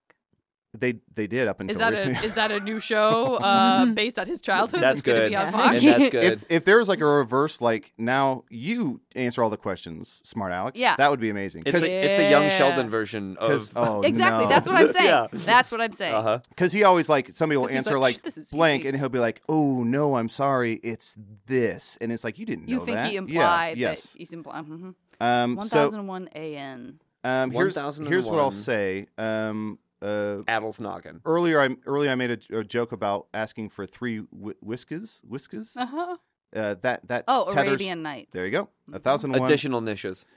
[SPEAKER 3] They they did up until
[SPEAKER 8] Is that
[SPEAKER 3] recently.
[SPEAKER 8] a is that a new show uh, based on his childhood?
[SPEAKER 7] That's
[SPEAKER 8] gonna
[SPEAKER 7] good.
[SPEAKER 8] Be on
[SPEAKER 7] And
[SPEAKER 8] Fox?
[SPEAKER 7] that's good.
[SPEAKER 3] if if there was like a reverse, like now you answer all the questions, smart Alec.
[SPEAKER 8] Yeah.
[SPEAKER 3] that would be amazing.
[SPEAKER 7] It's
[SPEAKER 3] 'Cause-
[SPEAKER 7] the, it's the young
[SPEAKER 8] Yeah.
[SPEAKER 7] Sheldon version of.
[SPEAKER 3] 'cause- oh,
[SPEAKER 8] Exactly.
[SPEAKER 3] no.
[SPEAKER 8] That's what I'm saying.
[SPEAKER 7] Yeah.
[SPEAKER 8] That's what I'm saying.
[SPEAKER 7] Uh huh.
[SPEAKER 3] Because he always like somebody will
[SPEAKER 8] 'Cause he's
[SPEAKER 3] answer
[SPEAKER 8] like,
[SPEAKER 3] like,
[SPEAKER 8] "Shh, this is
[SPEAKER 3] blank,
[SPEAKER 8] easy."
[SPEAKER 3] and he'll be like, "Oh no, I'm sorry, it's this," and it's like you didn't
[SPEAKER 8] You
[SPEAKER 3] know
[SPEAKER 8] think
[SPEAKER 3] that.
[SPEAKER 8] he implied
[SPEAKER 3] yeah,
[SPEAKER 8] that
[SPEAKER 3] yes.
[SPEAKER 8] he's implying mm-hmm.
[SPEAKER 3] Um, so
[SPEAKER 8] 1001 AN.
[SPEAKER 3] um, here's here's what
[SPEAKER 7] 1001.
[SPEAKER 3] I'll say. Um, uh,
[SPEAKER 7] Adel's noggin.
[SPEAKER 3] earlier, I earlier I made a, j- a joke about asking for three whi- whiskers, whiskers.
[SPEAKER 8] Uh-huh.
[SPEAKER 3] Uh, that that
[SPEAKER 8] Oh,
[SPEAKER 3] tethers.
[SPEAKER 8] Arabian Mm-hmm. Nights.
[SPEAKER 3] There you go. A thousand and one.
[SPEAKER 7] Additional niches.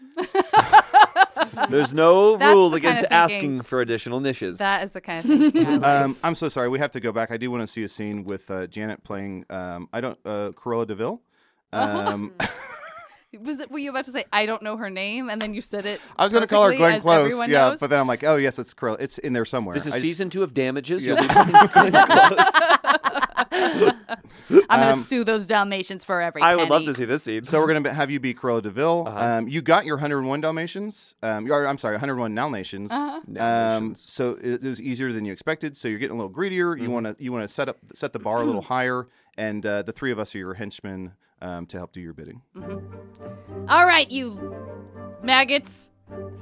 [SPEAKER 7] There's no
[SPEAKER 2] That's
[SPEAKER 7] rule
[SPEAKER 2] the kind
[SPEAKER 7] against
[SPEAKER 2] of thinking-
[SPEAKER 7] asking for additional niches.
[SPEAKER 2] That is the kind of thing.
[SPEAKER 3] um, I'm so sorry. We have to go back. I do want to see a scene with uh, Janet playing. Um, I don't. Uh, Cruella Deville.
[SPEAKER 8] Oh.
[SPEAKER 3] Um,
[SPEAKER 8] Was it? Were you about to say I don't know her name, and then you said it?
[SPEAKER 3] I was going to call her
[SPEAKER 8] perfectly,
[SPEAKER 3] Glenn
[SPEAKER 8] as
[SPEAKER 3] Close.
[SPEAKER 8] everyone
[SPEAKER 3] Yeah,
[SPEAKER 8] knows?
[SPEAKER 3] but then I'm like, oh yes, it's Cruella. It's in there somewhere.
[SPEAKER 7] This is
[SPEAKER 3] I just-
[SPEAKER 7] season two of Damages.
[SPEAKER 3] Yeah.
[SPEAKER 8] I'm gonna
[SPEAKER 3] Um,
[SPEAKER 8] sue those Dalmatians for every.
[SPEAKER 7] I would love
[SPEAKER 8] penny.
[SPEAKER 7] to see this scene.
[SPEAKER 3] So we're gonna have you be Cruella Deville. Um, you got your 101 Dalmatians. Um, you are, I'm sorry, 101 Dalmatians.
[SPEAKER 8] Uh-huh.
[SPEAKER 3] Um, so it, it was easier than you expected. So you're getting a little greedier. You wanna you wanna set up set the bar a
[SPEAKER 18] Mm.
[SPEAKER 3] little higher, and uh, the three of us are your henchmen um, to help do your bidding.
[SPEAKER 18] All right, you maggots.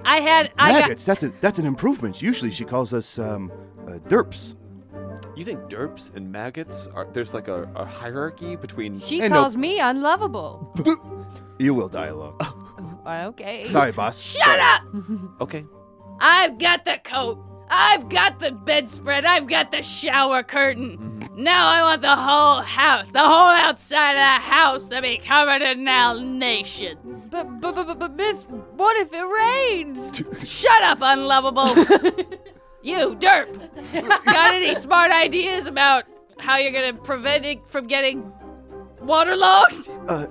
[SPEAKER 18] I had I got
[SPEAKER 3] Maggots. That's a that's an improvement. Usually she calls us um, uh, derps.
[SPEAKER 7] You think derps and maggots are there's like a, a hierarchy between
[SPEAKER 9] She
[SPEAKER 3] Hey, no.
[SPEAKER 9] calls me unlovable.
[SPEAKER 3] You will die alone.
[SPEAKER 9] okay.
[SPEAKER 3] Sorry, boss.
[SPEAKER 18] Shut up!
[SPEAKER 7] Okay.
[SPEAKER 18] I've got the coat. I've got the bedspread. I've got the shower curtain. Now I want the whole house, the whole outside of the house to be covered in nations.
[SPEAKER 9] But, but, but, but, miss, what if it rains?
[SPEAKER 18] Shut up, unlovable. you, derp. Got any smart ideas about how you're going to prevent it from getting waterlogged?
[SPEAKER 3] Uh,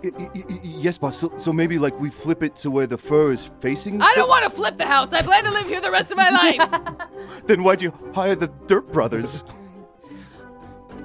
[SPEAKER 3] yes, boss. So, so maybe like we flip it to where the fur is facing.
[SPEAKER 18] I don't want to flip the house. I plan to live here the rest of my life.
[SPEAKER 3] Then why'd you hire the Dirt Brothers?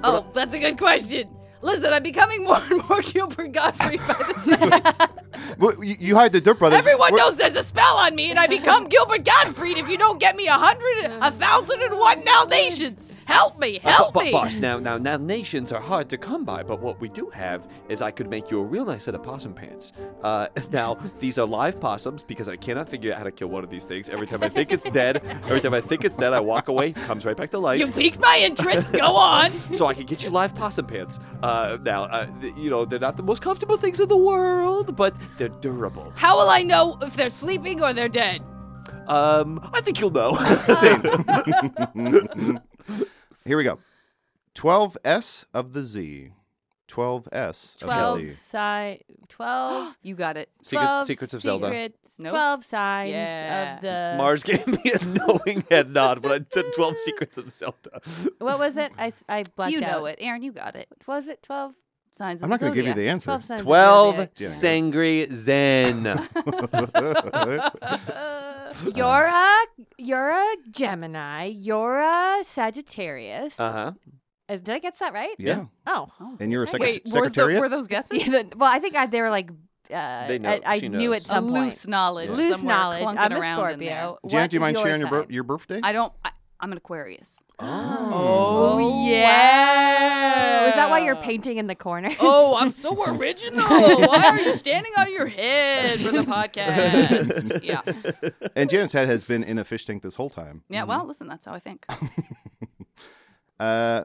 [SPEAKER 18] Oh, that's a good question. Listen, I'm becoming more and more Gilbert Godfrey by the second.
[SPEAKER 3] Well, you, you hired the Dirt Brothers.
[SPEAKER 18] Everyone
[SPEAKER 3] We're-
[SPEAKER 18] knows there's a spell on me, and I become Gilbert Gottfried if you don't get me a hundred, a thousand and one now nations. Help me,
[SPEAKER 7] Uh,
[SPEAKER 18] help
[SPEAKER 7] bu- bu-
[SPEAKER 18] me.
[SPEAKER 7] boss, now, now, now, nations are hard to come by, but what we do have is I could make you a real nice set of possum pants. Uh, now, these are live possums because I cannot figure out how to kill one of these things. Every time I think it's dead, every time I think it's dead, I walk away, comes right back to life.
[SPEAKER 18] You piqued my interest. Go on.
[SPEAKER 7] so I can get you live possum pants. Uh, now, uh, th- you know, they're not the most comfortable things in the world, but they're durable.
[SPEAKER 18] How will I know if they're sleeping or they're dead?
[SPEAKER 7] Um, I think you'll know.
[SPEAKER 3] Here we go. 12S of the Z. 12S of
[SPEAKER 9] 12
[SPEAKER 3] the Z.
[SPEAKER 9] side. 12.
[SPEAKER 8] You got it.
[SPEAKER 7] Secret- Secrets of Zelda.
[SPEAKER 9] secrets,
[SPEAKER 8] Nope.
[SPEAKER 9] 12 signs
[SPEAKER 8] Yeah.
[SPEAKER 9] of the.
[SPEAKER 7] Mars gave me a knowing head nod when I said 12 Secrets of Zelda.
[SPEAKER 9] What was it? I, s- I blacked
[SPEAKER 8] You
[SPEAKER 9] out.
[SPEAKER 8] know it, Aaron. You got it.
[SPEAKER 9] Was it 12?
[SPEAKER 8] Signs. Of
[SPEAKER 3] I'm not
[SPEAKER 8] going
[SPEAKER 3] gonna
[SPEAKER 8] to
[SPEAKER 3] give you the answer.
[SPEAKER 9] 12 signs. of the Zodiac.
[SPEAKER 7] 12 Sangri Zen.
[SPEAKER 9] You're
[SPEAKER 3] Uh,
[SPEAKER 9] a you're a Gemini. You're a Sagittarius.
[SPEAKER 3] Uh-huh.
[SPEAKER 7] Uh huh.
[SPEAKER 9] Is- Did I get that right?
[SPEAKER 3] Yeah.
[SPEAKER 9] Oh.
[SPEAKER 3] And you're a secret-
[SPEAKER 8] Wait, were,
[SPEAKER 3] secretariat?
[SPEAKER 8] were those guesses?
[SPEAKER 9] Yeah, the- well, I think I, they were like. Uh,
[SPEAKER 3] They know.
[SPEAKER 9] I, I
[SPEAKER 3] She
[SPEAKER 9] knew
[SPEAKER 3] knows.
[SPEAKER 9] at
[SPEAKER 8] A
[SPEAKER 9] some point.
[SPEAKER 8] loose knowledge.
[SPEAKER 9] Loose
[SPEAKER 8] somewhere
[SPEAKER 9] knowledge.
[SPEAKER 8] clunking
[SPEAKER 9] I'm a
[SPEAKER 8] around in there.
[SPEAKER 9] Scorpio.
[SPEAKER 3] Janet,
[SPEAKER 9] What
[SPEAKER 3] do you mind
[SPEAKER 9] is
[SPEAKER 3] sharing your,
[SPEAKER 9] sign?
[SPEAKER 3] bir- your birthday?
[SPEAKER 8] I don't. I, I'm an Aquarius.
[SPEAKER 7] Hmm.
[SPEAKER 3] Oh.
[SPEAKER 9] Oh,
[SPEAKER 8] yeah.
[SPEAKER 9] Is that why you're painting in the corner?
[SPEAKER 18] Oh, I'm so original. Why are you standing on your head for the podcast? Yeah.
[SPEAKER 3] And Janet's head has been in a fish tank this whole time.
[SPEAKER 8] Yeah. Well, listen. That's how I think.
[SPEAKER 3] Uh,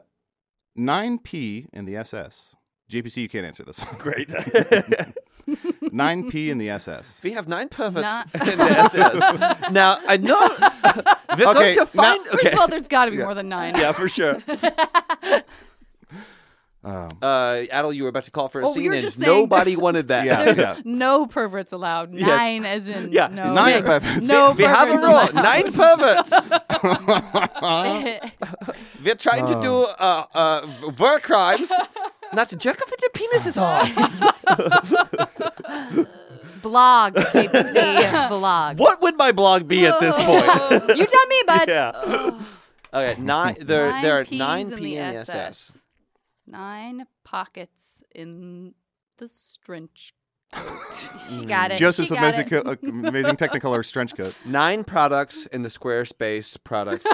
[SPEAKER 3] 9P in the SS. JPC, you can't answer this.
[SPEAKER 7] Great.
[SPEAKER 3] 9P in the SS.
[SPEAKER 7] We have nine perverts
[SPEAKER 8] Not-
[SPEAKER 7] in the SS. now, I know. We're
[SPEAKER 3] Okay,
[SPEAKER 7] going to
[SPEAKER 3] now-
[SPEAKER 7] find.
[SPEAKER 8] First
[SPEAKER 7] okay.
[SPEAKER 8] of all, there's got to be
[SPEAKER 3] Yeah.
[SPEAKER 8] more than nine.
[SPEAKER 7] yeah, for sure.
[SPEAKER 3] Um,
[SPEAKER 7] Uh, Adel, you were about to call for a
[SPEAKER 8] Oh,
[SPEAKER 7] scene,
[SPEAKER 8] you were
[SPEAKER 7] and
[SPEAKER 8] just saying-
[SPEAKER 7] nobody wanted that.
[SPEAKER 3] yeah,
[SPEAKER 8] There's
[SPEAKER 3] yeah.
[SPEAKER 8] no perverts allowed.
[SPEAKER 7] Yes.
[SPEAKER 8] Nine, as in
[SPEAKER 7] Yeah,
[SPEAKER 8] no.
[SPEAKER 3] nine perverts.
[SPEAKER 8] No
[SPEAKER 7] we have a
[SPEAKER 8] perverts
[SPEAKER 7] rule:
[SPEAKER 8] allowed.
[SPEAKER 7] nine perverts. We're trying to do uh, uh, war crimes, not to jerk off into penises off.
[SPEAKER 9] blog, JPC, blog.
[SPEAKER 7] what would my blog be at this point?
[SPEAKER 9] You tell me, bud.
[SPEAKER 7] yeah. Okay, nine. There,
[SPEAKER 8] oh. Nine
[SPEAKER 7] there are
[SPEAKER 8] Ps
[SPEAKER 7] nine
[SPEAKER 8] in
[SPEAKER 7] P E
[SPEAKER 8] the
[SPEAKER 7] in the SS.
[SPEAKER 8] Nine pockets in the Strench.
[SPEAKER 9] She got it.
[SPEAKER 3] Joseph's
[SPEAKER 9] she got
[SPEAKER 3] amazing,
[SPEAKER 9] it.
[SPEAKER 3] co- uh, amazing Technicolor trench coat.
[SPEAKER 7] Nine products in the Squarespace product.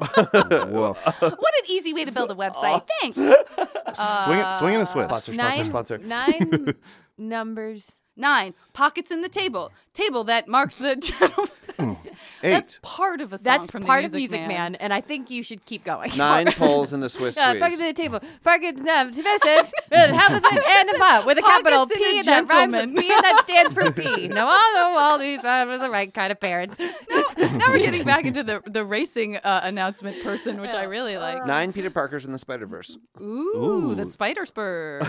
[SPEAKER 3] Woof.
[SPEAKER 8] What an easy way to build a website. Thanks.
[SPEAKER 3] swing, it, swing and a Swiss.
[SPEAKER 7] Sponsor, sponsor,
[SPEAKER 9] Nine,
[SPEAKER 7] sponsor.
[SPEAKER 9] nine numbers.
[SPEAKER 8] Nine pockets in the table. Table that marks the gentleman. That's, that's
[SPEAKER 3] Eight.
[SPEAKER 8] part of a song
[SPEAKER 9] That's
[SPEAKER 8] from
[SPEAKER 9] part
[SPEAKER 8] the
[SPEAKER 9] of Music Man. and I think you should keep going.
[SPEAKER 7] Nine poles in the Swiss
[SPEAKER 9] Uh,
[SPEAKER 7] Swiss.
[SPEAKER 9] Parkinson at the table. Parkinson um, to Mrs. Hamilton and the pot with a capital
[SPEAKER 8] Parkinson
[SPEAKER 9] P
[SPEAKER 8] and
[SPEAKER 9] that rhymes with
[SPEAKER 8] gentleman.
[SPEAKER 9] P that stands for P. Now all know all these rhymes are the right kind of parents.
[SPEAKER 8] now we're getting back into the the racing uh, announcement person, which I really like.
[SPEAKER 7] Nine Peter Parkers in the Spider Verse.
[SPEAKER 9] Uh.
[SPEAKER 8] Ooh, the spider spurs.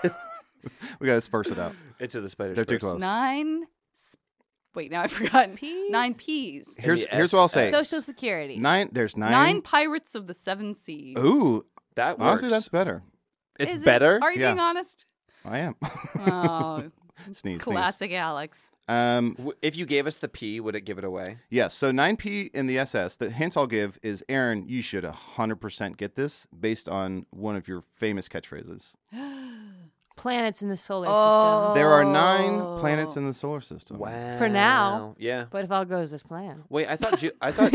[SPEAKER 3] We got to spurse it out.
[SPEAKER 7] Into the Spider
[SPEAKER 3] They're too
[SPEAKER 7] Verse.
[SPEAKER 3] close.
[SPEAKER 8] Nine Wait, now I've forgotten. Nine P's.
[SPEAKER 3] Here's here's what I'll say.
[SPEAKER 8] Social Security.
[SPEAKER 3] Nine. There's nine.
[SPEAKER 8] Nine pirates of the seven seas.
[SPEAKER 3] Ooh,
[SPEAKER 7] that
[SPEAKER 3] honestly
[SPEAKER 7] works.
[SPEAKER 3] that's better.
[SPEAKER 7] It's
[SPEAKER 8] Is it?
[SPEAKER 7] better?
[SPEAKER 8] Are you being
[SPEAKER 3] Yeah.
[SPEAKER 8] honest?
[SPEAKER 3] I am.
[SPEAKER 8] Oh,
[SPEAKER 3] Sneeze, sneeze.
[SPEAKER 8] classic Alex.
[SPEAKER 3] Um,
[SPEAKER 7] W- If you gave us the P, would it give it away?
[SPEAKER 3] Yes. so 9P in the SS, the hint I'll give is Aaron, you should 100% get this based on one of your famous catchphrases.
[SPEAKER 9] Planets in the solar
[SPEAKER 8] Oh.
[SPEAKER 9] system.
[SPEAKER 3] There are nine planets in the solar system.
[SPEAKER 7] Wow.
[SPEAKER 9] For now.
[SPEAKER 7] Yeah.
[SPEAKER 9] But if all goes as planned.
[SPEAKER 7] Wait, I thought. Ju- I thought.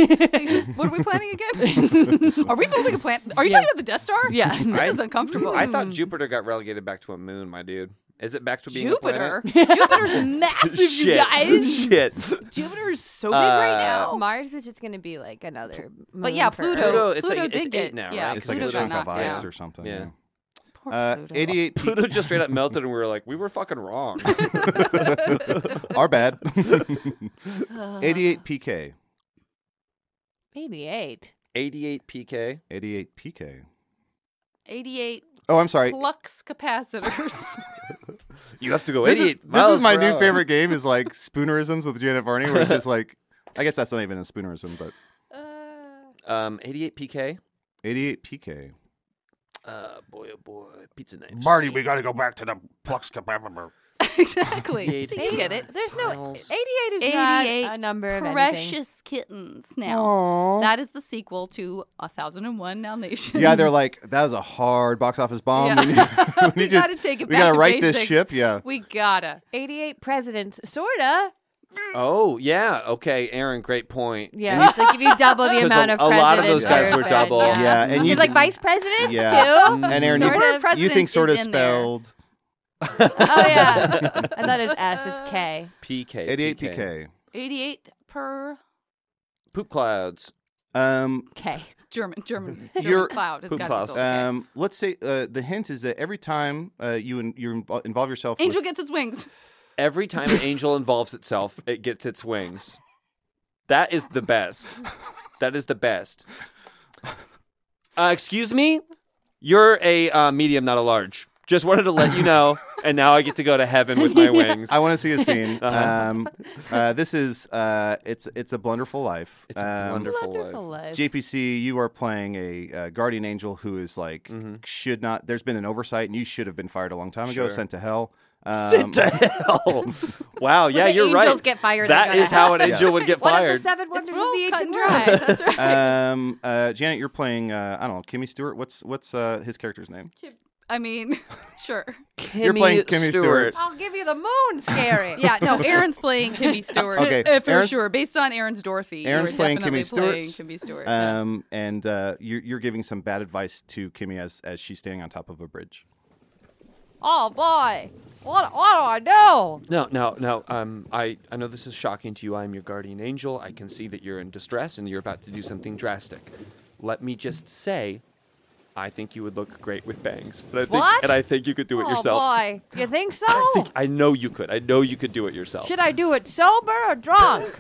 [SPEAKER 8] what are we planning again? are we building a plant? Are you talking about the Death Star? Yeah, this
[SPEAKER 7] I-
[SPEAKER 8] is uncomfortable.
[SPEAKER 7] I thought Jupiter got relegated back to a moon, my dude. Is it back to being
[SPEAKER 8] Jupiter.
[SPEAKER 7] A planet?
[SPEAKER 8] Jupiter's massive, you
[SPEAKER 7] Shit.
[SPEAKER 8] guys.
[SPEAKER 7] Shit.
[SPEAKER 8] Jupiter is so
[SPEAKER 7] big right Uh, now.
[SPEAKER 9] Mars is just going to be like another.
[SPEAKER 8] But
[SPEAKER 9] moon
[SPEAKER 8] yeah,
[SPEAKER 9] for
[SPEAKER 8] Pluto.
[SPEAKER 9] Earth.
[SPEAKER 7] Pluto, it's
[SPEAKER 8] Pluto
[SPEAKER 7] like- it's
[SPEAKER 8] did
[SPEAKER 7] eight
[SPEAKER 8] get
[SPEAKER 7] now,
[SPEAKER 8] yeah.
[SPEAKER 7] right?
[SPEAKER 3] It's like
[SPEAKER 8] Pluto
[SPEAKER 3] a
[SPEAKER 8] got
[SPEAKER 3] chunk of
[SPEAKER 8] knocked
[SPEAKER 3] ice
[SPEAKER 8] down.
[SPEAKER 3] or something.
[SPEAKER 7] Yeah.
[SPEAKER 3] Yeah. Uh, 88 P-
[SPEAKER 7] Pluto just straight up melted, and we were like, we were fucking wrong.
[SPEAKER 3] Our bad. 88 PK.
[SPEAKER 9] 88.
[SPEAKER 7] 88 PK.
[SPEAKER 3] 88 PK.
[SPEAKER 8] 88
[SPEAKER 3] Oh, I'm sorry.
[SPEAKER 8] flux capacitors.
[SPEAKER 7] You have to go
[SPEAKER 3] This is,
[SPEAKER 7] 88
[SPEAKER 3] this is
[SPEAKER 7] miles
[SPEAKER 3] my
[SPEAKER 7] per
[SPEAKER 3] new
[SPEAKER 7] hour.
[SPEAKER 3] favorite game is like Spoonerisms with Janet Varney, where it's just like, I guess that's not even a Spoonerism, but Uh,
[SPEAKER 7] Um, 88 PK.
[SPEAKER 3] 88 PK.
[SPEAKER 7] Uh, boy, oh boy, pizza knives.
[SPEAKER 17] Marty, we got to go back to the Plux Kebab.
[SPEAKER 8] exactly. So you get it.
[SPEAKER 9] There's no. 88 is not a
[SPEAKER 8] 88
[SPEAKER 9] number of anything.
[SPEAKER 8] Precious kittens. Now
[SPEAKER 9] Aw.
[SPEAKER 8] that is the sequel to A Thousand and One Dalmatians.
[SPEAKER 3] Yeah, they're like, that was a hard box office bomb.
[SPEAKER 8] Yeah.
[SPEAKER 3] We, need-
[SPEAKER 8] we,
[SPEAKER 3] need to-
[SPEAKER 8] gotta take it.
[SPEAKER 3] We
[SPEAKER 8] back
[SPEAKER 3] gotta
[SPEAKER 8] to
[SPEAKER 3] right this
[SPEAKER 8] basics.
[SPEAKER 3] ship. Yeah.
[SPEAKER 8] we gotta.
[SPEAKER 9] 88 presidents, sorta.
[SPEAKER 7] Oh yeah, okay, Aaron, great point.
[SPEAKER 9] Yeah, it's like if you double the
[SPEAKER 7] 'Cause
[SPEAKER 9] amount
[SPEAKER 7] a,
[SPEAKER 9] of
[SPEAKER 7] a lot of those
[SPEAKER 9] presidents,
[SPEAKER 7] guys
[SPEAKER 9] you're
[SPEAKER 7] were
[SPEAKER 9] fine.
[SPEAKER 7] double.
[SPEAKER 9] Yeah.
[SPEAKER 3] Yeah, and you
[SPEAKER 9] It's like
[SPEAKER 3] think-
[SPEAKER 9] vice presidents
[SPEAKER 3] yeah.
[SPEAKER 9] too.
[SPEAKER 3] And Aaron,
[SPEAKER 9] Sort
[SPEAKER 3] you,
[SPEAKER 9] of.
[SPEAKER 3] you think sort of spelled
[SPEAKER 9] Oh yeah, I thought it's S. It's K.
[SPEAKER 7] PK.
[SPEAKER 3] 88 PK.
[SPEAKER 8] Eighty-eight per
[SPEAKER 7] Poop clouds.
[SPEAKER 3] Um,
[SPEAKER 9] K.
[SPEAKER 8] German, German, German
[SPEAKER 3] Your-
[SPEAKER 8] cloud. It's gotta be so.
[SPEAKER 3] Um, let's say uh, the hint is that every time uh, you in, you invo- involve yourself,
[SPEAKER 8] Angel
[SPEAKER 3] with,
[SPEAKER 8] gets its wings.
[SPEAKER 7] Every time an angel involves itself, it gets its wings. That is the best. That is the best. Uh, excuse me, you're a uh, medium, not a large. Just wanted to let you know, and now I get to go to heaven with my wings.
[SPEAKER 3] I want to see a scene.
[SPEAKER 7] Uh-huh.
[SPEAKER 3] um, uh, this is uh, it's it's a blunderful life. Um, It's
[SPEAKER 7] a
[SPEAKER 9] Blunderful Blunderful life. life.
[SPEAKER 3] JPC, you are playing a uh, guardian angel who is like should not. There's been an oversight, and you should have been fired a long time ago,
[SPEAKER 7] Mm-hmm. Sure.
[SPEAKER 3] sent to hell. Um,
[SPEAKER 7] Sent to hell. wow. Yeah,
[SPEAKER 9] the
[SPEAKER 7] you're
[SPEAKER 9] angels
[SPEAKER 7] right.
[SPEAKER 9] get fired,
[SPEAKER 7] That
[SPEAKER 9] they're gonna
[SPEAKER 7] is how an
[SPEAKER 9] hell.
[SPEAKER 7] angel would get
[SPEAKER 9] One
[SPEAKER 7] fired.
[SPEAKER 9] of the seven wonders of the ancient
[SPEAKER 8] dry.
[SPEAKER 9] world.
[SPEAKER 8] That's right.
[SPEAKER 3] um, uh, Janet, you're playing. Uh, I don't know, Kimmy Stewart. What's what's uh, his character's name?
[SPEAKER 8] I mean, sure.
[SPEAKER 3] You're playing Kimmy Stewart.
[SPEAKER 9] I'll give you the moon, scary.
[SPEAKER 8] Yeah, no, Aaron's playing Kimmy Stewart
[SPEAKER 3] Okay,
[SPEAKER 8] uh, for
[SPEAKER 3] Aaron's-
[SPEAKER 8] sure. Based on Aaron's Dorothy,
[SPEAKER 3] Aaron's
[SPEAKER 8] you're
[SPEAKER 3] playing
[SPEAKER 8] definitely
[SPEAKER 3] Kimmy Stewart.
[SPEAKER 8] playing Kimmy Stewart.
[SPEAKER 3] Um, and uh, you're, you're giving some bad advice to Kimmy as, as she's standing on top of a bridge.
[SPEAKER 9] Oh boy, what what do I do?
[SPEAKER 7] No, no, no. Um, I, I know this is shocking to you. I'm your guardian angel. I can see that you're in distress and you're about to do something drastic. Let me just say, I think you would look great with bangs. And I think,
[SPEAKER 9] What?
[SPEAKER 7] And I think you could do it
[SPEAKER 9] oh
[SPEAKER 7] yourself.
[SPEAKER 9] boy, you think so?
[SPEAKER 7] I, think, I know you could. I know you could do it yourself.
[SPEAKER 9] Should I do it sober or drunk?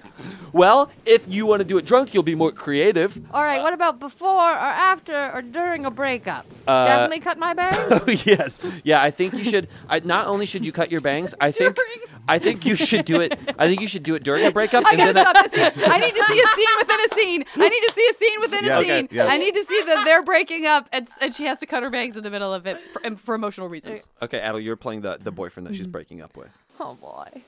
[SPEAKER 7] Well, if you want to do it drunk, you'll be more creative.
[SPEAKER 9] All right, what about before or after or during a breakup?
[SPEAKER 7] Uh,
[SPEAKER 9] Definitely cut my bangs.
[SPEAKER 7] Oh, yes. Yeah, I think you should. I, not only should you cut your bangs, I think I think you should do it. I think you should do it during a breakup.
[SPEAKER 8] I
[SPEAKER 7] and
[SPEAKER 8] gotta
[SPEAKER 7] then
[SPEAKER 8] stop this scene. I need to see a scene within a scene. I need to see a scene within
[SPEAKER 7] Yes,
[SPEAKER 8] a scene.
[SPEAKER 7] okay, yes.
[SPEAKER 8] I need to see that they're breaking up, and, s- and she has to cut her bangs in the middle of it for, and for emotional reasons.
[SPEAKER 7] Okay, Adel, you're playing the, the boyfriend that she's breaking up with.
[SPEAKER 9] Oh boy.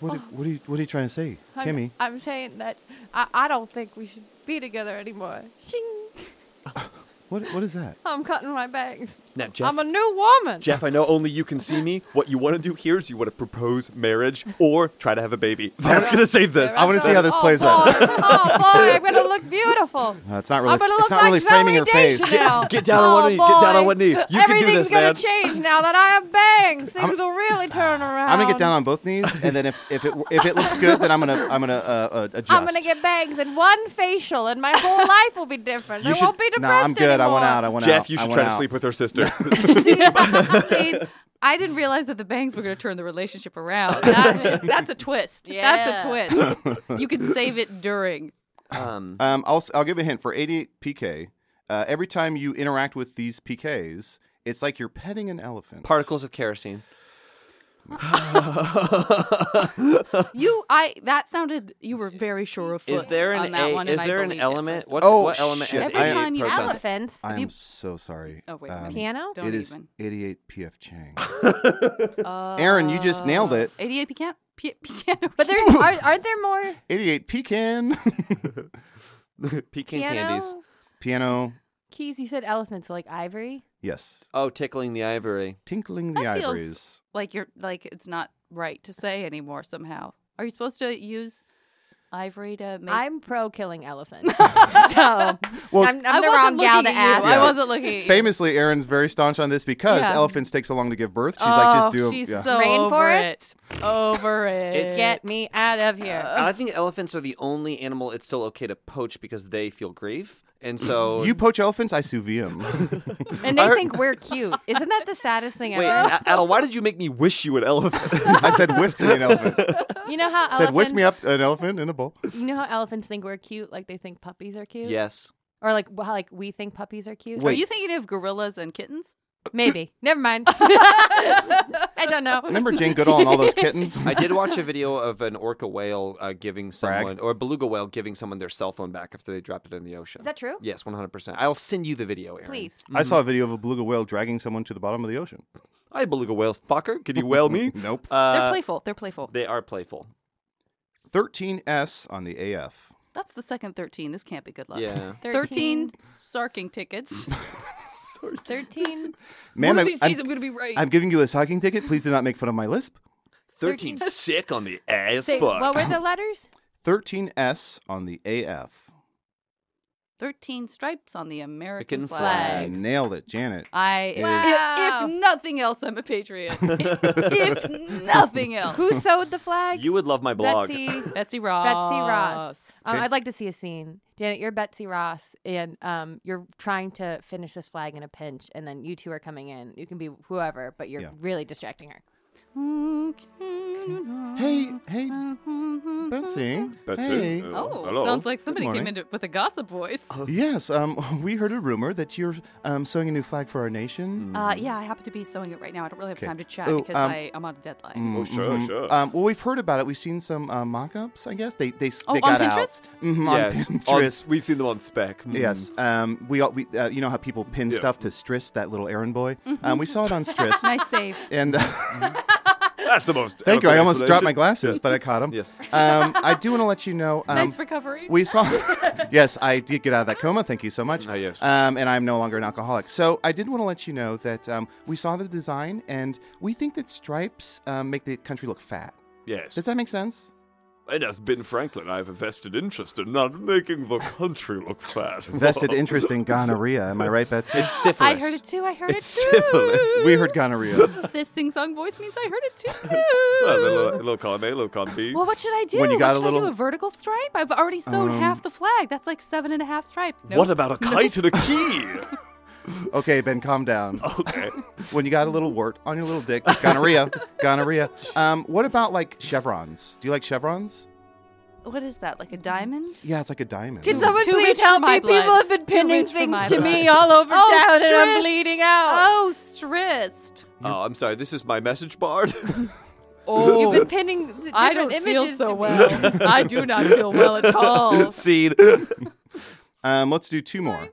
[SPEAKER 3] What,
[SPEAKER 7] Oh.
[SPEAKER 3] are, what, are you, what are you trying to say,
[SPEAKER 9] I'm,
[SPEAKER 3] Kimmy?
[SPEAKER 9] I'm saying that I, I don't think we should be together anymore. Shing.
[SPEAKER 3] What, what is that?
[SPEAKER 9] I'm cutting my bangs.
[SPEAKER 7] Now, Jeff,
[SPEAKER 9] I'm a new woman.
[SPEAKER 7] Jeff, I know only you can see me. What you want to do here is you want to propose marriage or try to have a baby. That's going to save this.
[SPEAKER 3] I want to see how this plays
[SPEAKER 9] Oh, boy.
[SPEAKER 3] out.
[SPEAKER 9] oh boy, I'm gonna look beautiful.
[SPEAKER 3] No, Uh, it's not really.
[SPEAKER 9] I'm gonna
[SPEAKER 3] It's
[SPEAKER 9] look
[SPEAKER 3] not
[SPEAKER 9] like
[SPEAKER 3] really framing her
[SPEAKER 9] Zoe
[SPEAKER 3] face.
[SPEAKER 9] Deschanel.
[SPEAKER 7] Get down on
[SPEAKER 9] oh,
[SPEAKER 7] one knee. Get down on
[SPEAKER 9] boy.
[SPEAKER 7] one knee. You can do this,
[SPEAKER 9] Everything's gonna
[SPEAKER 7] man.
[SPEAKER 9] change now that I have bangs. Things
[SPEAKER 3] I'm-
[SPEAKER 9] will really turn around.
[SPEAKER 3] I'm gonna get down on both knees, and then if, if it if it looks good, then I'm gonna I'm gonna uh, uh, adjust.
[SPEAKER 9] I'm gonna get bangs and one facial, and my whole life will be different.
[SPEAKER 3] You
[SPEAKER 9] I
[SPEAKER 3] should-
[SPEAKER 9] won't be
[SPEAKER 3] Nah,
[SPEAKER 9] depressed
[SPEAKER 3] I'm good. I
[SPEAKER 9] anymore.
[SPEAKER 3] want out. I want out.
[SPEAKER 7] Jeff, you
[SPEAKER 3] I
[SPEAKER 7] should
[SPEAKER 3] want
[SPEAKER 7] try to
[SPEAKER 3] out.
[SPEAKER 7] sleep with her sister.
[SPEAKER 8] See, I didn't realize that the bangs were going to turn the relationship around. That is, that's a twist. That's a twist. You can save it during.
[SPEAKER 7] um,
[SPEAKER 3] Um, I'll s- I'll give a hint for 88 PK. Uh, every time you interact with these PKs, it's like you're petting an elephant.
[SPEAKER 7] Particles of kerosene.
[SPEAKER 8] you, I that sounded. You were very sure of
[SPEAKER 7] Is
[SPEAKER 8] foot
[SPEAKER 7] there an
[SPEAKER 8] on that
[SPEAKER 7] a-
[SPEAKER 8] one.
[SPEAKER 7] is
[SPEAKER 8] and
[SPEAKER 7] there
[SPEAKER 8] I
[SPEAKER 7] an
[SPEAKER 8] believed it.
[SPEAKER 7] element? What's,
[SPEAKER 3] Oh,
[SPEAKER 7] what element
[SPEAKER 3] shit.
[SPEAKER 7] has
[SPEAKER 3] Every
[SPEAKER 7] eight
[SPEAKER 3] time you-
[SPEAKER 7] protons?
[SPEAKER 9] elephants.
[SPEAKER 3] I
[SPEAKER 9] Have you-
[SPEAKER 3] am so sorry.
[SPEAKER 8] Oh, wait,
[SPEAKER 3] Um,
[SPEAKER 9] piano?
[SPEAKER 3] it
[SPEAKER 9] Don't
[SPEAKER 3] is
[SPEAKER 8] even.
[SPEAKER 3] 88 PF Chang. Aaron, you just nailed it.
[SPEAKER 8] 88 pecan, pe- piano.
[SPEAKER 9] But there's are, aren't there more?
[SPEAKER 3] 88 pecan.
[SPEAKER 7] Pecan
[SPEAKER 9] Piano?
[SPEAKER 7] candies.
[SPEAKER 3] Piano.
[SPEAKER 9] Keys, you said elephants like ivory.
[SPEAKER 3] Yes.
[SPEAKER 7] Oh, tickling the ivory.
[SPEAKER 3] Tinkling
[SPEAKER 8] That feels like you're like it's not right to say anymore. Somehow, are you supposed to use ivory to make?
[SPEAKER 9] I'm pro killing elephants. so I'm, I'm the
[SPEAKER 8] I wasn't
[SPEAKER 9] wrong gal to
[SPEAKER 8] looking at
[SPEAKER 9] ask.
[SPEAKER 8] you. I wasn't looking at you.
[SPEAKER 3] Famously, Aaron's very staunch on this because
[SPEAKER 9] Yeah.
[SPEAKER 3] elephants takes so long to give birth. She's like, just
[SPEAKER 8] Oh,
[SPEAKER 3] do
[SPEAKER 8] she's
[SPEAKER 3] yeah.
[SPEAKER 8] so over
[SPEAKER 9] Rainforest?
[SPEAKER 8] it. Over it.
[SPEAKER 9] Get me out of here.
[SPEAKER 7] I think elephants are the only animal it's still okay to poach because they feel grief, and so
[SPEAKER 3] You poach elephants, I sous vide 'em.
[SPEAKER 9] and they
[SPEAKER 7] I heard-
[SPEAKER 9] think we're cute. Isn't that the saddest thing
[SPEAKER 7] Wait,
[SPEAKER 9] ever?
[SPEAKER 7] A- Adel, why did you make me wish you an elephant?
[SPEAKER 3] I said whisk me an elephant.
[SPEAKER 9] You know how
[SPEAKER 3] said whisk
[SPEAKER 9] elephants-
[SPEAKER 3] me up an elephant in a bowl.
[SPEAKER 9] You know how elephants think we're cute, like they think puppies are cute.
[SPEAKER 7] Yes.
[SPEAKER 9] Or like wh- how, like we think puppies are cute.
[SPEAKER 8] Are you thinking of gorillas and kittens?
[SPEAKER 9] Maybe. Never mind. I don't know.
[SPEAKER 3] Remember Jane Goodall and all those kittens?
[SPEAKER 7] I did watch a video of an orca whale uh, giving someone, or a beluga whale giving someone their cell phone back after they dropped it in the ocean.
[SPEAKER 9] Is that true?
[SPEAKER 7] Yes, 100%. I'll send you the video, Aaron.
[SPEAKER 9] Please.
[SPEAKER 3] I saw a video of a beluga whale dragging someone to the bottom of the ocean.
[SPEAKER 7] Hi, beluga whale fucker. Can you whale me?
[SPEAKER 3] nope.
[SPEAKER 8] They're
[SPEAKER 7] Uh,
[SPEAKER 8] playful. They're playful.
[SPEAKER 7] They are playful.
[SPEAKER 3] 13S on the AF.
[SPEAKER 8] That's the second 13. This can't be good luck.
[SPEAKER 3] Yeah.
[SPEAKER 8] 13, sarking tickets.
[SPEAKER 9] 13.
[SPEAKER 8] One of
[SPEAKER 3] I'm-
[SPEAKER 8] these
[SPEAKER 3] I'm-
[SPEAKER 8] days I'm gonna be right.
[SPEAKER 3] I'm giving you a socking ticket. Please do not make fun of my lisp.
[SPEAKER 7] 13 sick on the ass
[SPEAKER 9] Say, what were the letters?
[SPEAKER 3] 13S on the AF.
[SPEAKER 8] 13 stripes on the American
[SPEAKER 3] Can
[SPEAKER 8] flag.
[SPEAKER 3] Nailed it, Janet.
[SPEAKER 8] I
[SPEAKER 3] It
[SPEAKER 8] if, if nothing else, I'm a patriot. if nothing else,
[SPEAKER 9] Who sewed the flag?
[SPEAKER 7] You would love my blog.
[SPEAKER 9] Betsy.
[SPEAKER 8] Betsy Ross.
[SPEAKER 9] Betsy Ross. Um,
[SPEAKER 7] Okay.
[SPEAKER 9] I'd like to see a scene. Janet, you're Betsy Ross, and um, you're trying to finish this flag in a pinch, and then you two are coming in. You can be whoever, but you're
[SPEAKER 3] Yeah.
[SPEAKER 9] really distracting her.
[SPEAKER 3] Hey, hey, Betsy.
[SPEAKER 8] Betsy?
[SPEAKER 3] Hey.
[SPEAKER 8] Oh, sounds like somebody
[SPEAKER 3] Good
[SPEAKER 8] came
[SPEAKER 3] morning. Oh.
[SPEAKER 8] in with a gossip voice.
[SPEAKER 3] Yes, um, we heard a rumor that you're um, sewing a new flag for our nation.
[SPEAKER 8] Uh, yeah, I happen to be sewing it right now. I don't really have
[SPEAKER 3] Okay.
[SPEAKER 8] time to chat
[SPEAKER 3] Oh,
[SPEAKER 8] because
[SPEAKER 3] um,
[SPEAKER 8] I, I'm on a deadline.
[SPEAKER 3] Mm, mhm. Um, well, we've heard about it. We've seen some uh, mock-ups. I guess they they, s-
[SPEAKER 8] Oh,
[SPEAKER 3] they
[SPEAKER 8] on
[SPEAKER 3] got out.
[SPEAKER 8] Pinterest?
[SPEAKER 3] Mhm,
[SPEAKER 7] Yes,
[SPEAKER 3] on
[SPEAKER 7] on- mm.
[SPEAKER 3] Pinterest.
[SPEAKER 7] we've seen them on spec. Mhm.
[SPEAKER 3] Yes. Um, we all we uh, you know how people pin
[SPEAKER 7] Yeah.
[SPEAKER 3] stuff to Strist, that little errand boy.
[SPEAKER 8] Mhm.
[SPEAKER 3] Um, we saw it on Strist.
[SPEAKER 8] Nice save.
[SPEAKER 3] And
[SPEAKER 14] That's the most.
[SPEAKER 3] Thank you. I almost dropped my
[SPEAKER 14] explanation.
[SPEAKER 3] glasses, but I caught them. Yes. Um, I do want to let you know. Um,
[SPEAKER 8] Nice recovery.
[SPEAKER 3] We saw. yes, I did get out of that coma. Thank you so much. yes. Um, and I'm no longer an alcoholic. So I did want to let you know that um, we saw the design, and we think that stripes um, make the country look fat.
[SPEAKER 14] Yes.
[SPEAKER 3] Does that make sense?
[SPEAKER 14] And as Ben Franklin, I have a vested interest in not making the country look fat.
[SPEAKER 3] Vested interest in gonorrhea. Am I right, Betsy? It's
[SPEAKER 8] syphilis. I heard it too. I heard
[SPEAKER 14] It's
[SPEAKER 8] it too.
[SPEAKER 14] syphilis.
[SPEAKER 3] We heard gonorrhea.
[SPEAKER 8] This sing song voice means I heard it too.
[SPEAKER 14] Well, a little, a little con A, a little con B.
[SPEAKER 8] Well, what should I do?
[SPEAKER 14] When you got
[SPEAKER 8] what
[SPEAKER 14] a
[SPEAKER 8] should I
[SPEAKER 14] little-
[SPEAKER 8] do? A vertical stripe? I've already sewn
[SPEAKER 3] Um,
[SPEAKER 8] half the flag. That's like seven and a half stripes. Nope.
[SPEAKER 14] What about a
[SPEAKER 8] Nope.
[SPEAKER 14] kite and a key?
[SPEAKER 3] Okay, Ben, calm down.
[SPEAKER 13] Oh.
[SPEAKER 14] Okay.
[SPEAKER 3] when you got a little wart on your little dick, gonorrhea, gonorrhea. Um, what about like chevrons? Do you like chevrons?
[SPEAKER 8] What is that? Like a diamond?
[SPEAKER 3] Yeah, it's like a diamond.
[SPEAKER 8] Can someone
[SPEAKER 9] Please
[SPEAKER 8] rich
[SPEAKER 9] help
[SPEAKER 8] for
[SPEAKER 9] me.
[SPEAKER 8] my
[SPEAKER 9] People
[SPEAKER 8] blood.
[SPEAKER 9] have been
[SPEAKER 8] Too
[SPEAKER 9] pinning
[SPEAKER 8] rich for
[SPEAKER 9] things
[SPEAKER 8] my
[SPEAKER 9] to
[SPEAKER 8] blood.
[SPEAKER 9] me all over
[SPEAKER 8] Oh,
[SPEAKER 9] town, and I'm
[SPEAKER 8] stressed.
[SPEAKER 9] bleeding out.
[SPEAKER 8] Oh, stressed.
[SPEAKER 14] Oh, I'm sorry. This is my message barred.
[SPEAKER 8] Oh,
[SPEAKER 9] You've been pinning. th-
[SPEAKER 8] I
[SPEAKER 9] different
[SPEAKER 8] don't feel
[SPEAKER 9] images
[SPEAKER 8] so
[SPEAKER 9] to me.
[SPEAKER 8] well. I do not feel well at all.
[SPEAKER 14] Scene.
[SPEAKER 3] Um, let's do two more.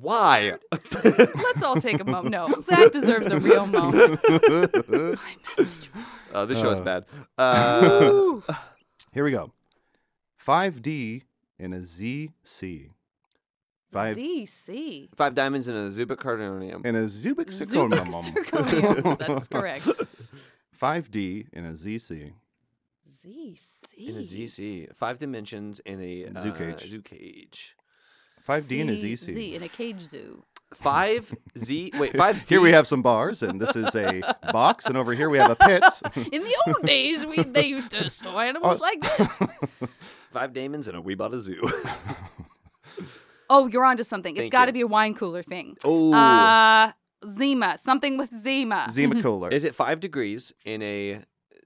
[SPEAKER 14] Why?
[SPEAKER 8] Let's all take a moment. No, that deserves a real moment.
[SPEAKER 7] Uh, this show is bad.
[SPEAKER 3] Uh, here we go. 5D and a ZC. Five
[SPEAKER 8] ZC.
[SPEAKER 7] Five diamonds and a Zubik cardonium.
[SPEAKER 3] and a Zubik
[SPEAKER 8] Zubik
[SPEAKER 3] zirconium.
[SPEAKER 8] zirconium. That's correct.
[SPEAKER 3] 5D and a ZC.
[SPEAKER 7] In a
[SPEAKER 8] ZC.
[SPEAKER 7] ZC. Five dimensions in a uh,
[SPEAKER 3] Zoo cage.
[SPEAKER 7] Zoo cage.
[SPEAKER 3] 5D and a ZC.
[SPEAKER 8] Z in a cage zoo.
[SPEAKER 7] Five Z. Wait, five.
[SPEAKER 3] Here we have some bars, and this is a box, and over here we have a pit.
[SPEAKER 8] In the old days, we they used to store
[SPEAKER 7] Oh.
[SPEAKER 8] animals like this.
[SPEAKER 7] Five diamonds and a we bought a zoo.
[SPEAKER 8] Oh, you're onto something. It's
[SPEAKER 7] Thank
[SPEAKER 8] got to
[SPEAKER 7] you.
[SPEAKER 8] be a wine cooler thing.
[SPEAKER 7] Oh.
[SPEAKER 8] Uh, Zima. Something with Zima.
[SPEAKER 3] Zima cooler.
[SPEAKER 7] Is it five degrees in a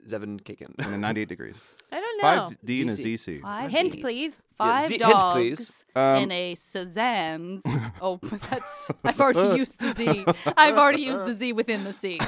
[SPEAKER 7] seven kicken?
[SPEAKER 3] And a 98 degrees.
[SPEAKER 9] I don't know.
[SPEAKER 3] 5D and a ZC.
[SPEAKER 8] Five
[SPEAKER 9] Hint,
[SPEAKER 8] Ds.
[SPEAKER 9] please.
[SPEAKER 8] Five
[SPEAKER 7] Z- hint,
[SPEAKER 8] dogs
[SPEAKER 7] please.
[SPEAKER 3] Um,
[SPEAKER 8] and a Sazan's. oh, that's I've already used the Z. I've already used the Z within the C.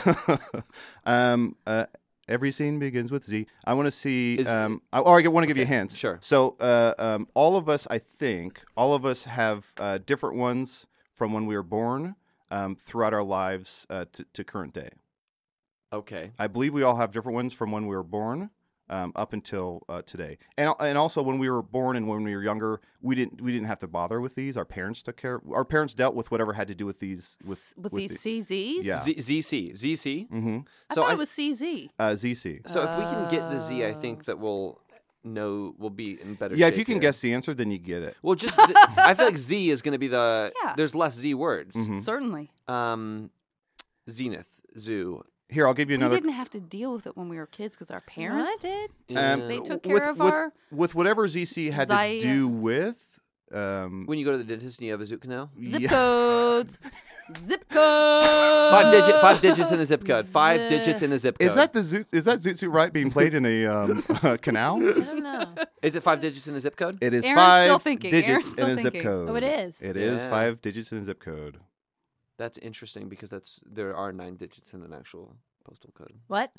[SPEAKER 3] um, uh, Every scene begins with Z. I want to see. um, I, or I want to give you hints. Sure. So uh, um, all of us, I think, all of us have uh, different ones from when we were born um, throughout our lives uh, to, to current day.
[SPEAKER 7] Okay.
[SPEAKER 3] I believe we all have different ones from when we were born um, up until uh, today, and and also when we were born and when we were younger, we didn't we didn't have to bother with these. Our parents took care. Our parents dealt with whatever had to do with these with
[SPEAKER 8] With, these
[SPEAKER 3] the-
[SPEAKER 8] CZs?
[SPEAKER 3] Yeah.
[SPEAKER 7] Z- ZC. ZC.
[SPEAKER 3] Mm-hmm.
[SPEAKER 8] I
[SPEAKER 7] So
[SPEAKER 8] thought
[SPEAKER 7] I-
[SPEAKER 8] it was uh, CZ.
[SPEAKER 3] Uh, ZC.
[SPEAKER 7] So if we can get the Z, I think that we'll know we'll be in better.
[SPEAKER 3] yeah, if
[SPEAKER 7] shape
[SPEAKER 3] you can
[SPEAKER 7] here.
[SPEAKER 3] guess the answer, then you get it.
[SPEAKER 7] Well, just th- I feel like Z is going to be the.
[SPEAKER 8] Yeah.
[SPEAKER 7] There's less Z words.
[SPEAKER 3] Mhm.
[SPEAKER 8] Certainly.
[SPEAKER 7] Um, zenith, zoo.
[SPEAKER 3] Here, I'll give you
[SPEAKER 8] we
[SPEAKER 3] another.
[SPEAKER 8] didn't have to deal with it when we were kids because our parents did.
[SPEAKER 3] Um,
[SPEAKER 8] they took care
[SPEAKER 3] with-
[SPEAKER 8] of
[SPEAKER 3] with,
[SPEAKER 8] our.
[SPEAKER 3] with whatever ZC had to
[SPEAKER 8] Zy-
[SPEAKER 3] do with. Um,
[SPEAKER 7] when you go to the dentist and you have a zoo canal.
[SPEAKER 8] Zip
[SPEAKER 3] yeah.
[SPEAKER 8] codes. Zip code.
[SPEAKER 7] Five digit, five digits in a zip code. Five
[SPEAKER 8] Zip.
[SPEAKER 7] digits in a zip code.
[SPEAKER 3] Is that the zoo, is that Zoot Suit Right being played in a um, canal?
[SPEAKER 7] Is it five digits in a zip code?
[SPEAKER 3] It is
[SPEAKER 7] Aaron's
[SPEAKER 3] five
[SPEAKER 7] still thinking. Aaron's
[SPEAKER 3] digits
[SPEAKER 7] still
[SPEAKER 3] in a zip
[SPEAKER 7] thinking.
[SPEAKER 3] code.
[SPEAKER 7] Oh, it is.
[SPEAKER 3] It is
[SPEAKER 7] Yeah.
[SPEAKER 3] five digits in a zip code.
[SPEAKER 7] That's interesting because that's there are nine digits in an actual postal code.
[SPEAKER 9] What?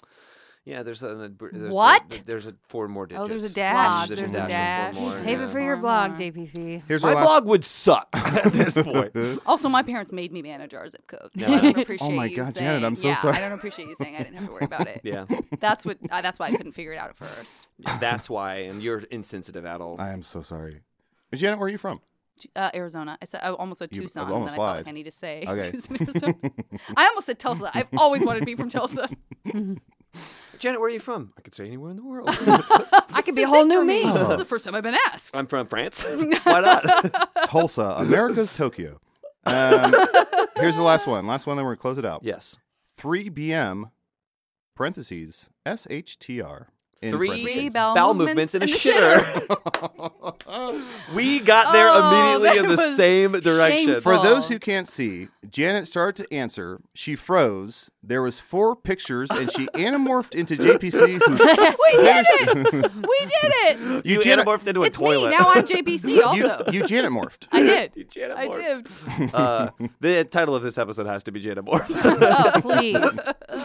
[SPEAKER 7] Yeah, there's an abr- there's the-
[SPEAKER 9] What?
[SPEAKER 7] th- there's a four more digits.
[SPEAKER 8] Oh, there's a dash,
[SPEAKER 7] There's,
[SPEAKER 8] there's
[SPEAKER 7] a
[SPEAKER 8] a
[SPEAKER 7] dash.
[SPEAKER 8] dash.
[SPEAKER 7] with four more,
[SPEAKER 9] Save it
[SPEAKER 7] yeah.
[SPEAKER 9] for your blog, DPC.
[SPEAKER 3] Here's
[SPEAKER 14] My
[SPEAKER 3] our last-
[SPEAKER 14] blog would suck at this point.
[SPEAKER 8] Also, my parents made me manage our zip code. So
[SPEAKER 14] Yeah.
[SPEAKER 8] I don't
[SPEAKER 14] Oh
[SPEAKER 8] appreciate
[SPEAKER 14] my
[SPEAKER 8] you
[SPEAKER 14] God,
[SPEAKER 8] saying,
[SPEAKER 14] Janet, I'm so
[SPEAKER 8] yeah,
[SPEAKER 14] sorry.
[SPEAKER 8] I don't appreciate you saying I didn't have to worry about it.
[SPEAKER 7] Yeah.
[SPEAKER 8] That's what. Uh, that's why I couldn't figure it out at first.
[SPEAKER 7] That's why, and you're insensitive at all.
[SPEAKER 3] I am so sorry. Janet, where are you from?
[SPEAKER 8] Uh, Arizona. I said I almost said
[SPEAKER 3] You- I
[SPEAKER 8] Tucson,
[SPEAKER 3] almost
[SPEAKER 8] and then I felt
[SPEAKER 3] lied.
[SPEAKER 8] like I need to say
[SPEAKER 3] Okay.
[SPEAKER 8] Tucson, Arizona. I almost said Tulsa. I've always wanted to be from Tulsa.
[SPEAKER 7] Janet, where are you from? I could say anywhere in the world.
[SPEAKER 8] I
[SPEAKER 9] could be a whole new me.
[SPEAKER 8] That's the first time I've been asked.
[SPEAKER 7] I'm from France. Why not?
[SPEAKER 3] Tulsa, America's Tokyo. Um, here's the last one. Last one, then we're going to close it out.
[SPEAKER 7] Yes.
[SPEAKER 3] 3BM, parentheses, SHTR. in
[SPEAKER 7] Three
[SPEAKER 3] parentheses.
[SPEAKER 7] bowel Bowel movements movements in a in a shitter.
[SPEAKER 14] we got there immediately in the same direction.
[SPEAKER 3] For those who can't see, Janet started to answer. She froze. There was four pictures, and she anamorphed into JPC. Who
[SPEAKER 8] we did it. We did it.
[SPEAKER 3] You,
[SPEAKER 14] anamorphed into a
[SPEAKER 8] It's me. Now I'm JPC also.
[SPEAKER 3] You, you Janetmorphed.
[SPEAKER 8] I did.
[SPEAKER 7] Janet
[SPEAKER 8] I
[SPEAKER 7] Morph.
[SPEAKER 8] did.
[SPEAKER 7] uh, the title of this episode has to be Janet Morph.
[SPEAKER 9] Oh, please.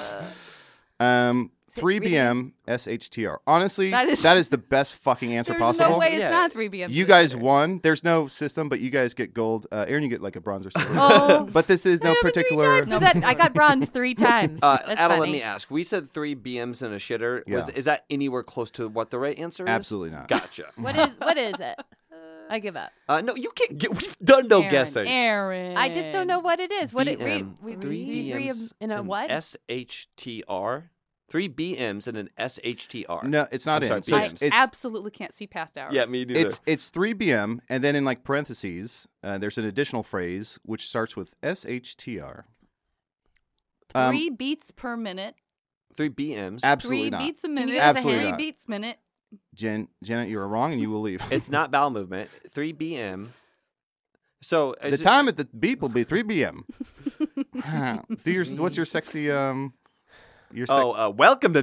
[SPEAKER 3] Um,
[SPEAKER 8] Is it
[SPEAKER 3] 3BM SHTR. Honestly,
[SPEAKER 8] That is-
[SPEAKER 3] that is the best fucking answer
[SPEAKER 8] There's
[SPEAKER 3] possible.
[SPEAKER 8] no way it's not 3BM.
[SPEAKER 3] You guys won. There's no system, but you guys get gold. Uh, Aaron, you get like a bronze or silver.
[SPEAKER 9] Oh.
[SPEAKER 3] but this is no particular.
[SPEAKER 9] No, that, I got bronze three times.
[SPEAKER 7] Uh,
[SPEAKER 9] That's
[SPEAKER 7] Adel, let
[SPEAKER 9] funny.
[SPEAKER 7] me ask. We said three BMs in a shitter. Was,
[SPEAKER 3] Yeah.
[SPEAKER 7] is that anywhere close to what the right answer is?
[SPEAKER 3] Absolutely not.
[SPEAKER 7] Gotcha.
[SPEAKER 9] What is what is it? I give up.
[SPEAKER 7] Uh, no, you can't. Get, we've done no guessing.
[SPEAKER 8] Aaron.
[SPEAKER 9] I just don't know what it is. What it we
[SPEAKER 7] BM,
[SPEAKER 9] we
[SPEAKER 7] three
[SPEAKER 9] we- we-
[SPEAKER 7] BMs
[SPEAKER 9] in a
[SPEAKER 7] and
[SPEAKER 9] what?
[SPEAKER 7] SHTR. Three BMs and an SHTR.
[SPEAKER 3] No, it's not
[SPEAKER 7] I'm
[SPEAKER 3] in.
[SPEAKER 7] sorry,
[SPEAKER 3] So
[SPEAKER 8] I
[SPEAKER 3] it's-
[SPEAKER 7] BMs.
[SPEAKER 3] it's-
[SPEAKER 8] absolutely can't see past hours.
[SPEAKER 3] It's it's 3BM, and then in like parentheses, uh, there's an additional phrase which starts with SHTR. Um,
[SPEAKER 8] Three beats per minute.
[SPEAKER 7] Three BMs.
[SPEAKER 3] absolutely
[SPEAKER 8] three
[SPEAKER 3] not.
[SPEAKER 8] beats a minute.
[SPEAKER 3] Absolutely
[SPEAKER 8] three
[SPEAKER 3] not.
[SPEAKER 8] beats minute.
[SPEAKER 3] Jan- Janet, you are wrong, and you will leave.
[SPEAKER 7] It's not bowel movement. Three BM. So
[SPEAKER 3] the
[SPEAKER 7] is it-
[SPEAKER 3] time at the beep will be 3 p.m. Do your what's your sexy um your sec-
[SPEAKER 7] oh, uh, welcome to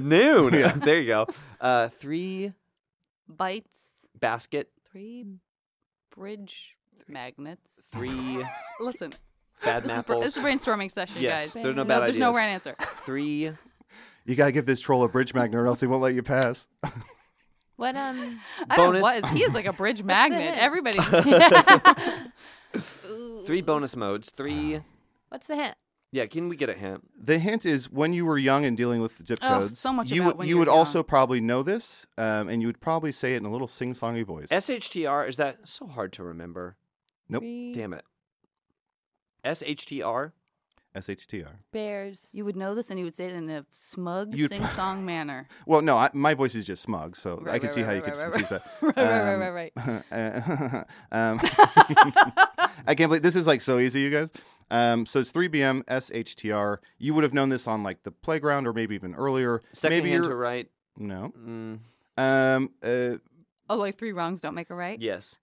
[SPEAKER 7] noon.
[SPEAKER 3] Yeah.
[SPEAKER 7] there you go. Uh, three
[SPEAKER 8] Bites.
[SPEAKER 7] basket.
[SPEAKER 8] Three bridge magnets.
[SPEAKER 7] Three
[SPEAKER 8] Listen,
[SPEAKER 7] bad
[SPEAKER 8] this is, br-
[SPEAKER 7] apples.
[SPEAKER 8] this is a brainstorming session,
[SPEAKER 7] Yes,
[SPEAKER 8] guys.
[SPEAKER 7] there's no bad
[SPEAKER 8] There's no
[SPEAKER 7] ideas.
[SPEAKER 8] right answer.
[SPEAKER 7] Three.
[SPEAKER 3] you got to give this troll a bridge magnet or else he won't let you pass.
[SPEAKER 9] What um?
[SPEAKER 8] I don't know
[SPEAKER 7] Bonus.
[SPEAKER 8] what is. He is like a bridge magnet.
[SPEAKER 9] hint?
[SPEAKER 8] Everybody's.
[SPEAKER 7] Three bonus modes. Three.
[SPEAKER 9] What's the hint?
[SPEAKER 7] Yeah, can we get a hint?
[SPEAKER 3] The hint is when you were young and dealing with zip
[SPEAKER 9] Oh,
[SPEAKER 3] codes,
[SPEAKER 9] so much
[SPEAKER 3] you
[SPEAKER 9] about
[SPEAKER 3] would
[SPEAKER 9] when
[SPEAKER 3] you
[SPEAKER 9] you're
[SPEAKER 3] would also probably know this um, and you would probably say it in a little sing-songy voice.
[SPEAKER 7] SHTR is that so hard to remember?
[SPEAKER 3] nope.
[SPEAKER 7] Oh, Damn it. SHTR.
[SPEAKER 3] SHTR.
[SPEAKER 9] Bears.
[SPEAKER 8] You would know this, and you would say it in a smug,
[SPEAKER 3] You'd-
[SPEAKER 8] sing-song manner.
[SPEAKER 3] Well, no, I, my voice is just smug, so I
[SPEAKER 8] Right,
[SPEAKER 3] can
[SPEAKER 8] right,
[SPEAKER 3] see how
[SPEAKER 8] right,
[SPEAKER 3] you
[SPEAKER 8] right,
[SPEAKER 3] could
[SPEAKER 8] right,
[SPEAKER 3] confuse
[SPEAKER 8] right.
[SPEAKER 3] that. Um,
[SPEAKER 8] Right, right,
[SPEAKER 3] right, um, I can't believe this is like so easy, you guys. Um, so it's 3BM SHTR. You would have known this on like the playground or maybe even earlier.
[SPEAKER 7] Second
[SPEAKER 3] maybe
[SPEAKER 7] hand
[SPEAKER 3] you're-
[SPEAKER 7] to right.
[SPEAKER 3] No.
[SPEAKER 7] Mm,
[SPEAKER 3] Um, uh,
[SPEAKER 8] Oh, like three wrongs don't make a right.
[SPEAKER 7] yes.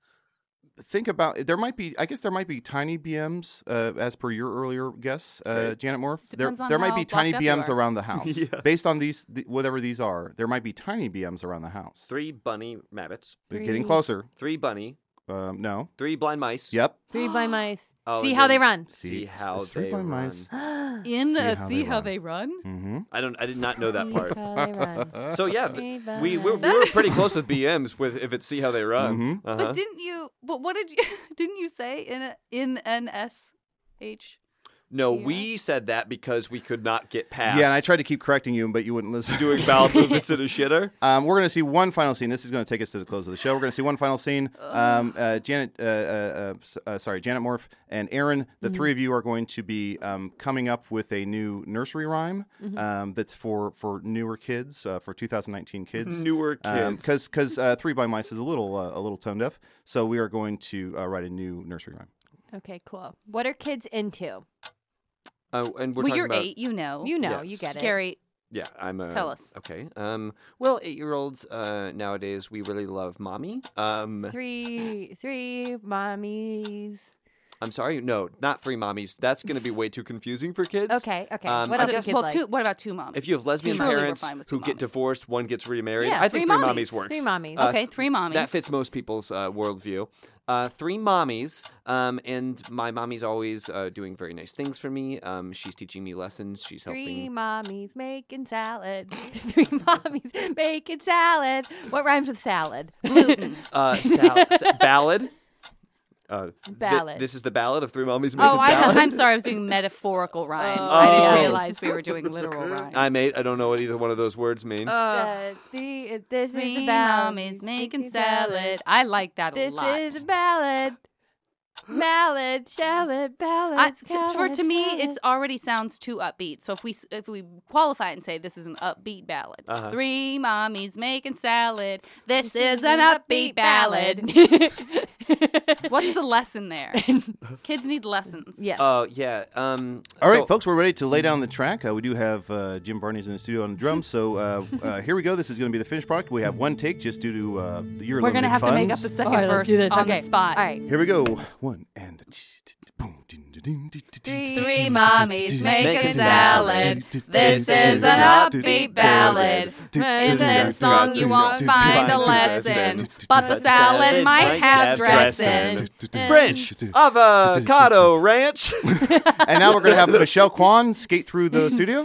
[SPEAKER 3] think about there might be I guess there might be tiny BMs uh, as per your earlier guess, uh,
[SPEAKER 7] Right.
[SPEAKER 3] Janet Morph.
[SPEAKER 8] Depends
[SPEAKER 3] there
[SPEAKER 8] on
[SPEAKER 3] there might
[SPEAKER 8] how
[SPEAKER 3] be tiny
[SPEAKER 8] blocked up you
[SPEAKER 3] BMs
[SPEAKER 8] are.
[SPEAKER 3] around the house.
[SPEAKER 7] Yeah.
[SPEAKER 3] Based on these th- whatever these are, there might be tiny BMs around the house.
[SPEAKER 7] Three bunny rabbits.
[SPEAKER 3] We're getting
[SPEAKER 9] Three.
[SPEAKER 3] closer.
[SPEAKER 7] Three bunny
[SPEAKER 3] Um, no.
[SPEAKER 7] Three blind mice.
[SPEAKER 3] Yep.
[SPEAKER 9] Three blind mice.
[SPEAKER 7] Oh,
[SPEAKER 9] See how they
[SPEAKER 7] then
[SPEAKER 9] run.
[SPEAKER 7] See, how
[SPEAKER 3] three
[SPEAKER 7] they
[SPEAKER 3] blind
[SPEAKER 7] run.
[SPEAKER 3] mice.
[SPEAKER 8] In
[SPEAKER 7] See
[SPEAKER 8] uh,
[SPEAKER 7] how
[SPEAKER 8] see
[SPEAKER 7] they
[SPEAKER 8] how they run.
[SPEAKER 3] Mm-hmm.
[SPEAKER 7] I don't. I did not know that
[SPEAKER 9] See
[SPEAKER 7] part.
[SPEAKER 9] how they run.
[SPEAKER 7] So yeah,
[SPEAKER 9] Three
[SPEAKER 7] th- we we're,
[SPEAKER 8] blind
[SPEAKER 7] we're pretty close with BMs with if it's see how they run.
[SPEAKER 3] Mm-hmm.
[SPEAKER 7] Uh-huh.
[SPEAKER 8] But didn't you? But what did you? Didn't you say in a, in N S H?
[SPEAKER 7] no, we said that because we could not get past.
[SPEAKER 3] Yeah, and I tried to keep correcting you, but you wouldn't listen.
[SPEAKER 7] doing bowel movements in a shitter.
[SPEAKER 3] Um, we're going to see one final scene. This is going to take us to the close of the show. We're going to see one final scene. Um, uh, Janet, uh, uh, uh, s- uh, sorry, Janet Morph and Aaron, the
[SPEAKER 19] Mhm.
[SPEAKER 3] three of you are going to be um, coming up with a new nursery rhyme
[SPEAKER 19] Mhm.
[SPEAKER 3] um, that's for for newer kids, uh, for 2019 kids,
[SPEAKER 7] Newer kids.
[SPEAKER 3] because because uh, Three by Mice is a little uh, a little tone deaf. So we are going to uh, write a new nursery rhyme.
[SPEAKER 9] Okay, cool. What are kids into?
[SPEAKER 7] Uh, and we're
[SPEAKER 8] well,
[SPEAKER 7] talking
[SPEAKER 8] you're
[SPEAKER 7] about- Uh,
[SPEAKER 8] eight. You know.
[SPEAKER 9] You know, you get it.
[SPEAKER 8] Gary,
[SPEAKER 7] Yeah, I'm a.
[SPEAKER 8] Tell us.
[SPEAKER 7] Okay. Um. Well, eight-year-olds uh, nowadays we really love mommy. Um.
[SPEAKER 9] Three, three mommies.
[SPEAKER 7] I'm sorry. No, not three mommies. That's going to be way too confusing for kids.
[SPEAKER 9] Okay, okay.
[SPEAKER 7] Um,
[SPEAKER 9] what
[SPEAKER 7] I
[SPEAKER 9] else? do
[SPEAKER 7] guess-
[SPEAKER 9] kids
[SPEAKER 8] well,
[SPEAKER 9] like?
[SPEAKER 8] two. What about two moms?
[SPEAKER 7] If you have lesbian
[SPEAKER 8] Surely we're
[SPEAKER 7] parents
[SPEAKER 8] fine with
[SPEAKER 7] who
[SPEAKER 8] two
[SPEAKER 7] get divorced, one gets remarried.
[SPEAKER 8] Yeah,
[SPEAKER 7] I think
[SPEAKER 8] three
[SPEAKER 7] three
[SPEAKER 8] mommies.
[SPEAKER 7] mommies works. Uh,
[SPEAKER 9] Three mommies.
[SPEAKER 8] Okay, three mommies.
[SPEAKER 7] That fits most people's uh, worldview. Uh, three mommies, um, and my mommy's always uh, doing very nice things for me. Um, she's teaching me lessons. She's
[SPEAKER 9] Three
[SPEAKER 7] helping.
[SPEAKER 9] mommies making salad. Three mommies making salad. What rhymes with salad? Gluten.
[SPEAKER 7] Uh, sal- sa- ballad. Uh, th-
[SPEAKER 9] Ballad.
[SPEAKER 7] this is the ballad of three mommies making
[SPEAKER 8] Oh, I,
[SPEAKER 7] salad.
[SPEAKER 8] I'm sorry. I was doing metaphorical rhymes. I
[SPEAKER 7] Oh.
[SPEAKER 8] didn't realize we were doing literal rhymes.
[SPEAKER 7] I'm eight. I don't know what either one of those words
[SPEAKER 8] Oh,
[SPEAKER 7] mean.
[SPEAKER 9] Uh, the, this is
[SPEAKER 8] Three
[SPEAKER 9] a ballad.
[SPEAKER 8] mommies making salad. I like that
[SPEAKER 9] This
[SPEAKER 8] a lot.
[SPEAKER 9] is a ballad. Mallet, shallot, ballad.
[SPEAKER 8] I- s- for to me, it's already sounds too upbeat. So if we s- if we qualify it and say this is an upbeat ballad,
[SPEAKER 9] Uh-huh.
[SPEAKER 8] three mommies making salad. This is an upbeat ballad. What's the lesson there? Kids need lessons.
[SPEAKER 9] Yes.
[SPEAKER 7] Oh yeah. Um.
[SPEAKER 3] All right,
[SPEAKER 7] so-
[SPEAKER 3] folks, we're ready to lay down the track. Uh, we do have uh, Jim Varney's in the studio on the drums, so uh, uh, here we go. This is going to be the finished product. We have one take just due to uh, your
[SPEAKER 8] We're
[SPEAKER 3] limited
[SPEAKER 8] gonna have to make up
[SPEAKER 3] funds.
[SPEAKER 8] the second
[SPEAKER 9] All right, let's
[SPEAKER 8] verse
[SPEAKER 9] do this.
[SPEAKER 8] on
[SPEAKER 9] Okay.
[SPEAKER 8] the spot.
[SPEAKER 9] All right.
[SPEAKER 3] Here we go. One.
[SPEAKER 8] Three mommies making
[SPEAKER 3] Making
[SPEAKER 8] salad. This is an upbeat ballad. In this song, you won't find a lesson, but the salad might have dressing.
[SPEAKER 7] French avocado ranch.
[SPEAKER 3] and now we're going to have Michelle Kwan skate through the studio.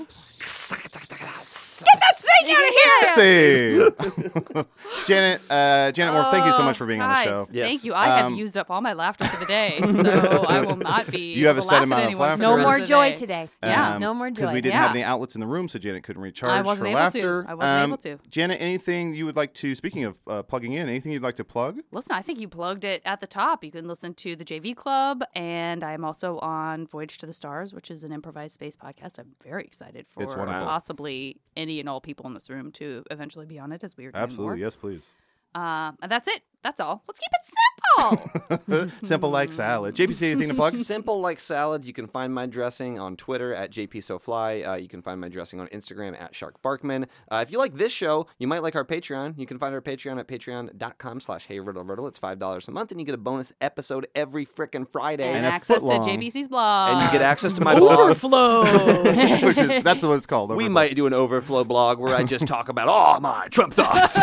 [SPEAKER 8] Get that thing out of here! Oh,
[SPEAKER 3] See, Janet, uh, Janet Moore, thank you so much for being
[SPEAKER 8] Guys,
[SPEAKER 3] on the show.
[SPEAKER 8] Thank you. I
[SPEAKER 3] Um,
[SPEAKER 8] have used up all my laughter for the day, so I will not be.
[SPEAKER 3] You have a
[SPEAKER 8] able to
[SPEAKER 3] set
[SPEAKER 8] laugh at
[SPEAKER 3] amount of
[SPEAKER 8] anyone for
[SPEAKER 3] laughter.
[SPEAKER 8] the
[SPEAKER 3] No
[SPEAKER 8] rest
[SPEAKER 3] more
[SPEAKER 8] of the
[SPEAKER 9] joy
[SPEAKER 8] day.
[SPEAKER 9] today.
[SPEAKER 8] Yeah.
[SPEAKER 3] Um,
[SPEAKER 9] No more
[SPEAKER 3] Because we
[SPEAKER 9] joy.
[SPEAKER 3] didn't
[SPEAKER 8] Yeah.
[SPEAKER 3] have any outlets in the room, so Janet couldn't recharge
[SPEAKER 8] I wasn't
[SPEAKER 3] her
[SPEAKER 8] able to.
[SPEAKER 3] laughter. Um,
[SPEAKER 8] I wasn't able to.
[SPEAKER 3] Janet, anything you would like to? Speaking of uh, plugging in, anything you'd like to plug?
[SPEAKER 8] Listen, I think you plugged it at the top. You can listen to the JV Club, and I'm also on Voyage to the Stars, which is an improvised space podcast. I'm very excited for
[SPEAKER 3] It's wonderful.
[SPEAKER 8] possibly any and all people in this room to eventually be on it as we are doing
[SPEAKER 3] Absolutely,
[SPEAKER 8] more.
[SPEAKER 3] yes, please.
[SPEAKER 8] Um, and that's it. That's all. Let's keep it simple.
[SPEAKER 3] Simple like salad. JPC, anything to plug?
[SPEAKER 7] Simple like salad. You can find my dressing on Twitter at jpsofly. Uh, you can find my dressing on Instagram at sharkbarkman. Uh, if you like this show, you might like our Patreon. You can find our Patreon at patreon.com slash heyriddleriddle. It's $5 a month, and you get a bonus episode every frickin' Friday.
[SPEAKER 8] and access to JBC's blog.
[SPEAKER 7] And you get access to my blog.
[SPEAKER 8] Overflow.
[SPEAKER 3] Which is that's what it's called.
[SPEAKER 7] We might do an overflow blog where I just talk about all my Trump thoughts.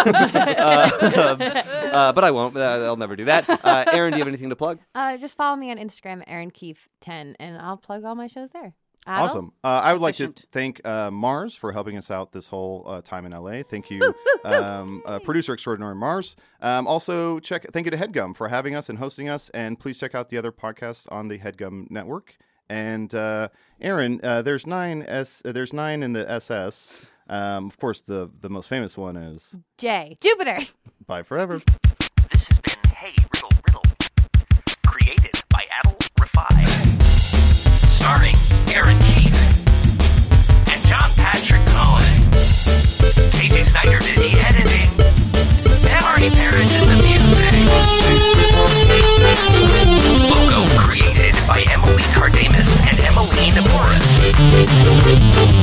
[SPEAKER 7] Uh, um, uh, but I won't. Uh, I'll never do that. Uh, Aaron, do you have anything to plug?
[SPEAKER 9] Uh, just follow me on Instagram, Aaron Keefe ten, and I'll plug all my shows there. Adel?
[SPEAKER 3] Awesome. Uh, I would like to thank uh, Mars for helping us out this whole uh, time in LA. Thank you, um, uh, producer extraordinary Mars. Um, also, check thank you to Headgum for having us and hosting us. And please check out the other podcasts on the Headgum network. And uh, Aaron, uh, there's nine s. Uh, there's nine in the SS. Um, of course, the the most famous one is
[SPEAKER 9] Jay Jupiter.
[SPEAKER 3] Bye Forever.
[SPEAKER 6] This has been Hey Riddle Riddle, created by Adel Rafai, starring Aaron Keith and John Patrick Cohen. KJ Snyder did the editing, and Arnie Parrish did the music. Logo created by Emily Cardamus and Emily Naporis.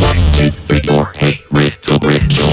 [SPEAKER 6] One, two, three, four, hey, riddle, riddle.